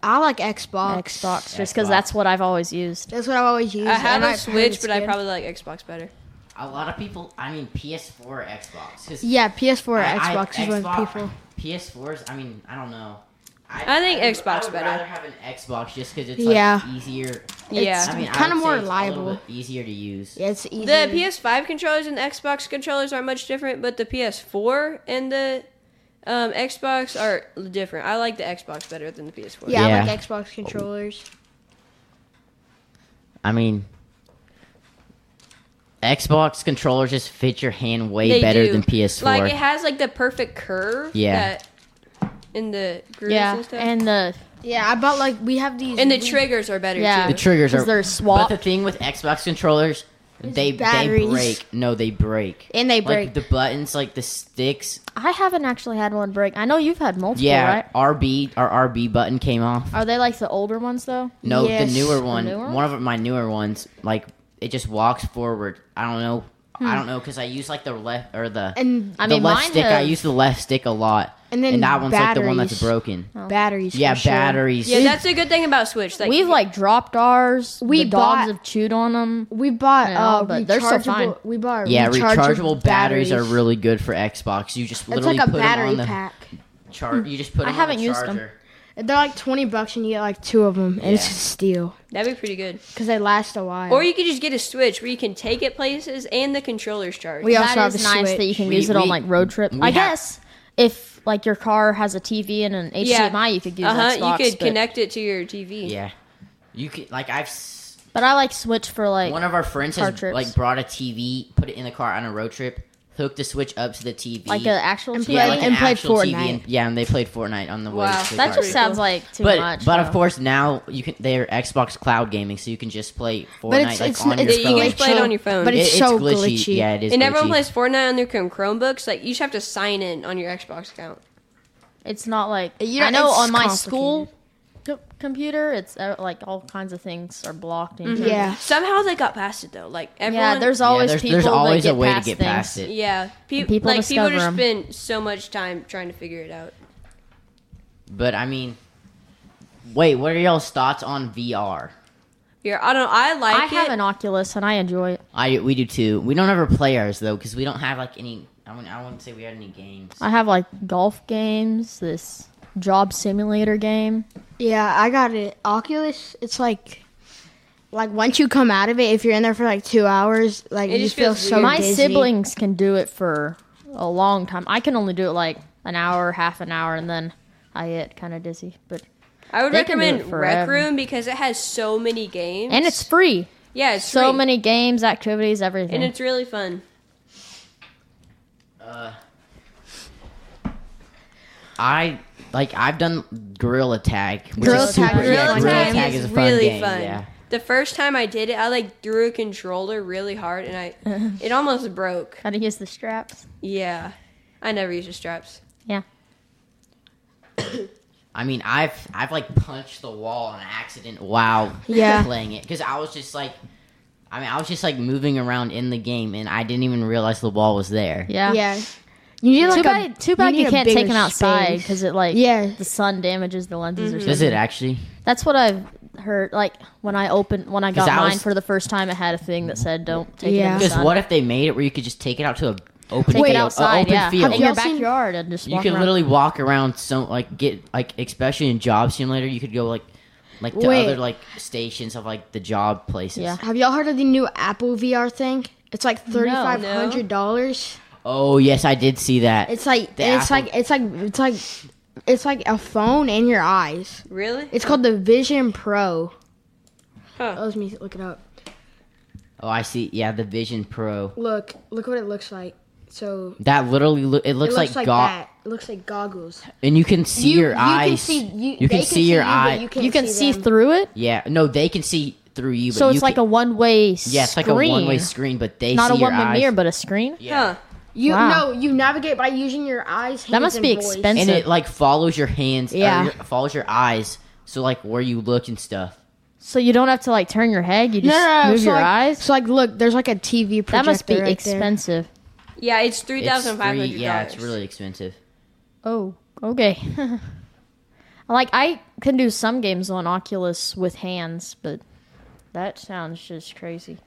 [SPEAKER 3] I like Xbox.
[SPEAKER 2] Xbox, just because
[SPEAKER 4] Xbox.
[SPEAKER 2] that's what I've always used.
[SPEAKER 3] That's what I've always used.
[SPEAKER 1] I have
[SPEAKER 3] and
[SPEAKER 1] a
[SPEAKER 3] I've heard
[SPEAKER 1] Switch,
[SPEAKER 3] it's
[SPEAKER 1] but I
[SPEAKER 3] good.
[SPEAKER 1] probably like Xbox better.
[SPEAKER 4] A lot of people. I mean, PS4 or Xbox. 'cause
[SPEAKER 3] Yeah, PS4 or
[SPEAKER 4] I- I-
[SPEAKER 3] Xbox is when people.
[SPEAKER 4] PS4s. I mean, I don't know.
[SPEAKER 1] I think
[SPEAKER 4] would-
[SPEAKER 1] Xbox
[SPEAKER 4] I would
[SPEAKER 1] better.
[SPEAKER 4] rather have an Xbox just because it's like
[SPEAKER 3] Yeah.
[SPEAKER 4] easier.
[SPEAKER 1] Yeah.
[SPEAKER 4] I mean,
[SPEAKER 3] Kinda
[SPEAKER 4] kind of
[SPEAKER 3] more
[SPEAKER 4] more reliable.
[SPEAKER 3] reliable.
[SPEAKER 4] easier to use.
[SPEAKER 3] Yeah, it's easy.
[SPEAKER 1] The PS5 controllers and the Xbox controllers aren't much different, but the PS4 and the um, Xbox are different. I like the Xbox better than the PS4.
[SPEAKER 3] yeah, I
[SPEAKER 4] Yeah.
[SPEAKER 3] like Xbox controllers.
[SPEAKER 4] I mean, Xbox controllers just fit your hand way
[SPEAKER 1] They
[SPEAKER 4] better
[SPEAKER 1] do.
[SPEAKER 4] than PS4.
[SPEAKER 1] Like it has like the perfect curve.
[SPEAKER 4] Yeah.
[SPEAKER 1] That in the grooves
[SPEAKER 2] Yeah,
[SPEAKER 1] and stuff. And,
[SPEAKER 2] and the
[SPEAKER 3] Yeah, I bought like we have these.
[SPEAKER 1] the
[SPEAKER 3] we-
[SPEAKER 1] triggers are better
[SPEAKER 2] Yeah.
[SPEAKER 1] too.
[SPEAKER 4] the triggers
[SPEAKER 2] 'Cause
[SPEAKER 4] are
[SPEAKER 2] they're swapped.
[SPEAKER 4] But the thing with Xbox controllers, they
[SPEAKER 3] batteries.
[SPEAKER 4] they break. No, they break.
[SPEAKER 3] And they break.
[SPEAKER 4] Like the buttons, like the sticks.
[SPEAKER 2] I haven't actually had one break. I know you've had multiple,
[SPEAKER 4] Yeah,
[SPEAKER 2] right?
[SPEAKER 4] RB our RB button came off.
[SPEAKER 2] Are they like the older ones though?
[SPEAKER 4] No,
[SPEAKER 3] Yes.
[SPEAKER 4] the newer one.
[SPEAKER 2] newer
[SPEAKER 4] One of my newer ones, like it just walks forward. I don't know. I don't know because I use like the left or the
[SPEAKER 3] Hmm. and
[SPEAKER 2] I
[SPEAKER 4] the
[SPEAKER 2] mean,
[SPEAKER 4] left
[SPEAKER 2] mine
[SPEAKER 4] stick. I
[SPEAKER 2] have-
[SPEAKER 4] use the left stick a lot,
[SPEAKER 3] And then
[SPEAKER 4] that one's like the one that's
[SPEAKER 3] batteries.
[SPEAKER 4] broken.
[SPEAKER 3] batteries.
[SPEAKER 4] Yeah,
[SPEAKER 3] for sure.
[SPEAKER 4] batteries.
[SPEAKER 1] Yeah, that's a good thing about Switch. Like
[SPEAKER 2] We've like dropped ours.
[SPEAKER 3] We
[SPEAKER 2] the dogs
[SPEAKER 3] bought-
[SPEAKER 2] have chewed on them.
[SPEAKER 3] We bought
[SPEAKER 2] Yeah,
[SPEAKER 3] uh,
[SPEAKER 2] but they're still fine.
[SPEAKER 3] rechargeable. We bought
[SPEAKER 4] Yeah, rechargeable, batteries. are
[SPEAKER 3] real.
[SPEAKER 4] really good for Xbox. You just
[SPEAKER 3] It's
[SPEAKER 4] literally
[SPEAKER 3] like a
[SPEAKER 4] put
[SPEAKER 3] battery
[SPEAKER 4] them on
[SPEAKER 3] pack. Hmm.
[SPEAKER 4] the charger. You just put
[SPEAKER 2] I
[SPEAKER 4] them on
[SPEAKER 2] haven't
[SPEAKER 4] the
[SPEAKER 2] used 'em.
[SPEAKER 4] charger.
[SPEAKER 3] They're like twenty bucks, and you get like two of them, and it's
[SPEAKER 4] Yeah.
[SPEAKER 3] a steal
[SPEAKER 1] that'd be pretty good.
[SPEAKER 3] because they last a while.
[SPEAKER 1] Or you could just get a Switch where you can take it places and the controllers charge.
[SPEAKER 3] We
[SPEAKER 2] That
[SPEAKER 3] also have
[SPEAKER 2] is
[SPEAKER 3] the
[SPEAKER 2] nice that you
[SPEAKER 3] Switch.
[SPEAKER 2] can
[SPEAKER 4] We-
[SPEAKER 2] use it on
[SPEAKER 4] we-
[SPEAKER 2] like road trip.
[SPEAKER 4] we
[SPEAKER 2] I
[SPEAKER 4] have-
[SPEAKER 2] guess if like your car has a TV and an HDMI,
[SPEAKER 1] Yeah.
[SPEAKER 2] you could use
[SPEAKER 1] uh huh.
[SPEAKER 2] Xbox.
[SPEAKER 1] You could
[SPEAKER 2] but,
[SPEAKER 1] connect it to your TV.
[SPEAKER 4] Yeah, you could like I've. s-
[SPEAKER 2] but I like Switch for like
[SPEAKER 4] One of our friends
[SPEAKER 2] car
[SPEAKER 4] has
[SPEAKER 2] trips.
[SPEAKER 4] like brought a TV, put it in the car on a road trip, hooked the switch up to the TV,
[SPEAKER 2] like an actual TV.
[SPEAKER 4] yeah, like
[SPEAKER 3] and
[SPEAKER 4] an
[SPEAKER 3] played
[SPEAKER 4] actual TV
[SPEAKER 3] Fortnite.
[SPEAKER 4] and, yeah, and they played Fortnite on the way.
[SPEAKER 1] Wow.
[SPEAKER 4] to
[SPEAKER 1] That's
[SPEAKER 2] that
[SPEAKER 4] the car.
[SPEAKER 1] pretty
[SPEAKER 2] just
[SPEAKER 1] cool.
[SPEAKER 2] sounds like too
[SPEAKER 4] but
[SPEAKER 2] much.
[SPEAKER 4] but
[SPEAKER 2] though.
[SPEAKER 4] of course now you can they're Xbox cloud gaming, so you can just play Fortnite
[SPEAKER 3] it's-
[SPEAKER 4] like
[SPEAKER 3] it's
[SPEAKER 4] on
[SPEAKER 3] n-
[SPEAKER 4] your
[SPEAKER 1] Yeah, you can
[SPEAKER 4] phone.
[SPEAKER 1] just play it on your phone.
[SPEAKER 3] But
[SPEAKER 4] It-
[SPEAKER 3] it's so glitchy.
[SPEAKER 4] Yeah, it is.
[SPEAKER 1] and everyone plays
[SPEAKER 4] glitchy.
[SPEAKER 1] Fortnite on their Chrome- Chromebooks. Like you just have to sign in on your Xbox account.
[SPEAKER 2] it's not like
[SPEAKER 3] You
[SPEAKER 2] I
[SPEAKER 3] know,
[SPEAKER 2] know
[SPEAKER 3] it's
[SPEAKER 2] on my school co- computer, it's uh, like all kinds of things are blocked. and-
[SPEAKER 3] Mm-hmm. yeah,
[SPEAKER 1] Somehow they got past it though. Like everyone,
[SPEAKER 2] yeah. There's always
[SPEAKER 4] yeah, there's,
[SPEAKER 2] people
[SPEAKER 4] there's always
[SPEAKER 2] that get
[SPEAKER 4] a way
[SPEAKER 2] past
[SPEAKER 4] to get
[SPEAKER 2] things.
[SPEAKER 4] past it.
[SPEAKER 1] yeah, pe-
[SPEAKER 2] people
[SPEAKER 1] like people
[SPEAKER 2] discover
[SPEAKER 1] just
[SPEAKER 2] 'em.
[SPEAKER 1] spend so much time trying to figure it out.
[SPEAKER 4] But I mean, wait, what are y'all's thoughts on VR?
[SPEAKER 1] Yeah, I don't. I like.
[SPEAKER 2] I
[SPEAKER 1] it.
[SPEAKER 2] have an Oculus and I enjoy it.
[SPEAKER 4] I we do too. We don't ever play ours though because we don't have like any. I wouldn't, I wouldn't say we had any games.
[SPEAKER 2] I have like golf games, this job simulator game.
[SPEAKER 3] yeah. I got it. Oculus. It's like. Like once you come out of it, if you're in there for like two hours, like
[SPEAKER 1] It
[SPEAKER 3] you
[SPEAKER 1] just
[SPEAKER 3] feel
[SPEAKER 1] feels
[SPEAKER 3] so
[SPEAKER 1] weird.
[SPEAKER 2] My
[SPEAKER 3] dizzy.
[SPEAKER 2] siblings can do it for a long time. I can only do it like an hour, half an hour, and then I get kind of dizzy. But
[SPEAKER 1] I would
[SPEAKER 2] They can do it
[SPEAKER 1] recommend Rec
[SPEAKER 2] forever.
[SPEAKER 1] Room because it has so many games,
[SPEAKER 2] and it's free.
[SPEAKER 1] Yeah, it's
[SPEAKER 2] So
[SPEAKER 1] free,
[SPEAKER 2] many games, activities,
[SPEAKER 1] and
[SPEAKER 2] everything.
[SPEAKER 1] it's really fun.
[SPEAKER 4] Uh, I like I've done Gorilla Tag. which
[SPEAKER 3] Gorilla
[SPEAKER 4] is
[SPEAKER 3] Tag
[SPEAKER 4] super-
[SPEAKER 3] is a
[SPEAKER 4] yeah,
[SPEAKER 3] fun
[SPEAKER 4] Gorilla
[SPEAKER 3] game.
[SPEAKER 4] Tag is a fun
[SPEAKER 1] really
[SPEAKER 4] game,
[SPEAKER 1] fun.
[SPEAKER 4] Yeah.
[SPEAKER 1] The first time I did it, I like threw a controller really hard, and I it almost broke.
[SPEAKER 2] How to use the straps.
[SPEAKER 1] Yeah, I never use the straps.
[SPEAKER 4] I mean, I've I've like punched the wall on accident while
[SPEAKER 3] Yeah.
[SPEAKER 4] playing it because I was just like, I mean, I was just like moving around in the game and I didn't even realize the wall was there.
[SPEAKER 2] Yeah.
[SPEAKER 3] Yeah. You need
[SPEAKER 2] Too
[SPEAKER 3] like
[SPEAKER 2] bad,
[SPEAKER 3] a,
[SPEAKER 2] too bad
[SPEAKER 3] need
[SPEAKER 2] you
[SPEAKER 3] a
[SPEAKER 2] can't take
[SPEAKER 3] bigger
[SPEAKER 2] them outside
[SPEAKER 3] space.
[SPEAKER 2] because it like
[SPEAKER 3] Yeah.
[SPEAKER 2] the sun damages the lenses or something.
[SPEAKER 4] Does it actually?
[SPEAKER 2] That's what I've heard. Like when I opened, when I got
[SPEAKER 4] 'Cause I
[SPEAKER 2] mine
[SPEAKER 4] was-
[SPEAKER 2] for the first time, it had a thing that said "Don't take
[SPEAKER 3] Yeah.
[SPEAKER 2] it in the
[SPEAKER 4] Because
[SPEAKER 2] sun."
[SPEAKER 4] what if they made it where you could just take it out to a open
[SPEAKER 2] take
[SPEAKER 4] field,
[SPEAKER 2] it
[SPEAKER 4] a
[SPEAKER 2] outside?
[SPEAKER 4] open
[SPEAKER 2] Yeah,
[SPEAKER 4] field?
[SPEAKER 2] in your
[SPEAKER 3] y'all seen-
[SPEAKER 2] backyard and just
[SPEAKER 4] You
[SPEAKER 2] walk
[SPEAKER 4] could
[SPEAKER 2] around.
[SPEAKER 4] literally walk around so like get like especially in job simulator you could go like like to
[SPEAKER 3] Wait.
[SPEAKER 4] other like stations of like the job places.
[SPEAKER 2] Yeah.
[SPEAKER 3] Have y'all heard of the new Apple VR thing? It's like thirty five hundred dollars.
[SPEAKER 4] Oh yes, I did see that.
[SPEAKER 3] It's like
[SPEAKER 4] The
[SPEAKER 3] it's
[SPEAKER 4] Apple-
[SPEAKER 3] like it's like it's like it's like a phone in your eyes.
[SPEAKER 1] Really?
[SPEAKER 3] It's called the Vision Pro.
[SPEAKER 1] Huh.
[SPEAKER 3] Oh, let me look it up.
[SPEAKER 4] oh, I see. Yeah, the Vision Pro.
[SPEAKER 3] Look, look what it looks like. So
[SPEAKER 4] That literally loo- it
[SPEAKER 3] it
[SPEAKER 4] looks
[SPEAKER 3] looks
[SPEAKER 4] like,
[SPEAKER 3] like
[SPEAKER 4] go-
[SPEAKER 3] that. It looks like goggles.
[SPEAKER 4] and you can see your eyes. you can see your eye.
[SPEAKER 3] You
[SPEAKER 2] you can see,
[SPEAKER 3] through.
[SPEAKER 2] through it,
[SPEAKER 4] yeah, no, they can see through you. But
[SPEAKER 2] so
[SPEAKER 4] you
[SPEAKER 2] it's like
[SPEAKER 4] can-
[SPEAKER 2] a one-way. Screen.
[SPEAKER 4] yeah, it's like a one way screen, but they
[SPEAKER 2] Not
[SPEAKER 4] see
[SPEAKER 2] a
[SPEAKER 4] your
[SPEAKER 2] one-way
[SPEAKER 4] eyes.
[SPEAKER 2] mirror, but a screen.
[SPEAKER 1] Huh.
[SPEAKER 4] yeah,
[SPEAKER 3] You
[SPEAKER 2] Wow.
[SPEAKER 3] no, you navigate by using your eyes.
[SPEAKER 2] That must
[SPEAKER 3] hands,
[SPEAKER 2] be
[SPEAKER 3] and voice.
[SPEAKER 2] expensive.
[SPEAKER 4] and it like follows your hands. Yeah,
[SPEAKER 3] Yeah.
[SPEAKER 4] your, follows your eyes. So like where you look and stuff.
[SPEAKER 2] So you don't have to like turn your head. You
[SPEAKER 3] No,
[SPEAKER 2] just
[SPEAKER 3] no, no.
[SPEAKER 2] move
[SPEAKER 3] so
[SPEAKER 2] your
[SPEAKER 3] like,
[SPEAKER 2] eyes.
[SPEAKER 3] So like, look, there's like a TV projector.
[SPEAKER 2] That must be
[SPEAKER 3] right there.
[SPEAKER 2] expensive.
[SPEAKER 1] Yeah, it's three
[SPEAKER 4] It's
[SPEAKER 1] thousand five
[SPEAKER 4] free-
[SPEAKER 1] hundred dollars.
[SPEAKER 4] Yeah, it's really expensive.
[SPEAKER 2] Oh, okay. like I can do some games on Oculus with hands, but that sounds just crazy.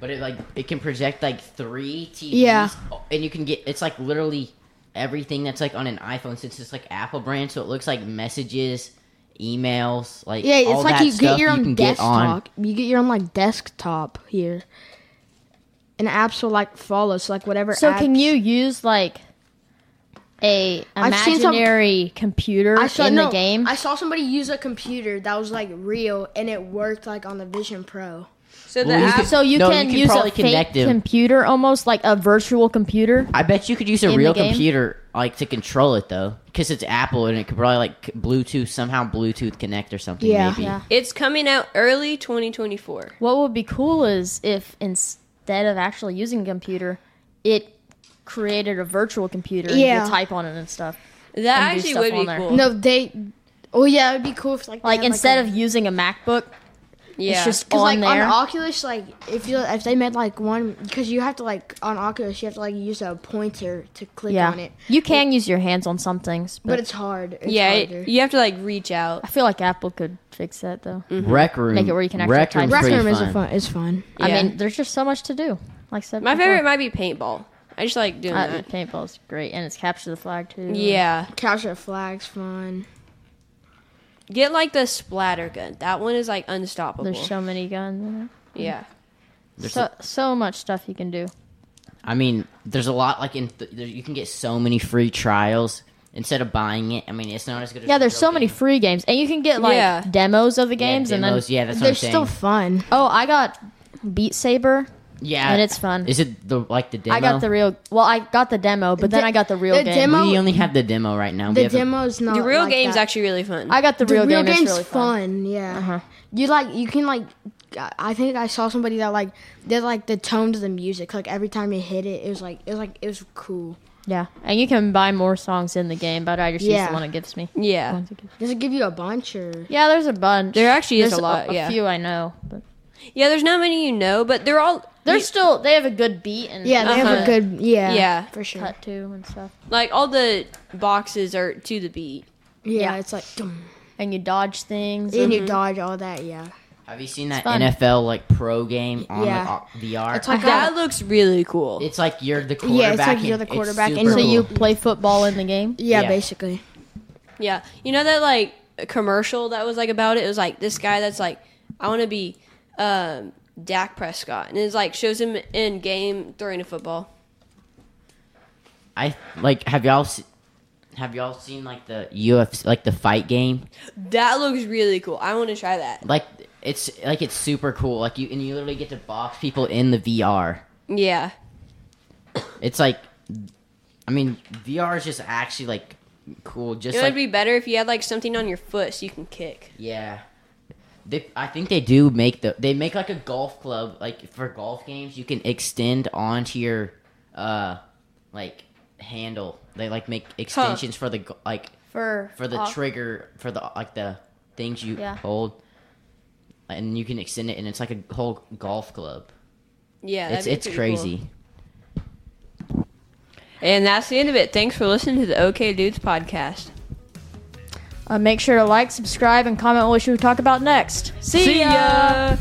[SPEAKER 4] But it like it can project like three TVs.
[SPEAKER 3] Yeah.
[SPEAKER 4] and you can get it's like literally everything that's like on an iPhone since it's like Apple brand, so it looks like messages, emails, like
[SPEAKER 3] Yeah,
[SPEAKER 4] all
[SPEAKER 3] it's like
[SPEAKER 4] that
[SPEAKER 3] you
[SPEAKER 4] stuff
[SPEAKER 3] get your
[SPEAKER 4] you
[SPEAKER 3] own
[SPEAKER 4] can get on.
[SPEAKER 3] desktop. You get your own like desktop here. And apps will like follow. So like whatever.
[SPEAKER 2] So can
[SPEAKER 3] apps-
[SPEAKER 2] you use like a
[SPEAKER 3] I've seen some-
[SPEAKER 2] imaginary computer
[SPEAKER 3] I saw,
[SPEAKER 2] in
[SPEAKER 3] no,
[SPEAKER 2] the game?
[SPEAKER 3] I saw somebody use a computer that was like real, and it worked like on the Vision Pro.
[SPEAKER 1] So the
[SPEAKER 4] Well, you
[SPEAKER 1] app,
[SPEAKER 4] could-
[SPEAKER 2] so you
[SPEAKER 4] No, you
[SPEAKER 2] can
[SPEAKER 4] can
[SPEAKER 2] use
[SPEAKER 4] probably
[SPEAKER 2] a fake
[SPEAKER 4] connect them.
[SPEAKER 2] computer, almost like a virtual computer.
[SPEAKER 4] I bet you could use a
[SPEAKER 2] In
[SPEAKER 4] real
[SPEAKER 2] the game?
[SPEAKER 4] computer like to control it though, because it's Apple and it could probably like c- Bluetooth somehow Bluetooth connect or something.
[SPEAKER 3] Yeah.
[SPEAKER 4] maybe.
[SPEAKER 2] Yeah.
[SPEAKER 1] it's coming out early 2024.
[SPEAKER 2] What would be cool is if instead of actually using a computer, it created a virtual computer and you
[SPEAKER 3] Yeah.
[SPEAKER 2] could type on it and stuff.
[SPEAKER 1] That
[SPEAKER 2] And do
[SPEAKER 1] actually
[SPEAKER 2] stuff
[SPEAKER 1] would
[SPEAKER 2] on
[SPEAKER 1] be
[SPEAKER 2] there.
[SPEAKER 1] cool.
[SPEAKER 3] No, they. Oh yeah, it'd be cool if like they
[SPEAKER 2] Like
[SPEAKER 3] had,
[SPEAKER 2] instead
[SPEAKER 3] a-
[SPEAKER 2] of using a MacBook,
[SPEAKER 1] yeah.
[SPEAKER 2] it's just on
[SPEAKER 3] Cause like
[SPEAKER 2] there.
[SPEAKER 3] on Oculus, like if you if they made like one, because you have to like on Oculus, you have to like use a pointer to click
[SPEAKER 2] yeah,
[SPEAKER 3] on it,
[SPEAKER 2] you can use your hands on some things, but,
[SPEAKER 3] but it's hard. It's
[SPEAKER 1] yeah, it-
[SPEAKER 3] harder.
[SPEAKER 1] you have to like reach out.
[SPEAKER 2] I feel like Apple could fix that though.
[SPEAKER 4] Rec room,
[SPEAKER 2] Make it where you can actually
[SPEAKER 4] rec
[SPEAKER 2] type.
[SPEAKER 4] room's
[SPEAKER 2] Rec
[SPEAKER 4] pretty
[SPEAKER 3] is
[SPEAKER 4] fun.
[SPEAKER 3] fun. It's fun.
[SPEAKER 2] I
[SPEAKER 1] Yeah.
[SPEAKER 2] mean, there's just so much to do. Like I said,
[SPEAKER 1] My
[SPEAKER 2] before.
[SPEAKER 1] favorite might be paintball. I just like doing
[SPEAKER 2] Uh,
[SPEAKER 1] that.
[SPEAKER 2] paintball's great, and it's capture the flag too.
[SPEAKER 1] Yeah,
[SPEAKER 3] Capture the flags fun.
[SPEAKER 1] get like the splatter gun. That one is like unstoppable.
[SPEAKER 2] there's so many guns. In there.
[SPEAKER 1] yeah,
[SPEAKER 4] There's
[SPEAKER 2] so so much stuff you can do.
[SPEAKER 4] I mean, there's a lot like in th- there, you can get so many free trials instead of buying it. I mean, it's not as good. as
[SPEAKER 2] Yeah,
[SPEAKER 4] the
[SPEAKER 2] there's
[SPEAKER 4] real
[SPEAKER 2] so many
[SPEAKER 4] game.
[SPEAKER 2] free games, and you can get like
[SPEAKER 1] Yeah.
[SPEAKER 2] demos of the
[SPEAKER 4] Yeah,
[SPEAKER 2] games,
[SPEAKER 4] demos,
[SPEAKER 2] and
[SPEAKER 4] yeah, that's
[SPEAKER 3] They're
[SPEAKER 4] what I'm
[SPEAKER 3] still
[SPEAKER 4] saying.
[SPEAKER 3] fun.
[SPEAKER 2] then oh, I got Beat Saber.
[SPEAKER 4] yeah,
[SPEAKER 2] and it's fun.
[SPEAKER 4] Is it the like the demo?
[SPEAKER 2] I got the real. Well, I got the demo, but then
[SPEAKER 3] The-
[SPEAKER 2] I got the real
[SPEAKER 3] the
[SPEAKER 2] game.
[SPEAKER 3] demo-
[SPEAKER 4] We only have the demo right now. we
[SPEAKER 3] The
[SPEAKER 4] haven't-
[SPEAKER 3] demo's not
[SPEAKER 1] the real
[SPEAKER 3] like
[SPEAKER 1] game's
[SPEAKER 3] that.
[SPEAKER 1] actually really fun.
[SPEAKER 2] I got the,
[SPEAKER 3] the
[SPEAKER 2] real,
[SPEAKER 3] real,
[SPEAKER 2] game. it's
[SPEAKER 3] game's
[SPEAKER 2] really fun.
[SPEAKER 3] fun. Yeah, you like you can like. I- I think I saw somebody that like did like the tone to the music. Like every time you hit it, it was like it was like it was cool.
[SPEAKER 2] Yeah, and you can buy more songs in the game, but I just use
[SPEAKER 3] Yeah.
[SPEAKER 2] the one it gives me.
[SPEAKER 1] yeah,
[SPEAKER 3] Does it give you a bunch or?
[SPEAKER 2] Yeah, there's a bunch.
[SPEAKER 1] There actually is
[SPEAKER 2] There's
[SPEAKER 1] a lot,
[SPEAKER 2] A,
[SPEAKER 1] yeah.
[SPEAKER 2] few I know. But
[SPEAKER 1] yeah. There's not many you know, but they're all
[SPEAKER 2] they're
[SPEAKER 1] you-
[SPEAKER 2] still. They have a good beat and
[SPEAKER 3] Yeah, they have
[SPEAKER 1] Uh-huh.
[SPEAKER 3] a good yeah.
[SPEAKER 1] Yeah.
[SPEAKER 3] for sure.
[SPEAKER 2] cut too and stuff.
[SPEAKER 1] like all the boxes are to the beat.
[SPEAKER 3] Yeah,
[SPEAKER 2] Yeah.
[SPEAKER 3] it's like dum,
[SPEAKER 2] And you dodge things.
[SPEAKER 3] and
[SPEAKER 2] and-
[SPEAKER 3] you dodge all that. Yeah,
[SPEAKER 4] Have you seen that
[SPEAKER 2] fun.
[SPEAKER 4] NFL like pro game on
[SPEAKER 3] Yeah.
[SPEAKER 4] like, o- VR?
[SPEAKER 3] it's like
[SPEAKER 1] That looks really cool.
[SPEAKER 4] It's like you're the quarterback.
[SPEAKER 3] Yeah, it's like you're
[SPEAKER 4] and
[SPEAKER 3] the
[SPEAKER 4] it's
[SPEAKER 3] quarterback and
[SPEAKER 4] super
[SPEAKER 2] so you
[SPEAKER 4] cool.
[SPEAKER 2] play football in the game.
[SPEAKER 3] yeah,
[SPEAKER 4] Yeah.
[SPEAKER 3] basically.
[SPEAKER 1] Yeah. You know that like commercial that was like about it? It was like this guy that's like, I want to be um, Dak Prescott. And it's like shows him in game throwing a football.
[SPEAKER 4] I like. Have y'all? Se- Have y'all seen like the UFC, like the fight game?
[SPEAKER 1] That looks really cool. I want to try that.
[SPEAKER 4] Like it's like it's super cool. Like you and you literally get to box people in the VR.
[SPEAKER 1] Yeah.
[SPEAKER 4] It's like, I mean, VR is just actually like cool. Just
[SPEAKER 1] It
[SPEAKER 4] like
[SPEAKER 1] would be better if you had like something on your foot so you can kick.
[SPEAKER 4] Yeah. They, I think they do make the they make like a golf club like for golf games you can extend onto your uh like handle they like make extensions for the go- like
[SPEAKER 5] for
[SPEAKER 4] for the
[SPEAKER 5] uh,
[SPEAKER 4] trigger for the like the things you
[SPEAKER 5] Yeah.
[SPEAKER 4] hold and you can extend it and it's like a whole golf club
[SPEAKER 1] Yeah, that'd
[SPEAKER 4] it's
[SPEAKER 1] be pretty
[SPEAKER 4] it's crazy
[SPEAKER 1] cool. And that's the end of it. Thanks for listening to the OK Dudes podcast.
[SPEAKER 2] Uh, make sure to like, subscribe, and comment what we should talk about next. See, ya!
[SPEAKER 1] ya.